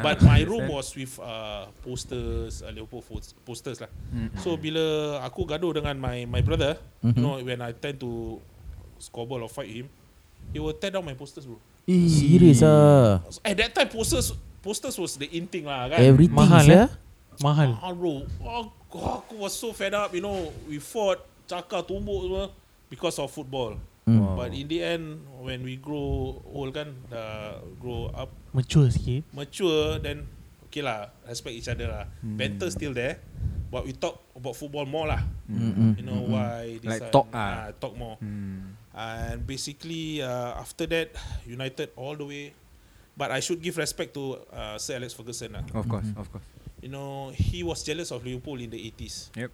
S5: but my room was with uh, posters, uh, Liverpool fos- posters lah. So bila aku gaduh dengan my my brother, you
S3: Mm-hmm.
S5: know when I tend to squabble or fight him, he will tear down my posters bro.
S3: serious ah.
S5: So, at that time posters posters was the in thing lah kan.
S3: Everything
S4: Mahal,
S3: yeah.
S4: eh? Mahal.
S5: Ah bro, oh, God, aku was so fed up, you know. We fought, cakar, tumbuk semua because of football.
S3: Mm.
S8: Oh.
S5: But in the end, when we grow old kan, dah grow up,
S4: Mature sikit.
S5: mature, then okay lah, respect each other lah. Banter still there, but we talk about football more lah.
S3: Mm-mm.
S5: You know why? This
S9: Like
S5: and-
S9: talk ah.
S5: talk more. And basically, uh, after that, United all the way. But I should give respect to uh, Sir Alex Ferguson lah.
S9: Of course, of course.
S5: You know, he was jealous of Liverpool in the 80s.
S9: Yep.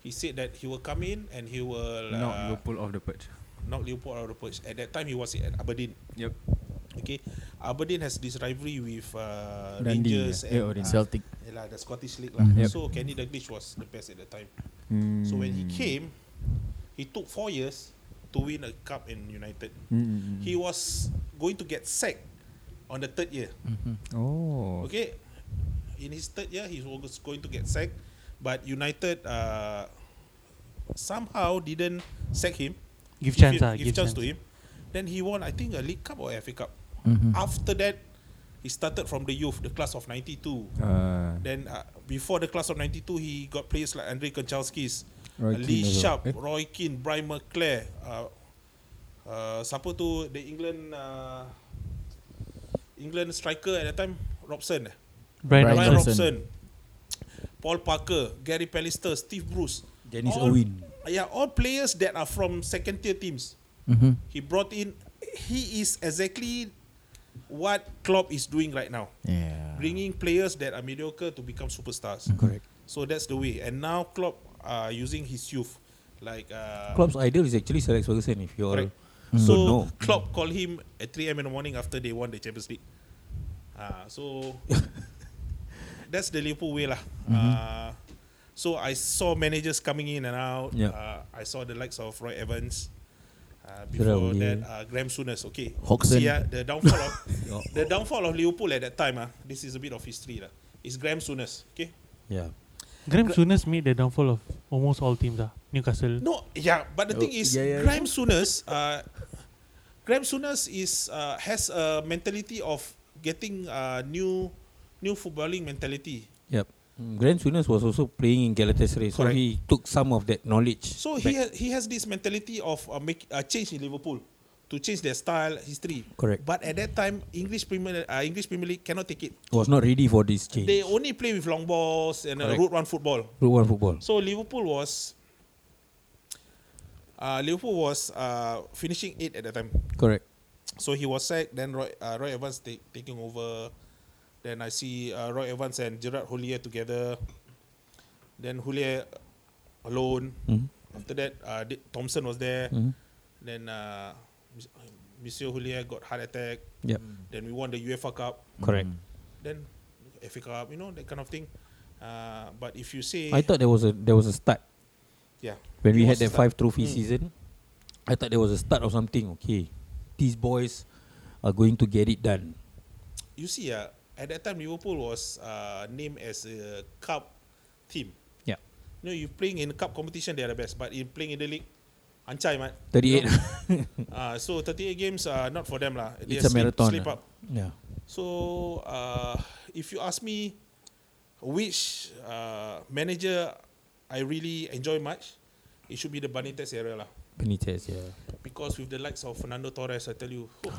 S5: He said that he will come in and he will
S9: Knock
S5: uh,
S9: Liverpool off the perch.
S5: knock Liverpool out of the perch. At that time, he was at Aberdeen.
S9: Yep.
S5: Okay, Aberdeen has this rivalry with uh,
S9: Dundee,
S5: Rangers
S9: yeah. Eh, oh,
S5: and uh,
S3: Celtic.
S5: yeah lah, the Scottish League lah.
S9: Yep. Mm.
S5: So Kenny Dalglish was the best at the time. So when he came, he took four years to win a cup in United.
S9: Mm-hmm.
S5: He was going to get sacked on the third year.
S9: Oh.
S5: Okay, in his third year, he was going to get sacked, but United uh, somehow didn't sack him.
S4: Give
S5: Give
S4: chance
S5: him-
S4: ah.
S5: give, chance, to him. Then he won, I think, a League Cup or FA Cup. After that, he started from the youth, the class of '92.
S9: Uh,
S5: Then uh, before the class of '92, he got players like Andrei Konchalskis,
S9: Roy
S5: Lee
S9: Keane also.
S5: Sharp,
S9: Eh?
S5: Roy Keane, Brian McClare. Uh, uh, siapa tu the England uh, England striker at that time Robson. eh?
S4: Brian
S3: Brian
S5: Brian
S4: Robson.
S3: Robson.
S5: Robson, Paul Parker, Gary Pallister, Steve Bruce.
S7: Dennis
S5: all,
S7: Irwin.
S5: Yeah, all players that are from second tier teams.
S3: Mm-hmm.
S5: He brought in. He is exactly what Klopp is doing right now,
S3: Yeah.
S5: bringing players that are mediocre to become superstars.
S7: Ah. Mm-hmm. Correct.
S5: So that's the way. And now Klopp are using his youth, like uh,
S7: Klopp's idol is actually Sir Alex Ferguson if you all
S5: Correct.
S7: don't
S5: so
S7: know.
S5: Klopp called him at 3 a.m. in the morning after they won the Champions League. Ah, so that's the Liverpool way lah. Ah, so I saw managers coming in and out.
S7: Yeah.
S5: Ah, I saw the likes of Roy Evans. Ah,
S7: Sure,
S5: before that,
S7: yeah.
S5: uh, Graham Souness. Okay,
S3: Hodgson.
S5: See, ah, the downfall of the downfall of Liverpool at that time. Ah, this is a bit of history lah. It's Graham Souness. Okay.
S7: Yeah.
S4: Graham Souness made the downfall of almost all teams ah. Newcastle.
S5: No, yeah, but
S3: Oh,
S5: the thing is,
S3: yeah, yeah,
S5: Graham Souness, uh, Graham Souness is uh, has a mentality of getting uh, new, new footballing mentality.
S7: Yep. Mm, Graham Souness was also playing in Galatasaray, so
S5: Correct.
S7: he took some of that knowledge.
S5: So he ha- he has this mentality of uh, make uh, change in Liverpool to change their style, history.
S7: Correct.
S5: But at that time, English Premier uh, English Premier League cannot take it.
S7: was not ready for this change.
S5: They only play with long balls and uh,
S7: Correct.
S5: route one football.
S7: Route one football.
S5: So Liverpool was. Uh, Liverpool was uh, finishing eight at the time.
S7: Correct.
S5: So he was sacked. Then Roy, uh, Roy Evans take, taking over. Then I see uh, Roy Evans and Gerard Houllier together. Then Houllier alone.
S7: Mhm.
S5: After that, uh, Dick Thompson was there.
S7: Mhm.
S5: Then uh, Mis- Monsieur Houllier got heart attack.
S7: Yep.
S5: Then we won the UEFA Cup.
S7: Correct.
S5: Then FA Cup. You know that kind of thing. Uh, but if you say,
S7: I thought there was a there was a start
S5: yeah,
S7: when we
S5: It
S7: had
S5: was start.
S7: that
S5: Mm.
S7: five trophy season. I thought there was a start of something. Okay, these boys are going to get it done.
S5: you see, uh, at that time Liverpool was uh, named as a cup team.
S7: Yeah.
S5: You know, you playing in cup competition, they are the best. But in playing in the league, ancai, man.
S7: 38.
S5: Uh, so 38 games are not for them lah. They
S7: It's a
S5: sleep-
S7: marathon,
S5: Sleep
S7: ah.
S5: up.
S7: yeah.
S5: So uh, if you ask me, which uh, manager I really enjoy much, it should be the Benitez era lah.
S7: Benitez, yeah.
S5: Because with the likes of Fernando Torres, I tell you, oh,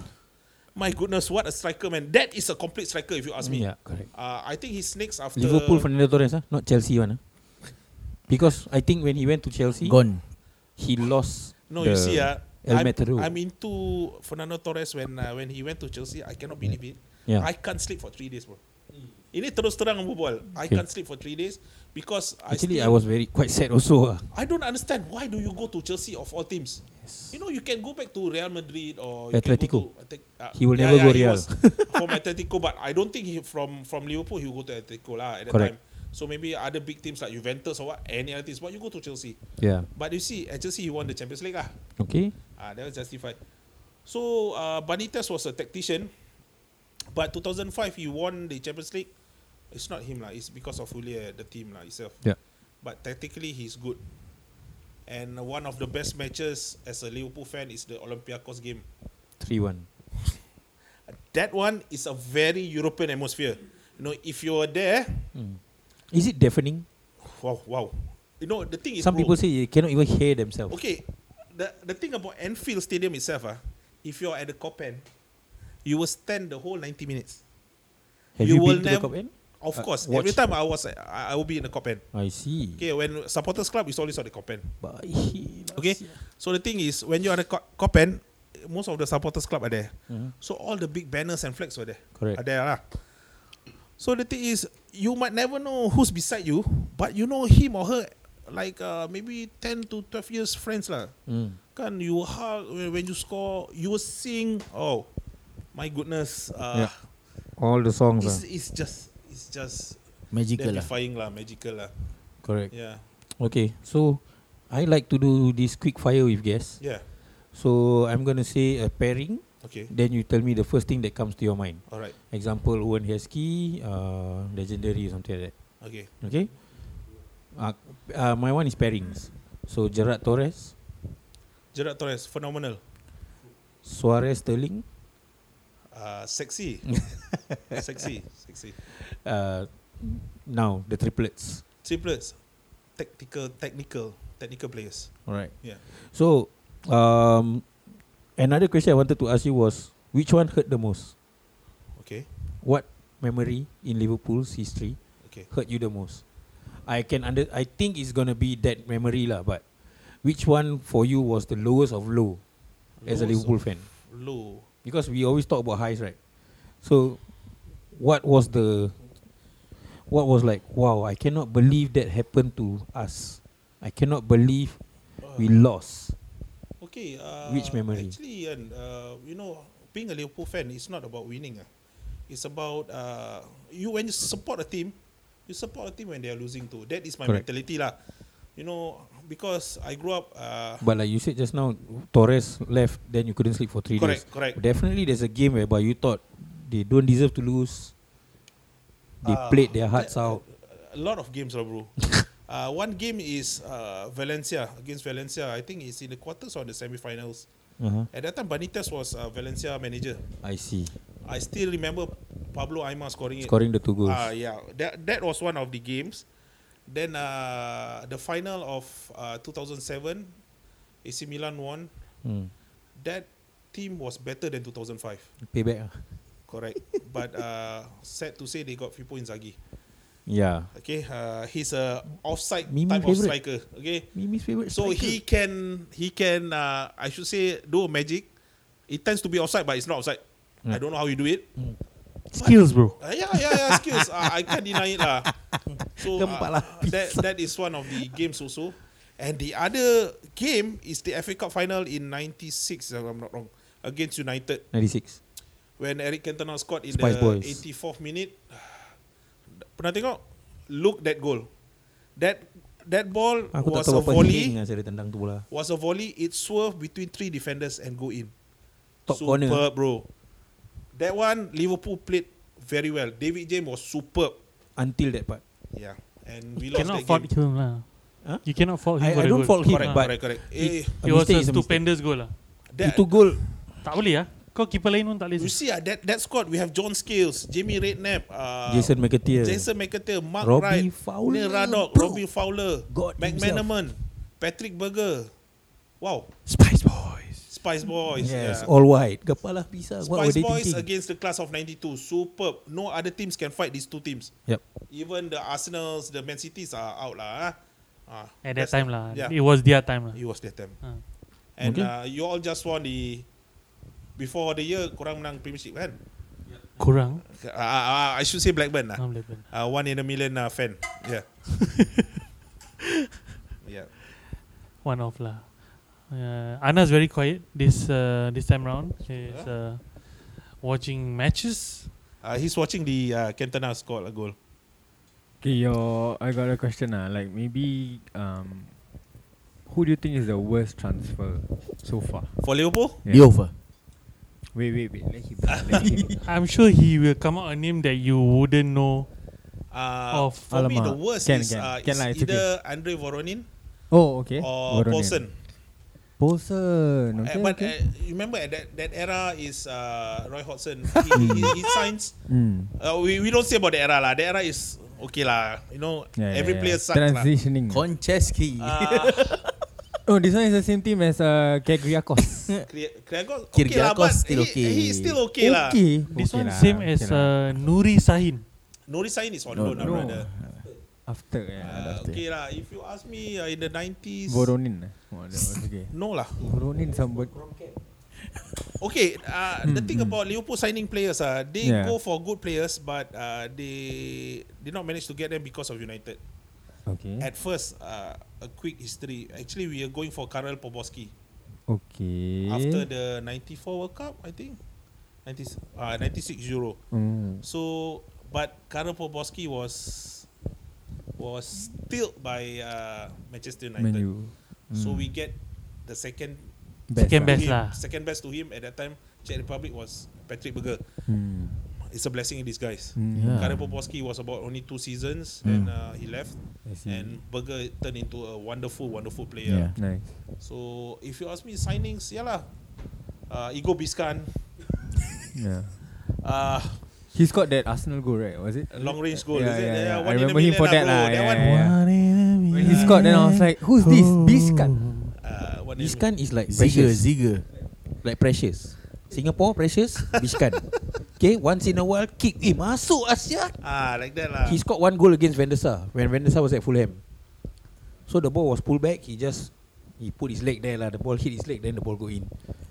S5: my goodness, what a striker, man! That is a complete striker if you ask me.
S7: Yeah, correct.
S5: Uh, I think he snakes after
S7: Liverpool Fernando Torres, ah, not Chelsea one. ah. Because I think when he went to Chelsea,
S3: Gone.
S7: he lost.
S5: No,
S7: the
S5: you see, uh, I'm,
S7: El Matador.
S5: I'm into Fernando Torres when uh, when he went to Chelsea. I cannot believe it.
S7: Yeah.
S5: I can't sleep for three days, bro. Ini terus terang berbual. I
S7: Okay.
S5: can't sleep for three days because I
S7: Actually,
S5: still-
S7: I was very quite sad also. ah.
S5: I don't understand why do you go to Chelsea of all teams? You know you can go back to Real Madrid or you can Go
S7: Atletico.
S5: to, Atlet- uh,
S7: He will never go
S5: he
S7: Real.
S5: was from Atletico, but I don't think he from from Liverpool he will go to Atletico lah at that
S7: Correct.
S5: time. So maybe other big teams like Juventus or what, any other teams, but you go to Chelsea.
S7: Yeah.
S5: But you see, at Chelsea he won the Champions League ah.
S7: Okay.
S5: Ah, that was justified. So uh, Benitez was a tactician, but 2005 he won the Champions League. It's not him lah. It's because of Julia, the team lah itself.
S9: Yeah.
S5: But tactically he's good. And one of the best matches as a Liverpool fan is the Olympiacos game.
S7: Three one.
S5: That one is a very European atmosphere. You know, if you are there,
S7: Mm. Is it deafening?
S5: wow, wow. You know, the thing is,
S7: Some
S5: bro,
S7: people say they cannot even hear themselves.
S5: Okay, the the thing about Anfield Stadium itself, ah, if you're at the Copen, you will stand the whole 90 minutes.
S7: Have
S5: you
S7: you,
S5: will
S7: been to the
S5: nev-
S7: Cup end?
S5: Of
S7: Uh,
S5: course,
S7: watch.
S5: every time I was, I, I will be in the Copen.
S7: I see.
S5: Okay, when supporters club is always on the Copen.
S7: But he-
S5: Okay, so the thing is, when you're at the Co- Copen, most of the supporters club are there. So all the big banners and flags were there.
S7: Mm-hmm. Correct.
S5: Are there lah. So the thing is, you might never know who's beside you, but you know him or her, like uh, maybe 10 to 12 years friends lah.
S7: Mm.
S5: Kan you hug when when you score, you will sing. Oh, my goodness. Uh,
S7: Yeah. All the songs.
S5: it's,
S7: ah.
S5: it's just it's just
S3: Magical lah.
S5: terrifying lah, magical lah.
S7: Correct.
S5: Yeah,
S7: Okay. So, I like to do this quick fire with guests.
S5: yeah.
S7: So, I'm going to say a pairing.
S5: Okay,
S7: Then you tell me the first thing that comes to your mind.
S5: all right.
S7: Example, Owen Heskey, uh, legendary or something like that.
S5: Okay,
S7: Okay. Uh, uh, my one is pairings. So, Gerard Torres,
S5: Gerard Torres, phenomenal.
S7: Suarez Sterling,
S5: Uh, sexy, sexy, sexy.
S7: uh, now the triplets.
S5: Triplets, tactical, technical, technical players.
S7: All right.
S5: Yeah.
S7: So, um, another question I wanted to ask you was which one hurt the most?
S5: Okay,
S7: What memory in Liverpool's history
S5: okay.
S7: hurt you the most? I can under I think it's gonna be that memory lah, but which one for you was the lowest of low as a
S5: Lowest
S7: Liverpool
S5: of
S7: fan?
S5: Low.
S7: Because we always talk about highs, right? So, what was the what was like? Wow, I cannot believe that happened to us. I cannot believe we
S5: Ah.
S7: lost.
S5: Okay. Uh,
S7: Which memory?
S5: Actually, and uh, you know, being a Liverpool fan is not about winning. ah. It's about uh, you when you support a team, you support a team when they are losing too. That is my
S7: Correct.
S5: mentality lah. You know, because I grew up. Uh,
S7: But like you said just now, Torres left, then you couldn't sleep for three
S5: correct,
S7: days.
S5: correct.
S7: Definitely, there's a game whereby you thought they don't deserve to lose. They
S5: Ah,
S7: played their hearts
S5: that-
S7: out.
S5: A lot of games lah, bro. uh, one game is uh, Valencia against Valencia. I think it's in the quarters or the semi-finals.
S7: Uh-huh.
S5: At that time, Benitez was uh, Valencia manager.
S7: I see.
S5: I still remember Pablo Aima scoring it.
S7: Scoring the two goals.
S5: Ah, yeah. That that was one of the games. Then uh, the final of uh, 2007, AC Milan won.
S7: Hmm.
S5: That team was better than 2005,
S7: Payback. ah.
S5: correct? but uh, sad to say, they got Filippo Inzaghi.
S7: Yeah.
S5: Okay, uh, he's a offside
S7: Mimi
S5: type of
S7: favourite.
S5: striker. Okay,
S7: Mimi's favorite.
S5: so he can he can uh, I should say do magic. It tends to be offside, but it's not offside. I don't know how you do it.
S4: Skills, bro.
S5: Uh, yeah, yeah, yeah, skills. uh, I can't deny it lah. So uh, that that is one of the games also. And the other game is the FA Cup final in '96, if I'm not wrong, against United
S7: 96.
S5: when Eric Cantona scored in
S7: Spice
S5: the
S7: Boys.
S5: 84th minute. Pernah tengok? Look that goal. That that ball
S7: Aku
S5: was
S7: tak tahu
S5: a
S7: apa heading
S5: volley.
S7: yang saya dia tendang tu bola.
S5: Was a volley. It swerved between three defenders and go in.
S7: Top
S5: superb,
S7: corner.
S5: bro. That one Liverpool played very well. David James was superb.
S7: Until that part.
S5: Yeah, and we
S4: You
S5: lost
S4: cannot
S5: that
S4: fault
S5: game.
S4: him lah.
S7: Huh?
S4: You cannot fault him.
S7: I,
S4: for
S7: I
S4: the
S7: don't
S4: goal.
S7: fault him,
S5: Correct,
S7: but
S5: correct, correct. Eh,
S7: it, a
S4: It was a
S7: mistake is a mistake.
S4: stupendous goal lah.
S5: that,
S7: Itu goal.
S4: Tak
S5: ah.
S4: boleh lah. Kau keeper lain pun tak boleh.
S5: you see, ah, that that squad we have John Scales, Jamie Redknapp, uh,
S7: Jason McAteer.
S5: Jason McAteer, Mark
S7: Robbie
S5: Wright,
S7: Fowler,
S5: Neil Raddock,
S7: bro.
S5: Robbie Fowler,
S7: God
S5: McManaman, Patrick Berger. Wow,
S7: Spice Boys.
S5: Spice Boys.
S7: Yes,
S5: yeah.
S7: all white. Kepala pisang. What were
S5: Spice
S7: they
S5: Boys
S7: thinking?
S5: against the class of 92. Superb. No other teams can fight these two teams.
S7: Yep.
S5: Even the Arsenals, the Man Cities are out lah. ah. Ah,
S4: At that
S5: that's-
S4: time lah.
S5: Yeah.
S4: It was their time lah.
S5: It was that time.
S4: Ah.
S5: And
S7: Okay.
S5: uh, you all just won the before the year korang menang premiership kan?
S4: Kurang.
S5: Uh, uh, I should say Blackburn lah.
S4: I'm Blackburn.
S5: Uh, one in a million uh, fan. Yeah. yeah.
S4: One off lah. Uh, Ana's very quiet this uh, this time round. She's uh, watching matches.
S5: Uh, he's watching the uh, Cantona score a goal.
S6: Okay, your I got a question. Uh, like maybe um, who do you think is the worst transfer so far?
S5: For Liverpool?
S6: Yeah.
S3: Leofer.
S6: Wait, wait, wait. Let him. Let him.
S4: I'm sure he will come out a name that you wouldn't know.
S5: Uh,
S4: Of-
S5: for me, the
S6: Oh, Alamak.
S5: worst
S6: Can,
S5: is,
S6: can.
S5: uh,
S6: Can
S5: is
S6: lah, it's okay.
S5: either Andre Voronin
S6: oh, okay.
S5: or
S6: Voronin.
S5: Paulson.
S6: Paulson.
S5: Uh,
S6: Okay,
S5: but
S6: okay.
S5: uh, remember at that, that era is uh, Roy Hodgson. he, he, he signs.
S6: Mm.
S5: Uh, we, we don't say about the era lah. The era is okay lah. You know,
S6: Yeah,
S5: every
S6: yeah,
S5: player
S6: yeah.
S5: sucks lah.
S6: Transitioning.
S3: Koncheski.
S5: Uh,
S6: oh, this one is the same team as uh, Kagriakos.
S5: Kri- Kyrgios- okay lah,
S3: Kyrgiakos
S5: but
S3: still
S5: he,
S3: okay.
S5: he's still okay, lah.
S6: okay.
S4: This
S6: okay
S4: one
S6: lah,
S4: same
S6: okay
S4: as uh,
S6: lah.
S4: Nuri Sahin.
S5: Nori Sain is on
S3: No,
S5: loan, lah,
S6: no.
S5: brother.
S6: After, yeah.
S5: Uh, okay lah. If you ask me, uh, in the 90s,
S6: Voronin. eh? Oh, that was okay.
S5: no lah.
S6: Voronin somebody.
S5: Okay, uh, the thing about Liverpool signing players, uh, they
S6: Yeah.
S5: go for good players, but uh, they did not manage to get them because of United.
S6: Okay.
S5: At first, uh, a quick history. Actually, we are going for Karel Poboski
S6: Okay.
S5: after the 94 World Cup, I think. 90, uh, 96 Euro.
S6: Mm.
S5: So, but Karel Poboski was was stealed by uh, Manchester United.
S6: Menu.
S5: So we get the second
S4: Second
S5: to
S4: best
S5: him,
S4: lah.
S5: second best to him at that time. Czech Republic was Patrick Berger.
S6: Mm.
S5: It's a blessing in
S6: Mm.
S5: disguise.
S3: Yeah.
S5: Karel Poboski was about only two seasons, then uh, he left,
S6: I see.
S5: and Berger turned into a wonderful, wonderful player.
S3: Yeah.
S6: nice.
S5: So if you ask me signings, yeah lah. Uh, Igo Biscan,
S6: Yeah.
S5: uh,
S6: He's got that Arsenal goal, right? Was it?
S5: long range goal.
S6: Yeah,
S5: is it?
S6: yeah, yeah.
S5: one
S6: I
S5: in a
S6: remember him
S5: million
S6: for that
S5: bro.
S6: lah.
S5: That
S6: Yeah,
S5: one,
S6: yeah, yeah. When he scored, then I was like, "Who's this? Biscan?"
S5: uh, one in a
S7: Biscan is like
S3: Ziga,
S7: precious.
S3: Ziga.
S7: Like precious. Singapore precious, Biscan. okay, once in a while kick eh masuk Asia.
S5: million. Ah, like that lah.
S7: He scored one goal against Van der Sar when Van der Sar was at Fulham. So the ball was pulled back, he just he put his leg there lah. The ball hit his leg, then the ball go in.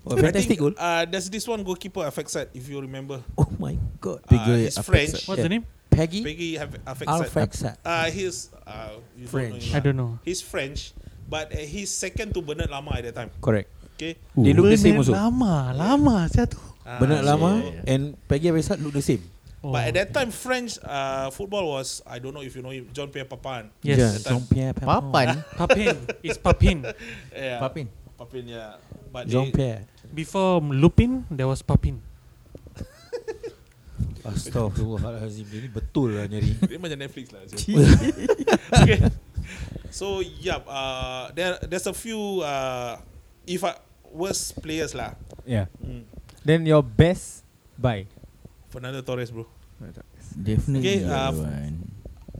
S7: Oh,
S5: I
S7: fantastic goal.
S5: think, Uh, there's this one goalkeeper Afexat, if you remember.
S7: Oh my god.
S5: Uh,
S3: Peggy
S5: he's
S3: Afexat.
S5: French.
S4: What's the
S7: Yeah.
S4: name?
S7: Peggy
S5: Peggy Afexat.
S7: Alfrexat.
S5: Uh, he's uh, you don't
S7: French.
S5: him,
S4: I
S5: lah.
S4: don't know.
S5: He's French, but uh, he's second to Bernard Lama at that time.
S7: Correct.
S5: Okay.
S7: They look the same also.
S4: Lama, lama saya tu.
S5: Uh,
S7: Bernard
S5: so-
S7: Lama and Peggy Afexat look the same.
S4: Oh.
S5: But at that time, French uh, football was I don't know if you know him, John Pierre Papin.
S4: Yes.
S7: Yeah,
S5: That time.
S7: Jean-Pierre Papon.
S3: Papan.
S4: Papin. It's Papin.
S5: Yeah.
S3: Papin.
S5: Papin, yeah. But they,
S7: Jean-Pierre.
S4: Before Lupin, there was Papin.
S7: Astaghfirullahalazim. Ini betul lah nyari.
S5: dia macam Netflix lah. so. okay. So yeah, uh, there there's a few uh, if I worst players lah.
S6: Yeah.
S5: Mm.
S6: Then your best buy.
S5: Fernando Torres, bro.
S3: Definitely.
S5: Okay, uh,
S3: one.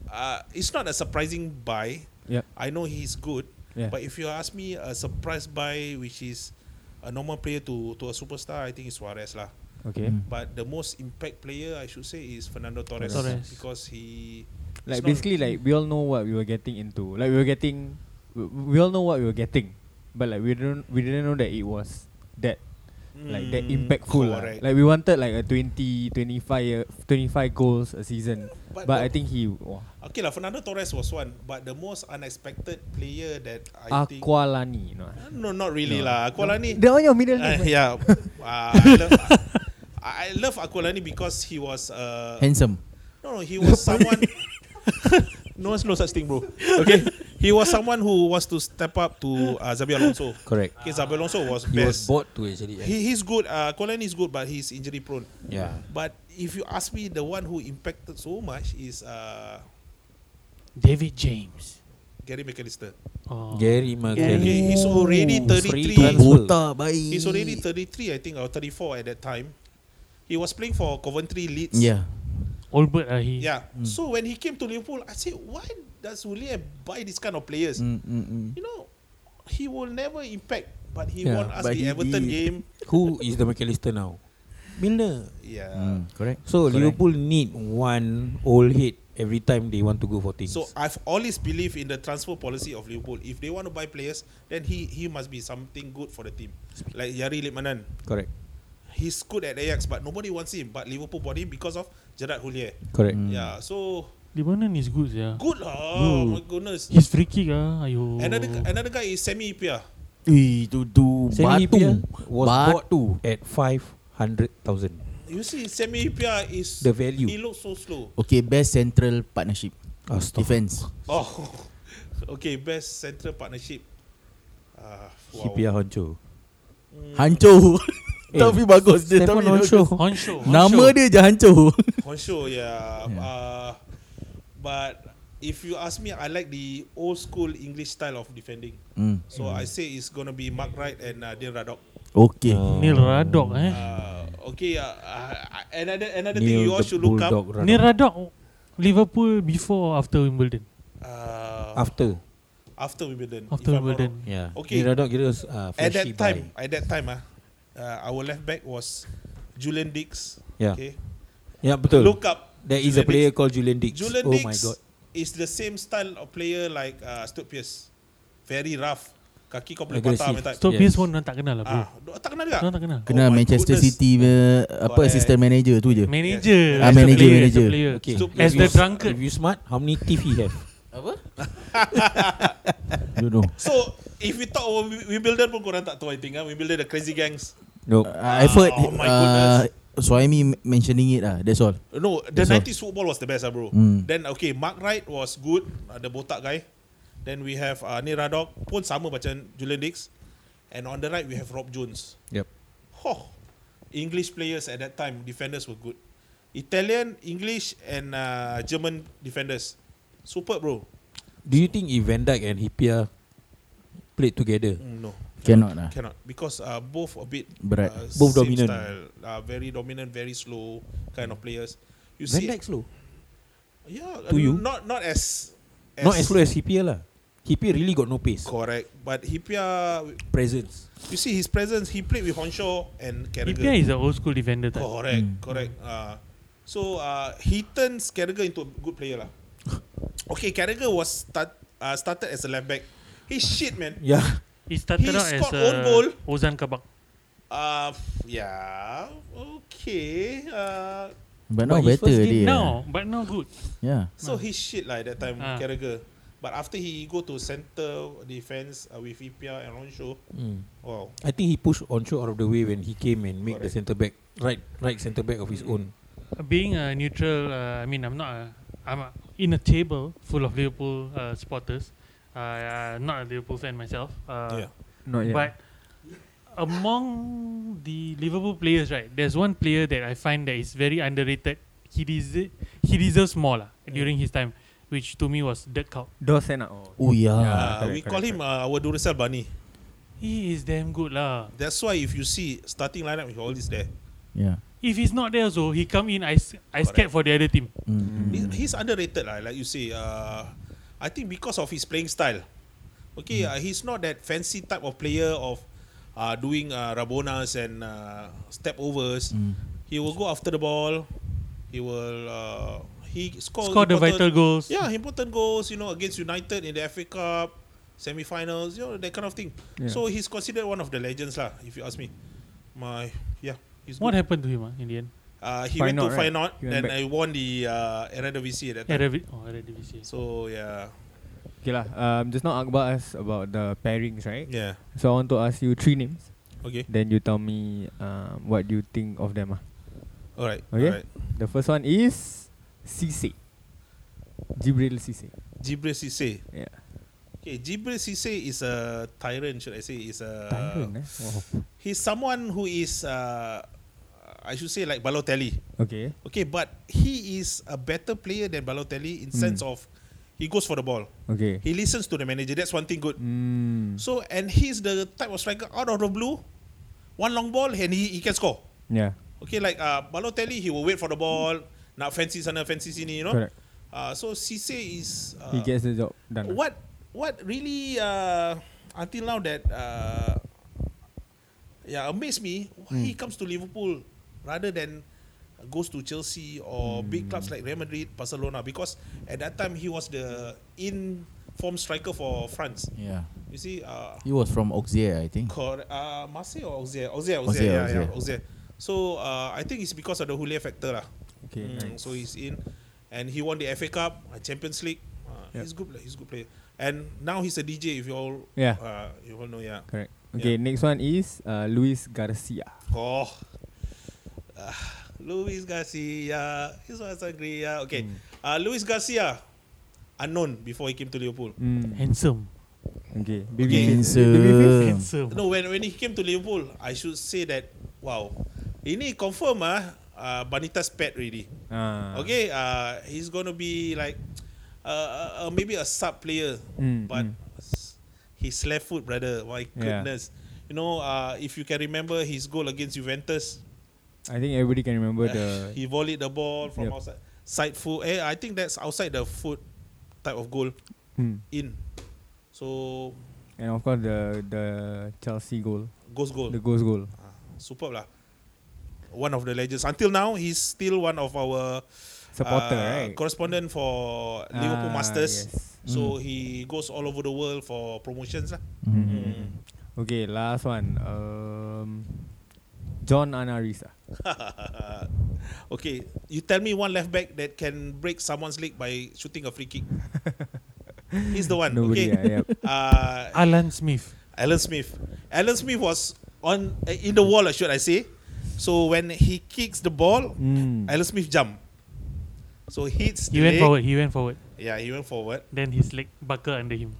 S5: Uh, it's not a surprising buy.
S6: Yeah.
S5: I know he's good,
S6: Yeah.
S5: but if you ask me a surprise buy, which is a normal player to to a superstar, I think it's Suarez lah.
S6: Okay.
S5: But the most impact player I should say is Fernando Torres,
S4: Torres.
S5: because he
S6: Like
S5: it's not-
S6: basically, like we all know what we were getting into. Like we were getting, we, we all know what we were getting, but like we didn't, we didn't know that it was that like that
S5: Mm,
S6: impactful. lah.
S5: correct.
S6: Like we wanted like a 20, 25, year, 25 goals a season,
S5: But
S6: but,
S5: the-
S6: I think he. Wah,
S5: Okay lah, Fernando Torres was one, but the most unexpected player that I think
S6: Aqualani, Ah, no.
S5: no, not really lah. Aqualani,
S6: The one your middle
S5: uh,
S6: name.
S5: yeah, uh, I, love, I, I love Aqualani because he was uh,
S3: Handsome.
S5: no, no, he was someone. no, it's no such thing, bro. Okay, he was someone who was to step up to uh, Xabi Alonso.
S7: Correct.
S5: Okay, Xabi Alonso was
S7: He
S5: best.
S7: was bought to actually. eh. Ya.
S5: He, he's good. Uh, Aqualani is good, but he's injury prone.
S7: Yeah.
S5: But if you ask me, the one who impacted so much is uh,
S4: David James.
S5: Gary McAllister.
S4: Oh.
S7: Gary
S5: Okay,
S7: McKenna.
S5: he's already 33.
S7: free transfer.
S5: He's already 33, I think, or 34 at that time. He was playing for Coventry Leeds.
S3: Yeah.
S4: Albert ah, Ahi.
S5: Yeah.
S3: Mm.
S5: So when he came to Liverpool, I said, why does William buy this kind of players?
S3: Mm, mm, mm.
S5: You know, he will never impact, but he
S7: Yeah,
S5: won us
S3: but
S5: the
S3: he
S5: Everton
S3: did.
S5: game.
S7: Who is the McAllister now? Milner.
S5: Yeah.
S3: Mm, correct.
S7: So Liverpool need one old head every time they want to go for things.
S5: So I've always believed in the transfer policy of Liverpool. If they want to buy players, then he he must be something good for the team. Like Yari Litmanen.
S7: correct.
S5: he's good at Ajax, but nobody wants him. But Liverpool bought him because of Gerard Houllier.
S7: Correct.
S3: Mm.
S5: Yeah, so
S4: Lebanon is good, yeah.
S5: good lah. Oh
S4: Good.
S5: my goodness.
S4: His free kick, ah, ayo.
S5: Another gu- another guy is Semi Ipia.
S3: Eh, tu tu
S7: Sammy Hipia
S3: batu.
S7: was
S3: Batu.
S7: bought at 500,000.
S5: You see, Semi Ipia is
S7: The value.
S5: He looks so slow.
S3: Okay, best central partnership.
S7: Ah, stop.
S3: Defense.
S5: Oh, okay. Best central partnership. Ah, wow.
S7: Hipia Honcho.
S3: Eh. Hancur.
S5: Eh,
S3: Tapi bagus dia
S7: Stefan
S3: tapi bagus.
S7: Honcho.
S4: On show. on
S3: Nama
S4: show.
S3: dia je hancur.
S5: Honshu, yeah. Uh, but if you ask me, I like the old school English style of defending.
S3: Hmm.
S5: So
S7: Mm.
S5: I say it's gonna be Mark Wright and uh, Dean Radok.
S3: Okay.
S5: Oh,
S4: Neil Radok, eh.
S5: Uh, okay, uh, uh, another another thing you
S7: Neil
S5: all
S7: the
S5: should look
S7: Bulldog
S5: up.
S7: Radok.
S4: Neil Radok, Liverpool before or after Wimbledon?
S5: Uh,
S7: After.
S5: after Wimbledon. if
S4: After
S5: I'm not
S4: Wimbledon.
S5: wrong.
S7: Yeah.
S5: Okay.
S7: Neil Radok kira uh,
S5: At
S7: flashy
S5: that time,
S7: Guy.
S5: at that time, ah, uh, our left back was Julian Dix.
S7: Yeah.
S5: Okay.
S7: Ya yeah, betul.
S5: Look up.
S7: There is a
S5: Julian
S7: player
S5: Dix.
S7: called Julian Dix.
S5: Julian
S7: oh
S5: Dix
S7: my god.
S5: is the same style of player like uh, Stuart Pearce. Very rough. Kaki kau boleh patah
S7: Aggressive.
S5: macam type.
S4: So
S7: Yes.
S4: yes. PS1 orang tak kenal lah bro.
S5: Ah, do- tak kenal juga. Oh
S4: Orang tak kenal.
S3: Kena
S5: my
S3: Manchester
S5: goodness.
S3: City punya apa
S5: Correct.
S3: assistant manager tu je.
S4: Manager.
S3: Ah,
S4: as a
S3: manager,
S4: player,
S3: manager.
S4: As a player.
S7: Okay.
S5: So,
S7: if
S4: as
S7: you
S4: the
S7: s-
S4: drunkard.
S7: If you smart, how many teeth he have?
S3: Don't know.
S5: So, if we talk about Wim- Wimbledon pun korang tak tahu I think ah. Wimbledon the crazy gangs.
S7: No.
S3: Uh, I've heard
S5: Oh my
S3: uh, Suhaimi mentioning it lah. That's all.
S5: No, the
S3: That's all.
S5: 90s football was the best ah bro.
S3: Hmm.
S5: Then okay, Mark Wright was good, uh, the botak guy. Then we have uh, Neil Radok pun sama macam Julian Dix. And on the right we have Rob Jones.
S7: Yep.
S5: Oh, English players at that time, defenders were good. Italian, English, and uh, German defenders. Super, bro.
S7: Do you think if Van Dijk and Hipia played together,
S5: Mm, no,
S3: Cannot lah.
S5: cannot because uh, both a bit
S3: Berat.
S5: uh,
S7: Both
S5: same
S7: dominant.
S5: style, uh, very dominant, very slow kind of players. You
S7: Van
S5: see,
S7: Dijk slow?
S5: yeah,
S7: to you?
S5: not not as,
S7: Not as slow as Hipia lah. Hipia really got no pace.
S5: correct, but Hipia,
S7: Presence.
S5: you see his presence. He played with Honshaw and Carragher.
S4: Ipia is Hmm. an old school defender type.
S5: Correct, correct. Uh, so uh, he turns Carragher into a good player lah. Okay, Carragher was start, uh, started as a left back. He's shit, man.
S7: Yeah.
S4: He started
S5: He
S4: out as
S5: scored
S4: a
S5: own goal.
S4: Ozan Kabak.
S5: Uh, yeah, okay. Uh,
S3: But
S7: But
S3: now
S7: his
S3: better
S7: first
S3: dia.
S7: game
S4: Now, but now good.
S3: Yeah.
S5: so he's shit lah at that time,
S4: Hmm. Ah.
S5: Carragher. But after he go to centre defence uh, with Ipia and Roncho,
S7: Mm.
S5: wow.
S7: I think he pushed Oncho out of the way when he came and make the centre back right right centre back of his own.
S4: Being a neutral, uh, I mean, I'm not. A, I'm a, in a table full of Liverpool uh, supporters. Uh, uh, not a Liverpool fan myself. Uh,
S5: yeah.
S6: Not yet.
S4: But among the Liverpool players, right, there's one player that I find that is very underrated. He deserves he deserves more lah during his time, which to me was Dirk Cow.
S6: Dos and oh.
S3: Oh
S4: Ah,
S3: yeah.
S5: Uh, we call him uh, our Duracell Bunny.
S4: He is damn good lah.
S5: That's why if you see starting lineup, he always there.
S3: Yeah.
S4: If he's not there, so he come in. I, s- I scared for the other team. Hmm.
S3: Mm.
S5: He- He's underrated lah, like you say. Uh, I think because of his playing style. Okay,
S4: Hmm.
S5: uh, he's not that fancy type of player of uh, doing uh, rabonas and uh, step overs.
S4: Hmm.
S5: He will go after the ball. He will uh, he score
S4: Score the vital
S5: important-
S4: goals.
S5: Yeah, important goals. You know, against United in the FA Cup semi-finals. You know that kind of thing. So he's considered one of the legends lah, if you ask me. My yeah, he's
S4: What
S5: good.
S4: happened to him ah in the end?
S5: Uh, he went
S6: Feyenoord,
S5: to
S6: right?
S5: Feyenoord
S6: He went
S5: and
S6: back.
S5: I won the uh, Eredivisie at that time.
S4: Eredivi- oh, Eredivisie.
S5: So yeah,
S6: Okay lah. Um, just now Akbar asked about the pairings, right?
S5: yeah,
S6: So I want to ask you three names.
S5: okay,
S6: Then you tell me um, what you think of them. Ah.
S5: all right,
S6: Okay.
S5: all right.
S6: The first one is Cisse. Jibril Cisse.
S5: Jibril Cisse.
S6: Yeah.
S5: Okay, Jibril Cisse is a tyrant. Should I say is a
S6: Tyrant, eh? Wow.
S5: He's someone who is uh, I should say like Balotelli.
S6: Okay.
S5: Okay, but he is a better player than Balotelli in sense of he goes for the ball.
S6: Hmm. Okay.
S5: He listens to the manager. That's one thing good.
S6: Mm.
S5: So and he's the type of striker out of the blue, one long ball and he, he can score.
S6: Yeah.
S5: Okay, like uh, Balotelli, he will wait for the ball. Nak fancy sana, fancy sini, you know.
S6: Correct.
S5: Uh, so Cisse is uh,
S6: he gets the job done. ah.
S5: what what really uh, until now that uh, yeah amazed me why he
S6: Hmm.
S5: comes to Liverpool rather than goes to Chelsea or
S6: Hmm.
S5: big clubs like Real Madrid, Barcelona because at that time he was the in form striker for France.
S3: Yeah.
S5: You see, uh,
S3: He was from Auxerre, I think.
S5: Cor- uh, Marseille or Auxerre? Auxerre, Auxerre,
S3: Auxerre,
S5: yeah, yeah,
S3: Auxerre.
S5: Auxerre. So uh, I think it's because of the Hulia factor lah.
S10: Okay, nice.
S5: Mm, So he's in, and he won the FA Cup, uh, Champions League. Uh,
S10: Yep.
S5: He's good. pla- He's good player. And now he's a DJ. If you all,
S6: Yeah.
S5: uh, you all know, yeah.
S6: Correct. Okay, next one is uh, Luis Garcia.
S5: Oh, uh, Luis Garcia. This was a great. yeah. Okay, uh, Luis Garcia, unknown before he came to Liverpool.
S4: Handsome.
S6: Okay,
S5: Okay.
S6: baby.
S3: Handsome.
S4: Handsome.
S5: No, when when he came to Liverpool, I should say that wow, ini confirm ah, uh, Banita's pet really.
S6: Ah.
S5: Okay, uh, he's gonna be like uh, uh, maybe a sub player,
S6: Mm,
S5: but
S6: mm.
S5: s- his left foot, brother. My
S6: Yeah.
S5: goodness, you know, uh, if you can remember his goal against Juventus,
S6: I think everybody can remember the
S5: Uh, he volleyed the ball from
S6: Yep.
S5: outside side foot. Eh, I think that's outside the foot type of goal
S6: Mm.
S5: in. So
S6: and of course the the Chelsea goal,
S5: goes goal.
S6: the goals goal.
S5: Superb lah. One of the legends. Until now, he's still one of our
S6: Supporter,
S5: uh,
S6: right?
S5: correspondent for Liverpool
S6: Ah,
S5: Masters.
S6: yes. Hmm.
S5: So he goes all over the world for promotions lah. Mm.
S6: Mm-hmm.
S3: Mm-hmm.
S6: Okay, last one. Um, John Anarisa.
S5: lah. okay, you tell me one left back that can break someone's leg by shooting a free kick. He's the one.
S6: Nobody.
S5: okay.
S6: Yeah, yep.
S5: Uh,
S4: Alan Smith.
S5: Alan Smith. Alan Smith was on uh, in the wall, should I say? So when he kicks the ball,
S6: Mm.
S5: Alan Smith jump. So hits.
S4: He
S5: the
S4: went
S5: leg.
S4: forward. He went forward.
S5: Yeah, he went forward.
S4: Then his leg buckle under him.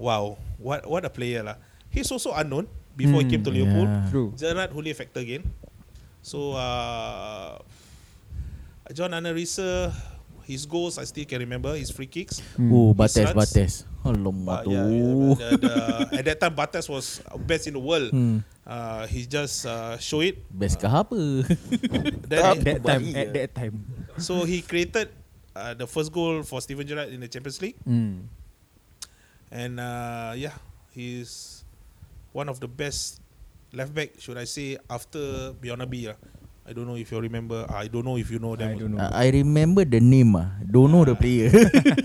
S5: Wow, what what a player lah. He's also unknown before he came to Liverpool.
S3: Hmm, Yeah.
S6: True.
S5: Gerard Houllier factor again. So uh, John Anarisa, his goals I still can remember. His free kicks.
S3: Oh, Bates,
S5: Besides-
S3: Bates.
S5: But
S3: Alamak tu.
S5: Hmm. Ah, yeah, yeah, uh, the, the, at that time Batas was best in the world.
S3: Hmm.
S5: Uh, he just uh, show it.
S3: Best ke apa?
S5: Then
S6: That time,
S10: Bahia.
S6: at that time.
S5: So he created uh, the first goal for Steven Gerrard in the Champions League,
S6: Mm.
S5: and uh, yeah, he's one of the best left back, should I say, after Bionabi. Uh. I don't know if you remember. ah, I don't know if you know
S6: I
S5: them.
S6: don't know.
S3: Uh, I remember the name ah. Don't know the player.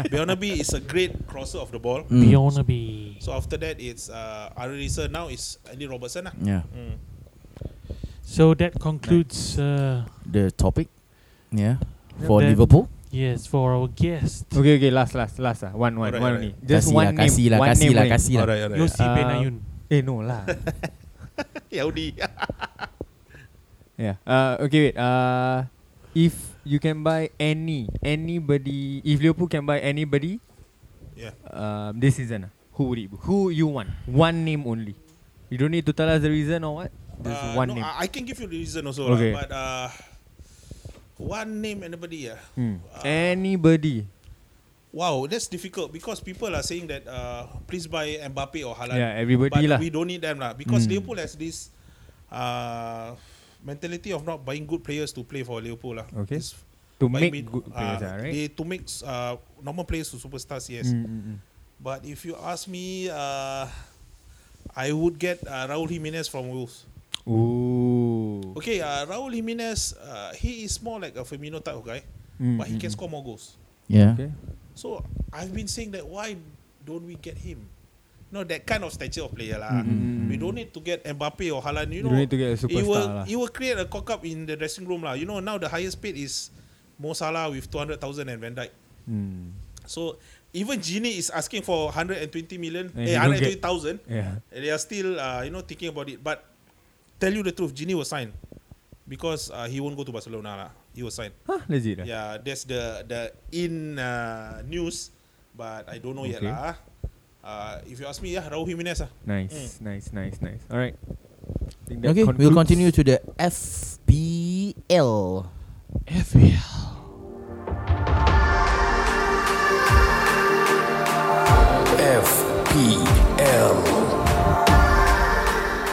S5: Bionabi is a great crosser of the ball.
S3: Mm.
S4: Bionabi.
S5: So after that, it's uh, Arisa. Now it's Andy Robertson. Uh.
S3: Yeah,
S5: Mm.
S4: So that concludes. Uh,
S3: the topic. Yeah, for
S4: Then-
S3: Liverpool.
S4: yes, for our guest.
S6: Okay, okay, last, last, last. Ah, one, one,
S5: Alright,
S6: one
S5: alright.
S6: only. Just
S3: kasih
S6: one
S3: lah,
S6: name.
S3: kasih lah,
S6: one
S3: kasih
S6: name
S3: lah,
S6: only.
S3: kasih lah.
S5: Alright, alright.
S4: Yossi
S6: Uh,
S4: Benayoun.
S6: Eh, no lah.
S5: Yaudi.
S6: yeah. Uh, okay, wait. Uh, if you can buy any, anybody, if Liverpool can buy anybody,
S5: Yeah.
S6: Um, this season, ah, who would it be? Who you want? One name only. You don't need to tell us the reason or what. Just
S5: Uh,
S6: one
S5: no,
S6: name.
S5: I, I can give you the reason also. lah,
S6: Okay.
S5: but uh, one name anybody. ah. Yeah.
S6: Hmm. anybody.
S5: Wow, that's difficult because people are saying that uh, please buy Mbappe or Haaland.
S6: Yeah, everybody
S5: but
S6: lah.
S5: we don't need them lah because
S6: Mm.
S5: Liverpool has this uh, mentality of not buying good players to play for Liverpool lah.
S6: Okay.
S5: It's
S6: To
S5: buying
S6: make
S5: mid-
S6: good players,
S5: uh,
S6: ah, right?
S5: They to make uh, normal players to superstars, yes.
S6: Mm, mm, mm.
S5: But if you ask me, uh, I would get uh, Raul Jimenez from Wolves.
S6: Ooh.
S5: Okay, uh, Raul Jimenez, uh, he is more like a Firmino type of guy,
S6: Mm,
S5: but
S6: mm,
S5: he can
S6: mm.
S5: score more goals.
S3: Yeah.
S6: Okay.
S5: So I've been saying that why don't we get him? No, that kind of stature of player lah.
S6: Mm.
S5: We don't need to get Mbappe or Haaland. You,
S6: You
S5: know,
S6: don't need to get a
S5: it will
S6: superstar lah.
S5: it will create a cock up in the dressing room lah. You know now the highest paid is Mo Salah with two hundred thousand and Van Dijk.
S6: Mm.
S5: So even Genie is asking for hundred and twenty million,
S6: And
S5: eh,
S6: you
S5: hundred
S6: don't get-
S5: twenty thousand.
S6: Yeah.
S5: And They are still uh, you know thinking about it. But tell you the truth, Genie was signed because uh, he won't go to Barcelona lah. He was signed.
S6: Huh, legit ah? lah.
S5: Yeah, that's the the in uh, news, but I don't know yet
S6: Okay.
S5: lah. ah. Uh, if you ask me, yeah, Raul Jimenez ah.
S6: Nice, nice, nice, nice. All right. Think that
S3: Okay, we'll
S6: concludes-
S3: continue to the FPL.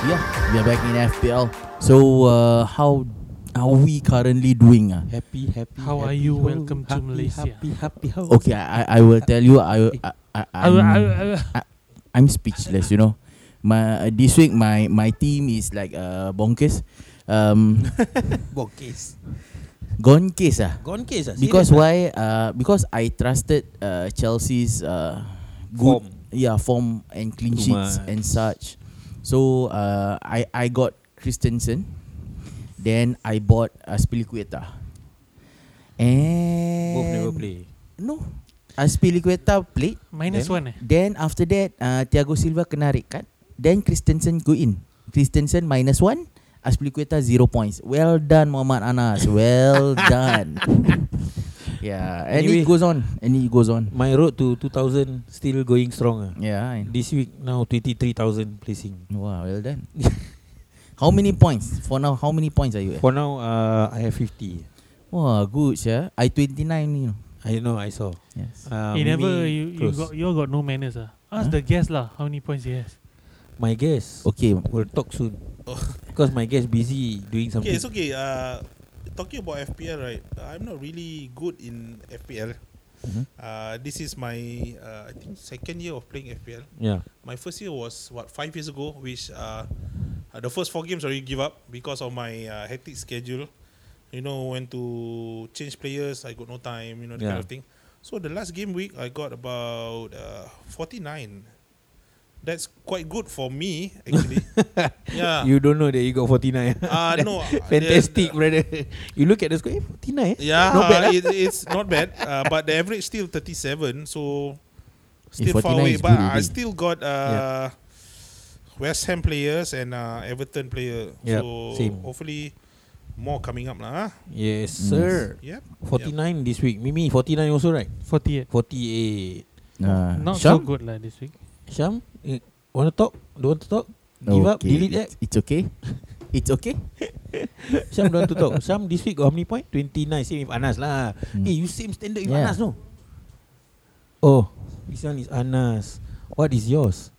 S3: Yeah, we are back in FPL. So, uh, how are we currently doing? ah?
S7: Happy, happy.
S4: How are
S7: happy
S4: you?
S7: ho,
S4: Welcome to
S7: happy,
S4: Malaysia.
S7: Happy, happy. How?
S3: Okay, I, I- I will tell you. I, I, I,
S4: I, will- I, will- I,
S3: I'm,
S4: will-
S3: I'm speechless. You know, my uh, this week my my team is like uh, bonkers. Um,
S7: Bonkes.
S3: gone case ah.
S7: Gone case ah.
S3: Because why?
S7: serious ah.
S3: Uh, because I trusted uh, Chelsea's uh, good
S7: Form.
S3: yeah form and clean
S7: Too
S3: sheets
S7: much.
S3: and such. So uh, I I got Christensen Then I bought Aspilicueta. And
S7: Both never play.
S3: No. Aspilicueta played.
S4: Minus
S3: then,
S4: one eh.
S3: Then after that, uh, Thiago Silva kena red card. Then Christensen go in. Christensen minus one. Aspilicueta zero points. Well done, Muhammad Anas. Well done. yeah, and
S7: Anyway.
S3: it goes on. And it goes on.
S7: My road to 2000 still going strong. ah.
S3: Yeah. I know.
S7: This week now 23,000 placing.
S3: Wow, well done. how many points? For now, how many points are you at?
S7: For now, uh, I have 50.
S3: Wow, good, yeah. I 29 you know.
S7: I know, I saw.
S3: Yes.
S7: Uh,
S4: he never
S7: Mimi
S4: you, you
S7: close.
S4: got you all got no manners ah. Ask
S3: Huh?
S4: the guest lah how many points he has.
S7: My guest.
S3: Okay.
S7: We'll talk soon. Because my guest busy doing something.
S5: Okay, it's okay. Uh, talking about FPL, right? uh, I'm not really good in FPL.
S3: Mhm.
S5: Uh, this is my uh, I think second year of playing FPL.
S7: Yeah.
S5: My first year was what five years ago, which uh, uh, the first four games I already give up because of my uh, hectic schedule. You know, when to change players, I got no time. You know, that kind
S7: Yeah.
S5: of thing. So the last game week, I got about uh, 49. That's quite good for me, actually. yeah.
S7: You don't know that you got 49.
S5: Uh, no. uh, the-
S7: Fantastic, brother. You look at the score, eh, 49. eh?
S5: Yeah,
S7: Not bad, ah.
S5: it, it's not bad. Uh, but the average still 37, so still far
S3: 49
S5: away.
S3: is
S5: But
S3: good
S5: I
S3: already.
S5: still got uh, West Ham players and uh, Everton player.
S7: Yep,
S5: so
S7: same.
S5: hopefully more coming up lah. ah.
S7: Yes,
S3: Mm.
S7: sir.
S5: Yep.
S7: 49 this week. Mimi, 49 also, right?
S4: 48.
S7: 48.
S3: Uh,
S4: Not so
S3: Syam?
S4: good lah this week.
S7: Syam, eh, want to talk? Don't want to talk? Give up?
S3: Okay,
S7: Delete eh? that?
S3: it's- It's okay. It's okay.
S7: Syam don't want to talk. Syam this week got how many point? 29. Same with Anas lah.
S3: Mm.
S7: Mm. Eh, you same standard with
S3: Yeah.
S7: Anas, no? Oh, this one is Anas. What is yours?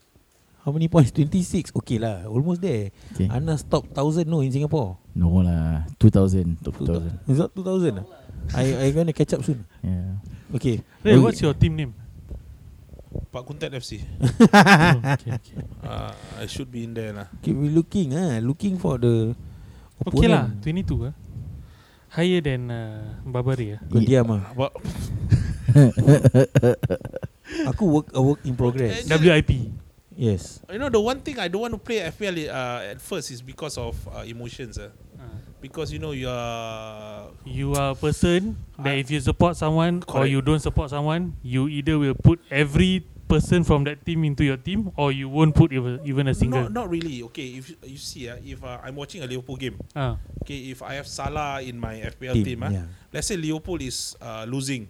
S7: How many points? 26. Okay lah, almost there.
S3: Okay.
S7: Anas top 1000 no in Singapore.
S3: No lah. 2000. Top 2000.
S7: 2000. Is that 2000? ah? I I going to catch up soon.
S3: Yeah.
S7: Okay.
S4: Ray,
S3: Oh,
S4: what's your team name?
S5: Pak Kuntet FC.
S4: oh, okay, okay.
S5: Uh, I should be in there lah.
S7: Keep looking ah, looking for the opponent.
S4: Okay lah, 22 ah. Higher than uh, Barbary ah.
S7: Kau
S3: Yeah.
S7: diam ah.
S5: Uh, But
S7: Aku work a work in progress.
S4: WIP.
S7: Yes.
S5: you know the one thing I don't want to play FPL uh, at first is because of uh, emotions. ah.
S4: Ah.
S5: Because you know you are
S4: You are a person that
S5: I-
S4: if you support someone or
S5: Correct.
S4: you don't support someone, you either will put every person from that team into your team or you won't put even, even a single.
S5: not not really okay. If you see ah, if uh, I'm watching a Liverpool game,
S4: Ah,
S5: Okay, if I have Salah in my FPL team, ah,
S7: Yeah.
S5: let's say Liverpool is uh, losing,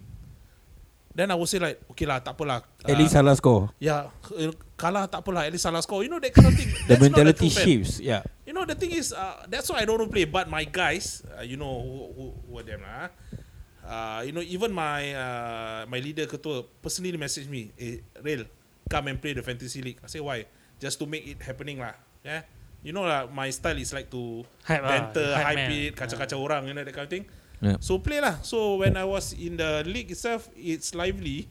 S5: then I would say like, okay lah, tak apalah.
S7: At least salah score.
S5: yeah, eh, kalah tak apalah, at least Salah score. You know that kind of thing.
S7: The
S5: That's not
S7: mentality
S5: true fan.
S7: shifts. Yeah.
S5: You know the thing is, uh, that's why I don't want to play. But my guys, uh, you know who who, who are them lah. ah. Uh, you know even my uh, my leader ketua personally message me, eh, Rail, come and play the fantasy league. I say why? Just to make it happening lah. Yeah. You know lah, my style is like to
S4: hype ah,
S5: banter,
S4: hype
S5: hype
S4: man.
S5: it, kacau-kacau orang, you know, that kind of thing.
S7: Yeah.
S5: So play lah. So when I was in the league itself, it's lively.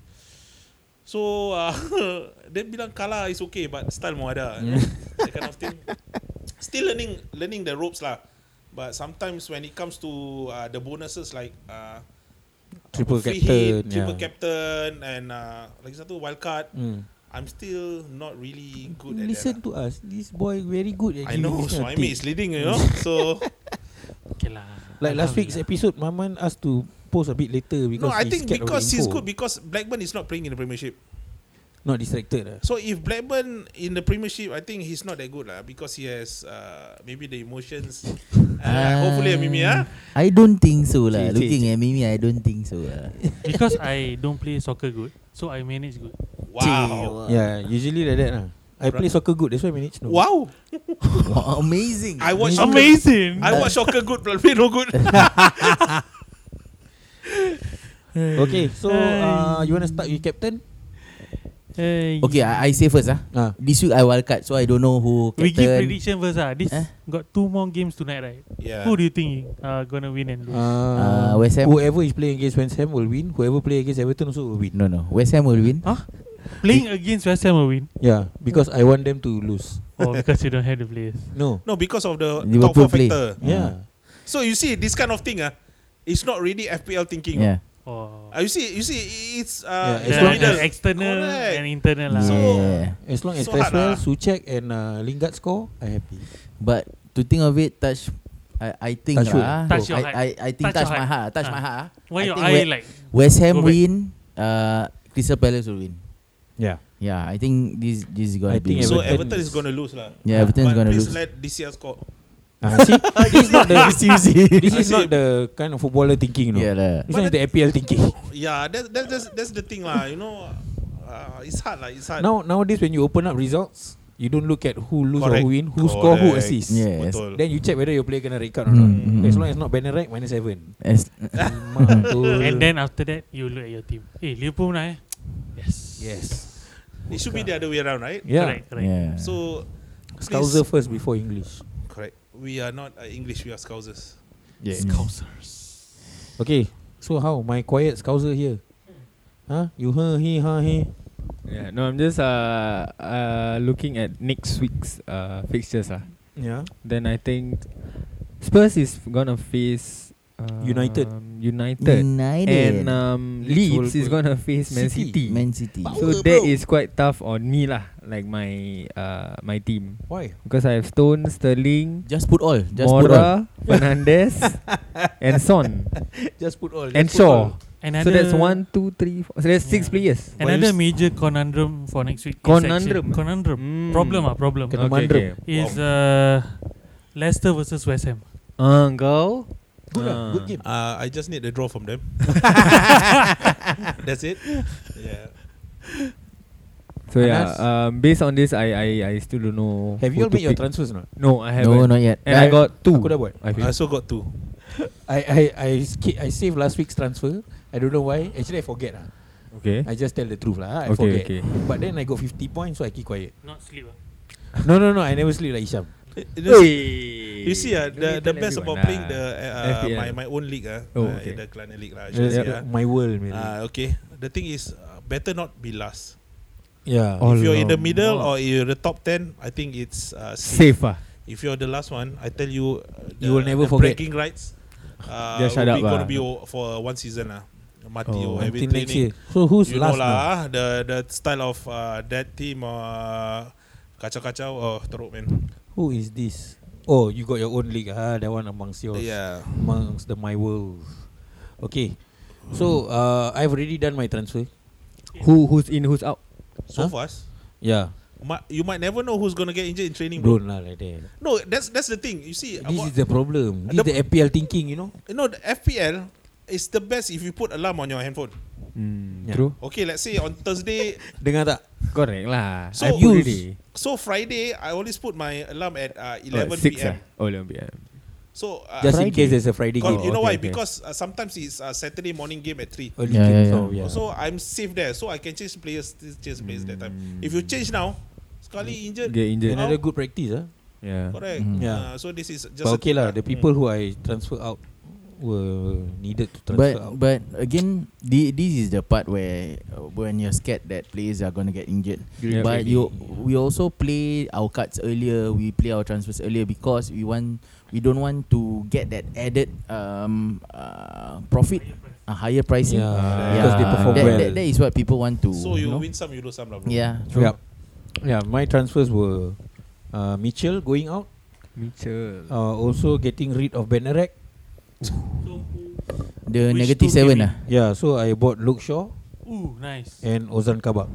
S5: So uh, dia bilang kalah is okay but style mau ada. you know, that kind of thing. Still learning learning the ropes lah. But sometimes when it comes to uh, the bonuses like uh,
S7: Triple
S5: free
S7: captain,
S5: hit, triple
S7: yeah.
S5: captain and uh, lagi satu wild card,
S7: Mm.
S5: I'm still not really good at
S7: Listen
S5: that.
S7: to us. This boy very good at
S5: lah. I
S7: giving
S5: know,
S7: this
S5: so
S7: kind
S5: I
S7: of
S5: mean
S7: thing.
S5: it's leading, you know. So
S4: Okay lah.
S7: Like last week's
S4: Alhamdulillah.
S7: episode, Maman asked to post a bit later because
S5: no, I
S7: he's
S5: think
S7: scared of
S5: because
S7: the
S5: he's
S7: info.
S5: good because Blackburn is not playing in the Premiership.
S7: Not distracted. ah.
S5: So if Blackburn in the Premiership, I think he's not that good lah because he has uh, maybe the emotions. uh, hopefully, Mimi ah.
S3: I don't think so lah.
S7: Cik, cik,
S3: Looking at Mimi, I don't think so lah.
S4: Because I don't play soccer good, so I manage good.
S5: Wow,
S7: Yeah, usually like that lah. I play soccer good. That's why I manage. No.
S5: wow!
S3: Wow, amazing.
S5: I watch soccer-
S4: Amazing.
S5: I watch soccer good, but play no good.
S7: Okay, so uh, you want to start with captain?
S4: Hey.
S3: Okay, I, I say first ah.
S7: Ah.
S3: This week I wildcard, so I don't know who
S4: We give
S3: captain.
S4: prediction first ah. This
S3: Eh?
S4: got two more games tonight, right?
S5: yeah.
S4: Who do you think uh, gonna win and lose?
S7: Uh,
S3: West Ham.
S7: Whoever is playing against West Ham will win. Whoever play against Everton also will win.
S3: No, no. West Ham will win.
S4: Huh? Playing against West Ham will win,
S7: Yeah, because I want them to lose.
S4: or because you don't have the players?
S7: No.
S5: No, because of the top
S3: Liverpool
S5: four
S3: play.
S5: factor.
S7: Yeah.
S5: So you see, this kind of thing ah, it's not really FPL thinking.
S3: Yeah.
S4: Or
S5: Ah, you see, you see, it's uh,
S7: Yeah,
S5: it's
S4: the
S7: long
S5: middle.
S7: as-
S4: Oh. external
S5: Correct.
S4: and internal lah.
S5: ah. So-
S3: Yeah.
S7: As long as
S5: So
S7: so Cresswell,
S5: hard lah.
S7: Suchek and uh, Lingard score, I happy.
S3: But to think of it, touch I, I think
S7: Touch wood.
S3: lah,
S4: Touch your
S3: I,
S4: heart.
S3: I, I think touch,
S4: Touch your
S3: my heart. Touch
S4: Ah.
S3: my heart. ah.
S4: Why
S3: I
S4: your
S3: think
S4: eye
S3: Wes-
S4: like
S3: West Ham
S4: go back.
S3: win, uh, Crystal Palace will win.
S7: Yeah.
S3: Yeah, I think this this is gonna
S7: I
S3: be.
S7: think
S5: So
S7: Everton
S5: Everton
S7: is-
S5: is going to lose lah.
S3: yeah, Everton is
S5: But
S3: gonna
S5: please
S3: lose.
S5: let this year score.
S7: Uh, see, this is not the this
S5: I
S7: is
S5: see.
S7: not the kind of footballer thinking, you know.
S3: yeah, lah.
S7: This one is the APL thinking.
S5: Yeah, that's that's that's, that's the thing lah. You know, uh, it's hard lah. It's hard.
S7: Now nowadays when you open up results, you don't look at who lose
S5: Correct.
S7: or who win, who score, who
S5: Correct.
S7: assist.
S3: Yes.
S5: betul.
S7: Then you check whether your player kena red card or
S3: Mm,
S7: not.
S3: mm,
S7: As
S3: mm.
S7: long as not banner rack minus seven.
S3: As-
S4: And
S7: and
S4: then after that, you look at your team. Eh, Liverpool lah eh. Yes.
S7: yes,
S5: It should be the other way around, right?
S7: yeah,
S4: Correct, correct.
S3: yeah.
S5: So, please-
S7: Scouser first before English.
S5: Correct. We are not uh, English. We are Scousers.
S7: Yeah.
S3: Mm.
S4: Scousers.
S7: Okay, so how my quiet Scouser here? Huh? You huh he huh he?
S9: Yeah, no, I'm just uh, uh, looking at next week's uh, fixtures. Uh.
S6: ah.
S7: Yeah.
S9: Then I think Spurs is gonna face um,
S7: United.
S9: United.
S3: United,
S9: And um,
S7: Leeds
S9: Leeds
S7: will
S9: is
S7: go-
S9: gonna face Man
S7: City.
S9: City.
S3: Man City.
S9: So that is quite tough on me lah, like my uh, my team
S7: Why?
S9: because I have Stone, Sterling,
S3: Just put all. Just put all.
S9: Mora, Fernandez, and Son
S7: Just put all. Just
S9: and
S7: put
S9: Shaw.
S7: all.
S9: So
S4: Another,
S9: that's one, two, three, four. So that's six
S4: Yeah.
S9: players.
S4: Another major conundrum for next week. is
S9: Conundrum?
S4: actually- Conundrum.
S9: Mm.
S4: Problem ah problem.
S7: Kena mandrum.
S4: Is uh, Leicester versus West Ham.
S9: Ah, kau.
S7: Good lah.
S9: Ah.
S7: Good game.
S5: Uh, I just need a draw from them. That's it. Yeah.
S9: So yeah,
S7: Anas?
S9: um, based on this, I I I still don't know.
S7: Have
S9: who
S7: you all
S9: to
S7: made your
S9: pick.
S7: transfers or not?
S9: No, I haven't.
S3: No, not yet.
S9: And I, got two.
S7: Aku dah buat.
S9: I
S5: I
S9: think.
S5: also got two.
S7: I I I skip, I save last week's transfer. I don't know why. Actually, I forget lah.
S9: Okay.
S7: I just tell the truth lah.
S9: Okay,
S7: I forget.
S9: okay.
S7: But then I got 50 points, so I keep quiet.
S4: Not sleep ah.
S7: No, no, no. I never sleep like Isham.
S5: You see, uh, the the best about
S7: lah.
S5: playing
S9: ah.
S5: the uh,
S9: FPL.
S5: my my own league, uh,
S9: Oh,
S5: uh,
S9: okay.
S5: the Kelana league lah.
S7: Just
S5: Yeah.
S7: My world, man.
S5: Uh, okay. The thing is, uh, better not be last.
S7: yeah.
S9: Oh,
S5: if you're in the
S9: Alamak.
S5: middle or you're the top ten, I think it's uh, safe.
S9: safe ah.
S5: If you're the last one, I tell you, uh, the,
S7: You will never
S5: the
S7: forget.
S5: Breaking rights. Uh,
S9: Just shut
S5: will be
S9: up
S5: gonna
S9: lah.
S5: be o- for one season lah. Mati oh, every
S7: ah. Until next
S5: training.
S7: year. So who's
S5: You know
S7: last now?
S5: lah, ah, the the style of uh, that team uh, kacau-kacau. Oh, teruk man.
S7: Who is this? Oh, you got your own league. Ah, that one amongst yours.
S5: Yeah.
S7: Amongst the my world. Okay. So uh, I've already done my transfer.
S9: Who who's in who's out?
S5: So
S7: Huh?
S5: fast.
S7: Yeah.
S5: Mi- you might never know who's gonna get injured in training, bro.
S7: Don't lah like that.
S5: No, that's that's the thing. You see,
S7: This
S5: about-
S7: is the problem. This
S5: The-
S7: is the APL thinking, you know.
S5: you know the FPL is the best if you put alarm on your handphone.
S6: Hmm,
S9: Mm,
S7: Yeah.
S9: True.
S5: Okay, let's say on Thursday.
S7: Dengar tak?
S9: Correct lah.
S5: So-
S9: I put
S7: Use.
S9: already.
S5: so Friday, I always put my alarm at uh, 11
S9: oh, six
S5: p.m.
S9: ah. Oh, 11 p.m.
S5: So uh,
S7: Just in case there's a Friday
S5: cause- you
S7: game.
S5: know
S9: okay,
S5: why?
S9: okay.
S5: Because uh, sometimes it's uh, Saturday morning game at three.
S7: Early
S3: Yeah,
S7: game,
S3: yeah,
S7: so,
S3: yeah.
S7: yeah.
S5: So I'm safe there. So I can change players, still change players that time. If you change now, sekali injured.
S9: Get injured.
S7: another good practice, ah.
S9: Yeah.
S5: Correct.
S3: Mhm.
S5: Uh,
S7: Yeah.
S5: so this is just a
S7: But okay
S5: tip
S7: lah, the people who I transfer out were needed to
S3: But
S7: transfer out.
S3: but again, the, this is the part where uh, when you're scared that players are gonna get injured.
S9: Yeah,
S3: but
S9: maybe.
S3: you we also play our cards earlier. We play our transfers earlier because we want we don't want to get that added um uh, profit, a higher pricing.
S7: Yeah, because they perform
S3: uh, that,
S7: well.
S3: that, that is what people want to.
S5: So you
S3: know?
S5: win some, you lose some lah, bro.
S3: Yeah.
S7: yeah. yeah, my transfers were uh, Mitchell going out,
S9: Mitchell.
S6: Ah,
S7: uh, also getting rid of Benarek.
S4: So,
S3: The
S4: Which
S3: negative
S4: two
S3: seven lah.
S4: can
S7: Yeah, so I bought Luke Shaw
S4: ooh, ooh, nice.
S7: and Ozan Kabak.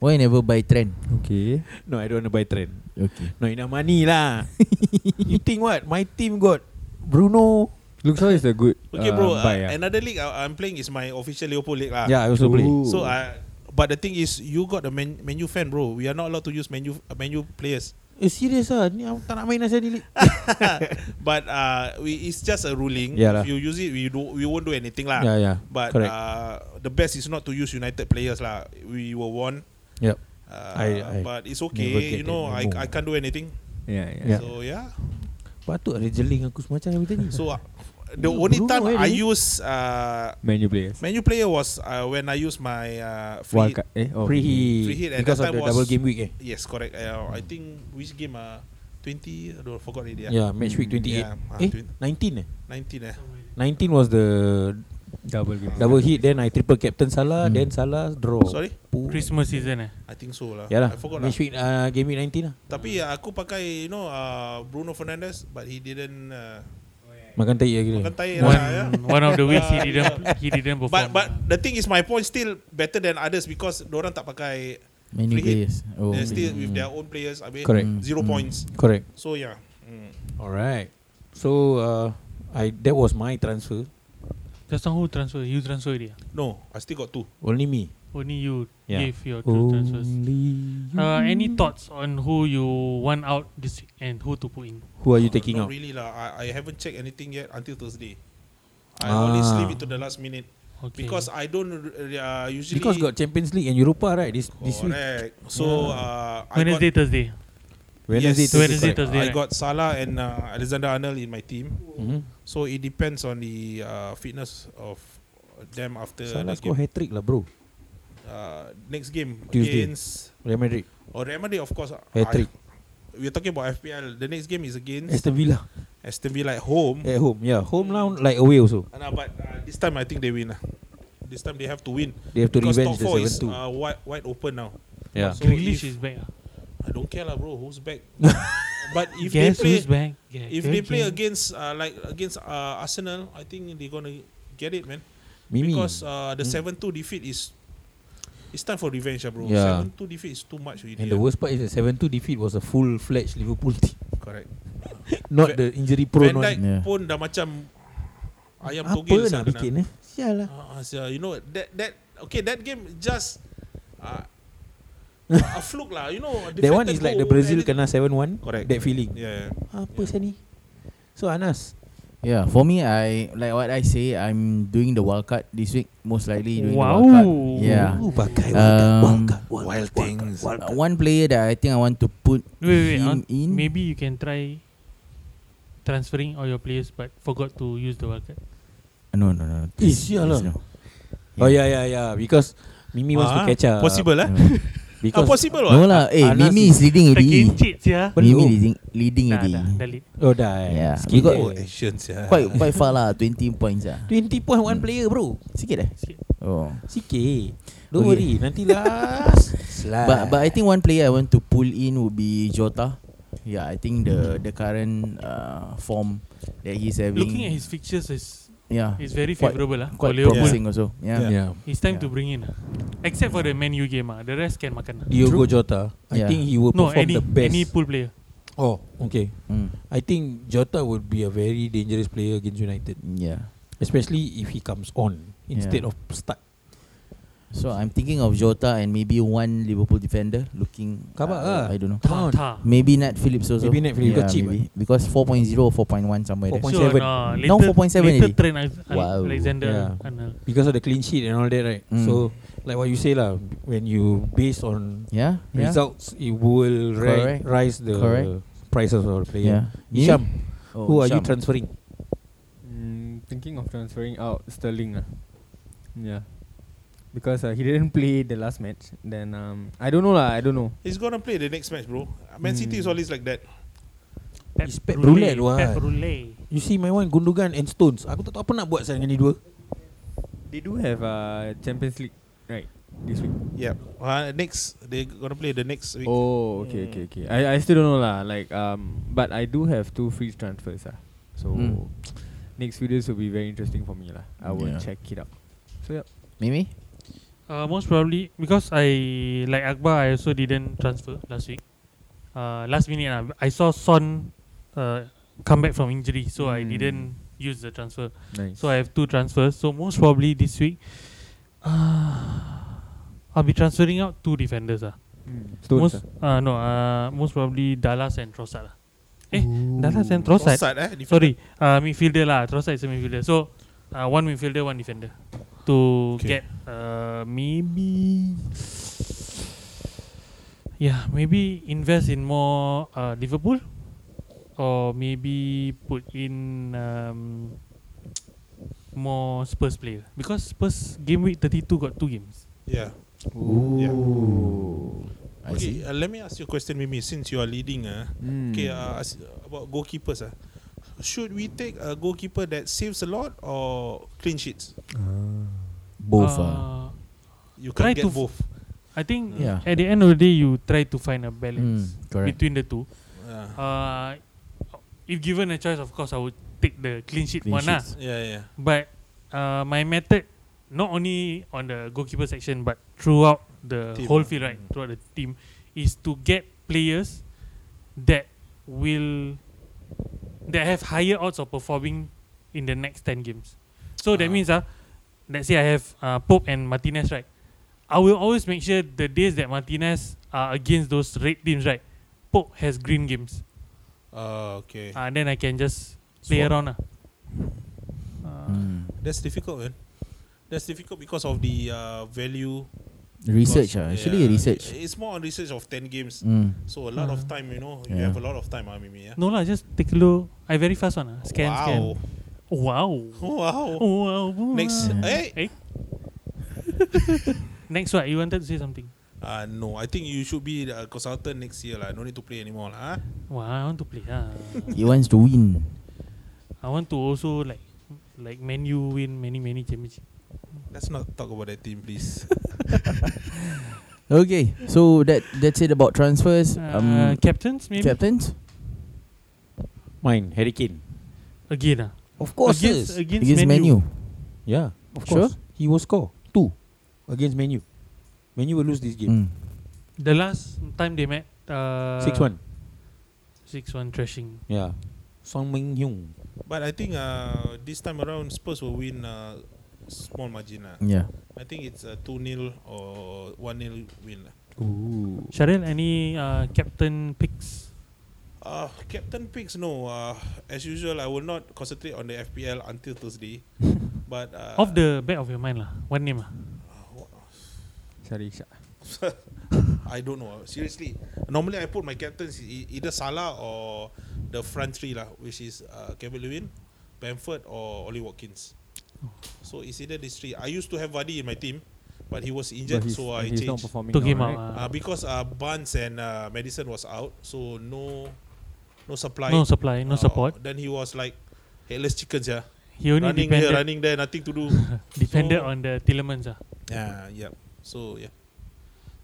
S3: Why never buy trend?
S9: Okay.
S7: No, I don't want to buy trend.
S3: Okay.
S7: No, enough money lah. you think what? My team got Bruno.
S9: Looks like it's a good
S5: Okay,
S6: um,
S5: bro.
S9: uh,
S5: Uh,
S9: buy, ah.
S5: Another league I, I'm playing is my official Liverpool league lah.
S7: Yeah, I also play.
S9: Ooh.
S5: So I. But the thing is, you got a menu, menu fan, bro. We are not allowed to use menu menu players.
S7: Eh, serious lah. Ni aku tak nak main lah saya delete.
S5: But uh, we, it's just a ruling.
S7: Yeah
S5: If
S7: lah.
S5: you use it, we do we won't do anything lah.
S7: yeah, yeah.
S5: But
S7: correct.
S5: uh, the best is not to use United players lah. We were warned.
S7: Yep.
S5: Uh,
S7: I- I
S5: but it's
S7: never get
S5: okay. You know,
S7: that
S5: I,
S7: memo.
S5: I can't do anything.
S9: yeah, yeah.
S7: Yeah.
S5: So yeah.
S7: Patut ada jeling aku semacam yang tadi.
S5: So uh, the
S7: Ooh,
S5: only
S7: Bruno
S5: time I
S7: already.
S5: use uh,
S9: Menu players.
S5: menu player was uh, when I use my uh, free
S9: Wild
S5: hit.
S9: card. Eh, oh,
S7: Free hit.
S5: Free hit at
S7: Because
S5: that
S7: of
S5: time
S7: the
S5: was-
S7: double game week eh.
S5: Yes, correct. Uh, I think which game uh, 20 I don't forgot already. uh,
S7: Yeah, match week 28.
S5: Yeah, ah,
S7: eh,
S5: twen-
S7: 19 eh?
S5: 19 eh.
S7: 19 was the
S6: Double game.
S7: Double hit Then I triple captain Salah
S4: Hmm.
S7: Then Salah draw
S5: Sorry?
S7: Puh.
S4: Christmas season eh.
S5: I think so lah.
S7: Ya lah
S5: I forgot lah.
S7: Next week uh, Game week 19 lah
S5: Tapi uh, aku pakai you know uh, Bruno Fernandes but he didn't uh,
S7: Makan tahi lagi
S5: makan tahi
S4: One,
S5: lah ya.
S4: one of the weeks he didn't he didn't perform.
S5: But but the thing is my point still better than others because orang tak pakai
S3: Many
S5: Free hit.
S3: players. Oh.
S5: they're still with their own players. I mean,
S7: Correct. Hmm.
S5: Zero points.
S7: Correct
S5: So yeah. Mm.
S7: Alright So uh, I That was my transfer
S4: just now who transfer? You transfer already. ah?
S5: No, I still got two.
S7: Only me
S4: Only you
S7: Yeah. Oh.
S4: gave your two transfers. Uh, any thoughts on who you want out this week and who to put in?
S7: Who are you
S5: Uh,
S7: taking
S5: not
S7: out?
S5: really lah. I, I haven't checked anything yet until Thursday. I
S7: Ah.
S5: always leave it to the last minute
S4: Okay.
S5: because I don't r- uh, usually
S7: Because got Champions League and Europa right This this week
S5: correct. So uh, I got,
S4: Wednesday, Thursday.
S7: Wednesday
S5: yes,
S7: Thursday,
S4: Wednesday,
S7: correct.
S4: Thursday,
S5: I
S4: right?
S5: got Salah and uh, Alexander Arnold in my team.
S7: Mhm.
S5: So it depends on the uh, fitness of them after the
S7: Salah score
S5: game.
S7: hat-trick lah bro
S5: Uh, next game
S7: Tuesday.
S5: against
S7: Real Madrid
S5: or Real Madrid, of course.
S7: Hat-trick.
S5: I- We're talking about FPL. The next game is against
S7: Aston Villa
S5: Aston Villa at home.
S7: At home Yeah home now Like away also
S5: Ah, nah, but uh, this time I think they win. lah. This time they have to win.
S7: They have to
S5: because top
S7: revenge the
S5: four is
S7: 7-2
S5: uh, wide, wide open now.
S7: Yeah
S5: so
S4: Grealish is
S5: if-
S4: back. ah.
S5: I don't care lah, bro. Who's back? but if
S4: Guess
S5: they play,
S4: who's back? Yeah,
S5: if they
S4: Grealish.
S5: play against uh, like against uh, Arsenal, I think they're gonna get it, man.
S7: Mimi Hmm.
S5: Because uh, the seven two defeat is it's time for revenge, ah, bro.
S7: Yeah.
S5: Seven two defeat is too much already.
S7: And the
S5: ah.
S7: worst part is that 7-2 defeat was a full-fledged Liverpool team.
S5: correct.
S7: Not
S5: Van-
S7: the injury
S5: Van
S7: prone one.
S5: Dijk
S3: Yeah.
S5: pun dah macam ayam
S7: Apa
S5: togel
S7: nak
S5: sana.
S7: bikin eh? Sial lah.
S5: Ah, sia, you know that that okay that game just uh, a fluke lah. You know
S7: That one is
S5: deflected
S7: like the
S5: goal,
S7: Brazil
S5: everything.
S7: kena 7-1.
S5: Correct.
S7: That feeling.
S5: Yeah.
S7: Apa sial ni? So Anas,
S3: Yeah, for me, I like what I say. I'm doing the wild card this week, most likely doing the
S4: Wow.
S3: wild card. Yeah,
S7: oh, pakai
S3: Um,
S7: um,
S5: Wild things.
S3: Uh, one player that I think I want to put
S4: Wait, wait,
S3: him
S4: on,
S3: in.
S4: maybe you can try transferring all your players, but forgot to use the wildcard.
S3: uh, No, no, no.
S7: Eh,
S3: please,
S7: sial
S3: please,
S7: lah.
S3: no.
S7: Oh yeah yeah yeah because Mimi wants to
S5: Ah,
S7: catch up.
S5: Possible lah. Ah,
S7: Because
S5: possible
S3: No lah.
S5: lah.
S3: Eh,
S7: Anas
S3: Mimi
S7: is-
S3: is leading already.
S4: Terkincit sia.
S3: Mimi
S7: Belum.
S3: leading leading
S4: Dah,
S3: already.
S4: dah, dah lead.
S7: oh dah.
S3: Yeah,
S7: Sikit
S3: we got-
S5: Oh,
S7: eh.
S5: actions yeah.
S3: Quite quite far lah. 20 points ah.
S7: 20 point one player bro.
S3: Sikit eh.
S4: Sikit.
S3: Oh.
S7: Sikit. Don't
S3: Okay.
S7: worry nanti last. Slide.
S3: But but I think one player I want to pull in would be Jota. Yeah, I think the the current uh, form that he's having.
S4: Looking at his fixtures is
S3: yeah,
S4: is very
S3: Quite-
S4: favourable lah. for
S3: quite
S4: Liverpool.
S3: promising also. Yeah.
S5: Yeah.
S4: It's time
S3: Yeah.
S4: to bring in. ah. Except for the Man U game ah, the rest can makan. ah.
S7: Diogo Jota, I
S3: Yeah.
S7: think he will
S4: No,
S7: perform
S4: any
S7: the best.
S4: any pool player.
S7: oh, okay.
S3: Mm.
S7: I think Jota would be a very dangerous player against United,
S3: Yeah.
S7: especially if he comes on instead of start.
S3: So I'm thinking of Jota and maybe one Liverpool defender looking.
S7: Khabar
S3: uh,
S7: ah.
S3: I don't know.
S7: Come on.
S4: Ta.
S3: Maybe Nat Phillips also.
S7: Maybe Nat Phillips got cheap,
S3: maybe.
S7: eh?
S3: Because 4.0 or 4.1 somewhere there.
S7: 4.0.
S4: Sure,
S7: 4.7.
S3: Now
S4: no, later-
S3: 4.7
S4: Later
S3: already.
S4: train Alex-
S3: Wow.
S4: Alexander
S7: eh?
S4: uh,
S7: Yeah.
S4: Arnold.
S7: Because of the clean sheet and all that, right?
S3: Mm.
S7: So, like what you say lah, when you base on
S3: Yeah. Yeah.
S7: results, it will ri-
S3: Correct.
S7: rise the
S3: Correct.
S7: prices of the player.
S3: Yeah.
S7: Isham,
S3: Oh,
S7: who are you
S3: Hisham.
S7: transferring?
S6: Mm, thinking of transferring out Sterling. ah. Yeah. Because uh, he didn't play the last match. Then um, I don't know lah. I don't know.
S5: He's gonna play the next match, bro. Man City
S3: Hmm.
S5: is always like that.
S4: Pep
S7: It's Pep
S4: Roulette,
S7: Roulette, what?
S4: Pep Roulette.
S7: You see my one Gundogan and Stones. Aku tak tahu apa nak buat saya dengan ni dua.
S6: They do have uh, Champions League right this week.
S5: Yeah. Uh, next they gonna play the next week.
S6: Oh, okay, okay, okay. I, I still don't know lah. Like um, but I do have two free transfers ah. So
S4: Hmm.
S3: Mm.
S6: next few days will be very interesting for me lah. I will
S3: Yeah.
S6: check it out. So yeah.
S3: Mimi?
S4: Uh, most probably because I like Akbar, I also didn't transfer last week. Uh, last minute, uh, I saw Son uh, come back from injury, so I
S6: Hmm.
S4: didn't use the transfer.
S6: Nice.
S4: So I have two transfers. So most probably this week, uh, I'll be transferring out two defenders. Uh.
S6: hmm, Stones.
S4: most uh, no, uh, most probably Dallas and Trossard. ah. Eh, Dallas and Trossard.
S5: Trossard, eh? Dif-
S4: Sorry, uh, midfielder lah. Trossard is a midfielder. So, uh, one midfielder, one defender. To
S5: Okay.
S4: get uh, maybe... Yeah, maybe invest in more uh, Liverpool. Or maybe put in um, more Spurs player. Because Spurs game week 32 got two games.
S5: Yeah.
S3: I see.
S5: Okay.
S3: Hmm.
S5: Mm. Uh, let me ask you a question, Mimi. Since you are leading, uh, okay, uh, as- about goalkeepers, uh, should we take a goalkeeper that saves a lot or clean sheets?
S3: Both. Uh,
S4: Uh,
S5: You
S4: Try to
S5: can get
S4: f-
S5: both.
S4: I think
S3: Yeah.
S4: at the end of the day, you try to find a balance
S3: Mm, correct.
S4: between the two.
S5: Yeah.
S4: Uh, if given a choice, of course, I would take the clean sheet
S3: Clean
S4: one. ah.
S3: sheets.
S5: yeah, yeah.
S4: But uh, my method, not only on the goalkeeper section, but throughout the
S5: Team,
S4: whole
S5: ah.
S4: field, right, throughout the team, is to get players that will that have higher odds of performing in the next ten games. So that
S5: Ah.
S4: means, uh, let's say I have uh, Pope and Martinez, right. I will always make sure the days that Martinez are against those red teams, right. Pope has green games.
S5: Ah, okay.
S4: Uh, then I can just play
S3: Swap.
S4: around. ah.
S3: mm.
S5: That's difficult, man. That's difficult because of the uh, value.
S3: Research.
S5: cost.
S3: Uh, actually,
S5: Yeah.
S3: research.
S5: It's more on research of 10 games.
S3: Mm.
S5: So a lot
S4: Ah.
S5: of time, you know, you
S3: Yeah.
S5: have a lot of time, ah, Mimi. Yeah?
S4: No lah, just take a look. I very fast one. ah. Scan,
S5: wow.
S4: scan. Oh, Wow.
S5: Wow.
S4: Wow.
S5: Next.
S3: Yeah.
S4: Eh?
S5: Hey.
S4: Next one, you wanted to say something.
S5: Uh, no, I think you should be a consultant next year. lah. No need to play anymore. lah. ah.
S4: Wow, I want to play. Ah.
S3: He wants to win.
S4: I want to also like like menu win many many championship.
S5: Let's not talk about that team, please.
S3: Okay, so that that's it about transfers.
S4: Uh,
S3: Um,
S4: captains maybe
S3: captains.
S7: Mine, Harry Kane.
S4: again. Ah.
S7: Of
S4: Against,
S7: yes.
S4: against
S3: Against
S4: menu.
S3: menu.
S7: Yeah, of
S3: Sure.
S7: course. He will score two against Menu. Menu will lose this game.
S3: Mm.
S4: The last time they met. Uh,
S7: Six one.
S4: Six one trashing.
S7: Yeah. Song Meng Hyung.
S5: but I think uh, this time around, Spurs will win uh, small margin. lah.
S3: Yeah.
S5: I think it's a 2 0 or 1 0 win. lah.
S4: Cheryl, any uh, captain picks?
S5: Uh, Captain Picks, no. Uh, as usual, I will not concentrate on the FPL until Thursday. but uh,
S4: Off the back of your mind lah. One name ah. lah.
S6: Sorry, Shah.
S5: I don't know. Seriously, normally I put my captains e- either Salah or the front three lah, which is uh, Kevin Lewin, Bamford or Ollie Watkins. So it's either these three. I used to have Vardy in my team, but he was
S6: But
S5: injured,
S6: he's,
S5: so I
S6: he's not
S5: changed.
S6: performing.
S4: Took him
S6: now,
S4: out.
S6: right?
S5: Uh,
S4: ah.
S5: because uh, Barnes and uh, Madison was out, so no, no supply.
S4: no supply, no
S5: Uh,
S4: support.
S5: Then he was like headless chickens, yeah.
S4: He only
S5: running
S4: depended,
S5: here, running there, nothing to do.
S4: depended
S5: So-
S4: on the Tillemans. Ah.
S5: yeah, yeah. So yeah,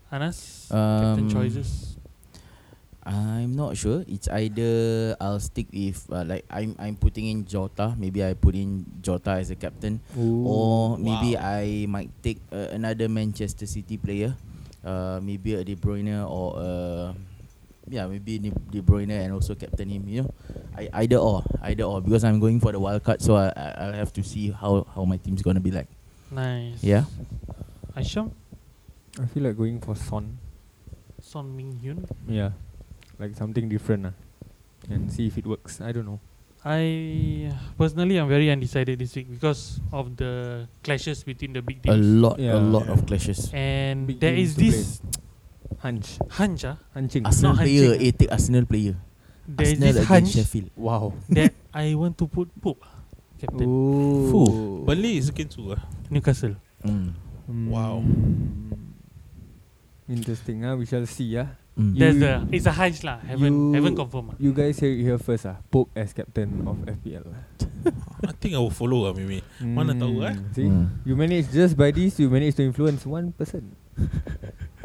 S4: Anas,
S3: Um,
S4: captain choices.
S3: I'm not sure. It's either I'll stick with uh, like I'm I'm putting in Jota. Maybe I put in Jota as a captain, or maybe I might take uh, another Manchester City player. Uh, maybe a De Bruyne or uh, yeah, maybe De De Bruyne and also captain him. You know, I, either or, either or, because I'm going for the wild card, so I I- I'll have to see how how my team's gonna be like.
S4: Nice.
S3: Yeah.
S4: Asham,
S6: I feel like going for Son.
S4: Son Ming Hyun.
S6: Yeah, like something different. Uh, and see if it works. I don't know.
S4: I personally am very undecided this week because of the clashes between the big
S3: A
S4: teams.
S3: lot, a
S6: Yeah.
S3: lot
S5: Yeah.
S3: of clashes.
S4: and
S6: Big
S4: there is
S6: teams to play.
S4: this
S6: Hunch,
S4: hunch, ah,
S6: hunching.
S3: Arsenal
S4: Not
S3: player, eh,
S4: hunching.
S3: take Arsenal player.
S4: there
S3: Arsenal
S4: is this
S3: against
S4: hunch
S3: Sheffield.
S6: Wow.
S4: that I want to put Pope, ah, captain
S6: Ooh.
S5: Burnley is looking to. Uh,
S4: Newcastle.
S3: Mm.
S4: Hmm.
S5: Wow.
S6: Hmm. Interesting. Ah, we shall see. Ah,
S3: Mm.
S6: Yeah.
S4: There's
S6: You-
S4: the it's a hunch lah. Haven't
S6: you-
S4: haven't confirmed. ah.
S6: you guys hear it here first. Ah, Pope as captain of FPL. ah.
S5: I think I will follow. Uh, maybe. Mana tahu, eh?
S6: Mm, See,
S3: Mm.
S6: you manage just by this, you manage to influence one person.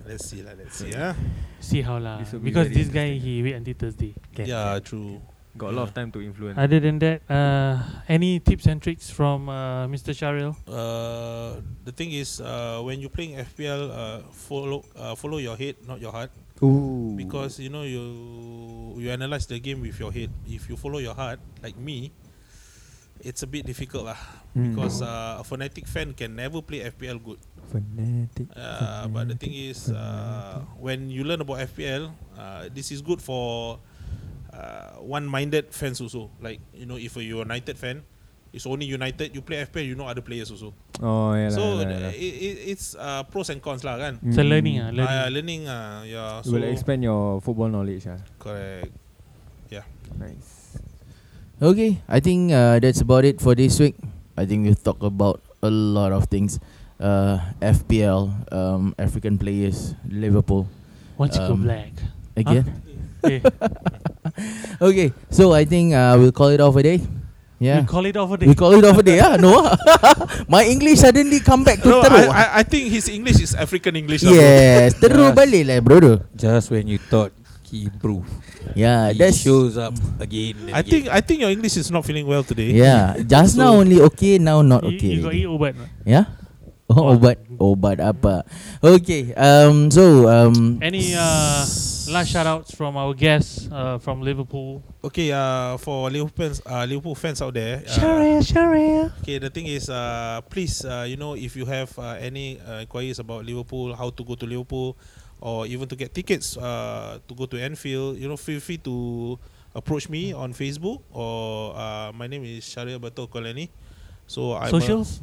S5: Let's see lah. Let's see. Yeah.
S4: See how lah.
S6: This will be
S4: Because
S6: very
S4: this guy he wait until Thursday.
S5: Yeah. True.
S6: Got a lot of time to influence.
S4: Other than that, uh, any tips and tricks from uh, Mr. Sharil?
S5: Uh, the thing is, uh, when you're playing FPL, uh, follow uh, follow your head, not your heart,
S6: Ooh.
S5: because you know you you analyze the game with your head. If you follow your heart, like me, it's a bit difficult lah.
S6: Mm.
S5: Because uh, a fanatic fan can never play FPL good.
S6: fanatic.
S5: Uh, but the thing is, uh, when you learn about FPL, uh, this is good for uh, one-minded fans also. Like you know, if you're a United fan, it's only United. You play FPL, you know other players also.
S6: Oh yeah.
S5: so
S6: lah, yeah, lah, yeah,
S5: the- eh,
S6: lah.
S5: It, it, it's uh, pros and cons lah kan.
S4: It's a
S3: Hmm.
S4: learning ah, learning.
S5: Uh, learning uh, yeah.
S6: It
S5: So
S6: will expand your football knowledge. Ah,
S5: correct.
S6: nice.
S3: Okay, I think uh, that's about it for this week. I think we've talked about a lot of things. Uh, FPL, um, African players, Liverpool
S4: Once you go
S3: Um,
S4: black.
S3: again.
S4: Eh,
S3: okay, so I think uh, we'll call it off a day. Yeah.
S4: Eh, We call it over
S3: We
S4: there.
S3: call it off a day, ah. No, ah. my English suddenly come back to
S5: No,
S3: teruk.
S5: I, I, I think his English is African English. lah, bro.
S3: yes, teruk
S7: Yes.
S3: balik lah, brother.
S7: Just when you thought he improved,
S3: Yeah,
S7: he
S3: that's
S7: shows up again. And
S5: I
S7: again.
S5: think I think your English is not feeling well today.
S3: Yeah, just now only okay, now not
S4: You,
S3: okay.
S4: you got
S3: already.
S4: eat ubat. or not?
S3: Yeah. Oh, obat, obat apa? Okay. Um. So. Um.
S4: Any uh, last shout outs from our guests uh, from Liverpool?
S5: Okay, uh, for Liverpool fans, uh, Liverpool fans out there, uh, Okay, the thing is, uh, please, uh, you know, if you have uh, any uh, inquiries about Liverpool, how to go to Liverpool, or even to get tickets uh, to go to Anfield, you know, feel free to approach me on Facebook or uh, my name is Sharia Bato Kolani. So I'm a-
S4: Socials?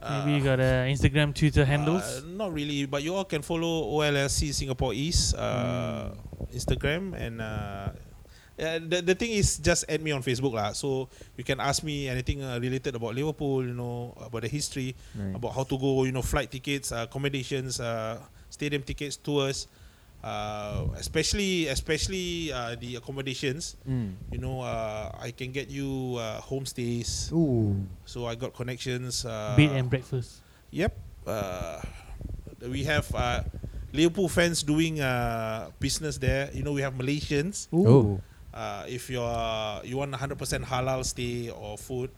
S5: uh,
S4: Maybe you got uh, Instagram, Twitter handles?
S5: uh, not really, but you all can follow OLSC Singapore East
S4: Hmm.
S5: uh, Instagram and uh, yeah, the the thing is just add me on Facebook lah. So you can ask me anything uh, related about Liverpool, you know, about the history, about how to go, you know, flight tickets, uh, accommodations, uh, stadium tickets, tours. Uh, especially, especially uh, the accommodations. You know, uh, I can get you uh, homestays.
S6: Ooh.
S5: So I got connections. Uh,
S4: Bed and breakfast.
S5: Yep. Uh, we have uh, Liverpool fans doing uh, business there. You know, we have Malaysians.
S3: Oh.
S5: Uh, if you're you want 100% halal stay or food,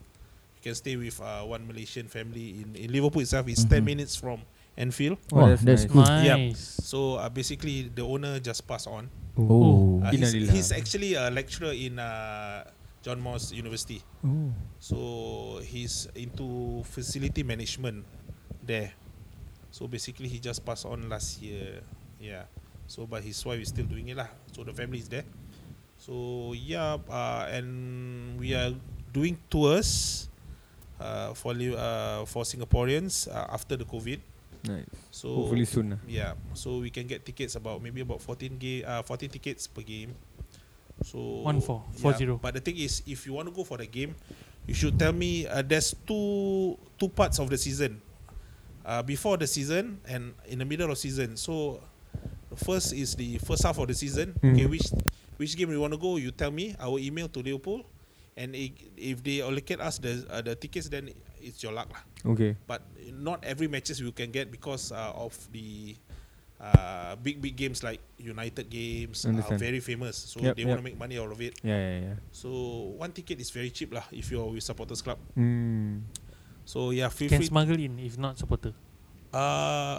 S5: you can stay with uh, one Malaysian family in, in Liverpool itself. It's 10 minutes from Enfield.
S3: Oh, that's, cool.
S5: Yep.
S4: Nice.
S5: So uh, basically, the owner just passed on.
S4: Oh.
S5: Uh, he's,
S6: Innalillah.
S5: he's actually a lecturer in uh, John Moores University.
S3: Oh.
S5: So he's into facility management there. So basically, he just passed on last year. Yeah. So but his wife is still doing it lah. So the family is there. So yeah, uh, and we are doing tours uh, for Li- uh, for Singaporeans uh, after the COVID.
S6: Right.
S5: So
S6: Hopefully soon. lah.
S5: Yeah, so we can get tickets about maybe about 14 game, uh, 40 tickets per game. So
S4: One four, four zero.
S5: But the thing is, if you want to go for the game, you should tell me. Uh, there's two two parts of the season, uh, before the season and in the middle of season. So the first is the first half of the season.
S4: Mm-hmm.
S5: Okay, which which game you want to go? You tell me. I will email to Liverpool, and i- if they allocate us the uh, the tickets, then it's your luck lah
S6: Okay.
S5: but not every matches you can get because uh, of the uh, big big games like United games are
S6: Understand.
S5: very famous, so
S6: Yep,
S5: they
S6: yep.
S5: want to make money out of it.
S6: Yeah, yeah,
S5: So one ticket is very cheap lah if you're with supporters club.
S6: yeah.
S3: Hmm.
S6: Mm.
S5: So yeah, feel
S4: Can
S5: free.
S4: smuggle in if not supporter.
S5: uh,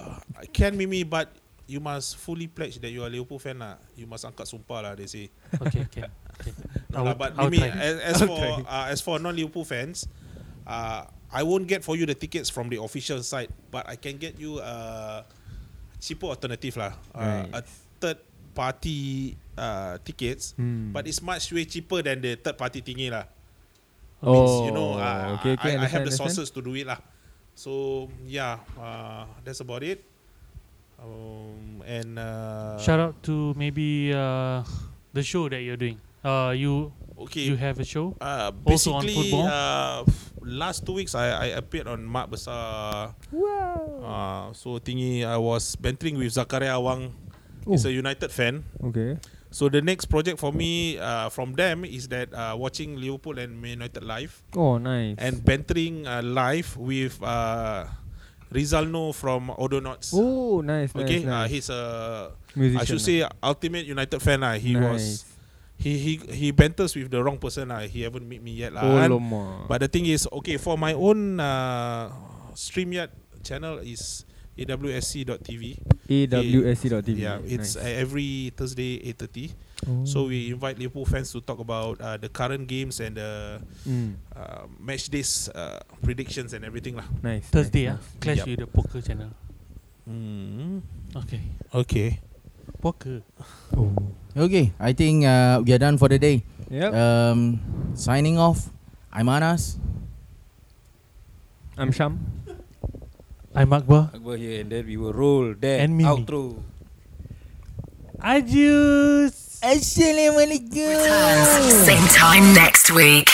S5: can Mimi, but you must fully pledge that you are Liverpool fan lah. You must angkat sumpah lah. They say.
S4: Okay, can. Okay.
S5: No, lah,
S4: I'll-
S5: but eh,
S4: I'll
S5: Mimi,
S4: try.
S5: as, as
S6: I'll
S5: for
S6: try.
S5: uh, as for non Liverpool fans, uh, I won't get for you the tickets from the official site, but I can get you a cheaper alternative lah, uh, a third party uh, tickets,
S6: Hmm.
S5: but it's much way cheaper than the third party thingy lah. Means, you know,
S6: Oh,
S5: uh,
S6: okay, okay,
S5: I, I have
S6: understand, understand.
S5: the sources to do it lah. So yeah, uh, that's about it. Um, and uh,
S4: Shout out to maybe uh, the show that you're doing. Uh, you
S5: okay,
S4: you have a show?
S5: Uh,
S4: Also on
S5: basically,
S4: football?
S5: uh, f- last two weeks I, I appeared on Mak Besar. Wow. Uh, so thingy, I was bantering with Zakaria Awang. He's a United fan.
S6: Okay.
S5: So the next project for me uh, from them is that uh, watching Liverpool and Man United live
S6: Oh, nice.
S5: and bantering uh, live with uh, Rizalno from Odonauts.
S6: oh, nice, nice.
S5: okay, uh,
S6: nice.
S5: he's a
S6: Musician,
S5: I should
S6: lah.
S5: say ultimate United fan. lah. he was he he he banters with the wrong person. lah. he haven't meet me yet. lah.
S6: Oh,
S5: And-
S6: loma.
S5: but the thing is, okay, for my own uh, StreamYard channel is awsc.tv.
S6: AWSC.tv.
S5: Yeah, it's uh, every Thursday 8.30. So we invite Liverpool fans to talk about uh, the current games and the
S6: Mm,
S5: uh, match days uh, predictions and everything lah.
S6: nice.
S4: Thursday, ah,
S6: nice, nice.
S4: clash
S5: Yup.
S4: with the poker channel.
S7: Hmm.
S4: Okay.
S5: Okay.
S4: Poker.
S3: Okay. I think uh, we are done for the day.
S6: Yep.
S3: Um, signing off. I'm Anas.
S6: I'm Sham.
S4: I'm Akbar.
S7: Akbar here and then we will roll there.
S4: And Mimi.
S7: outro.
S4: Adios.
S3: Assalamualaikum.
S11: Same time next week.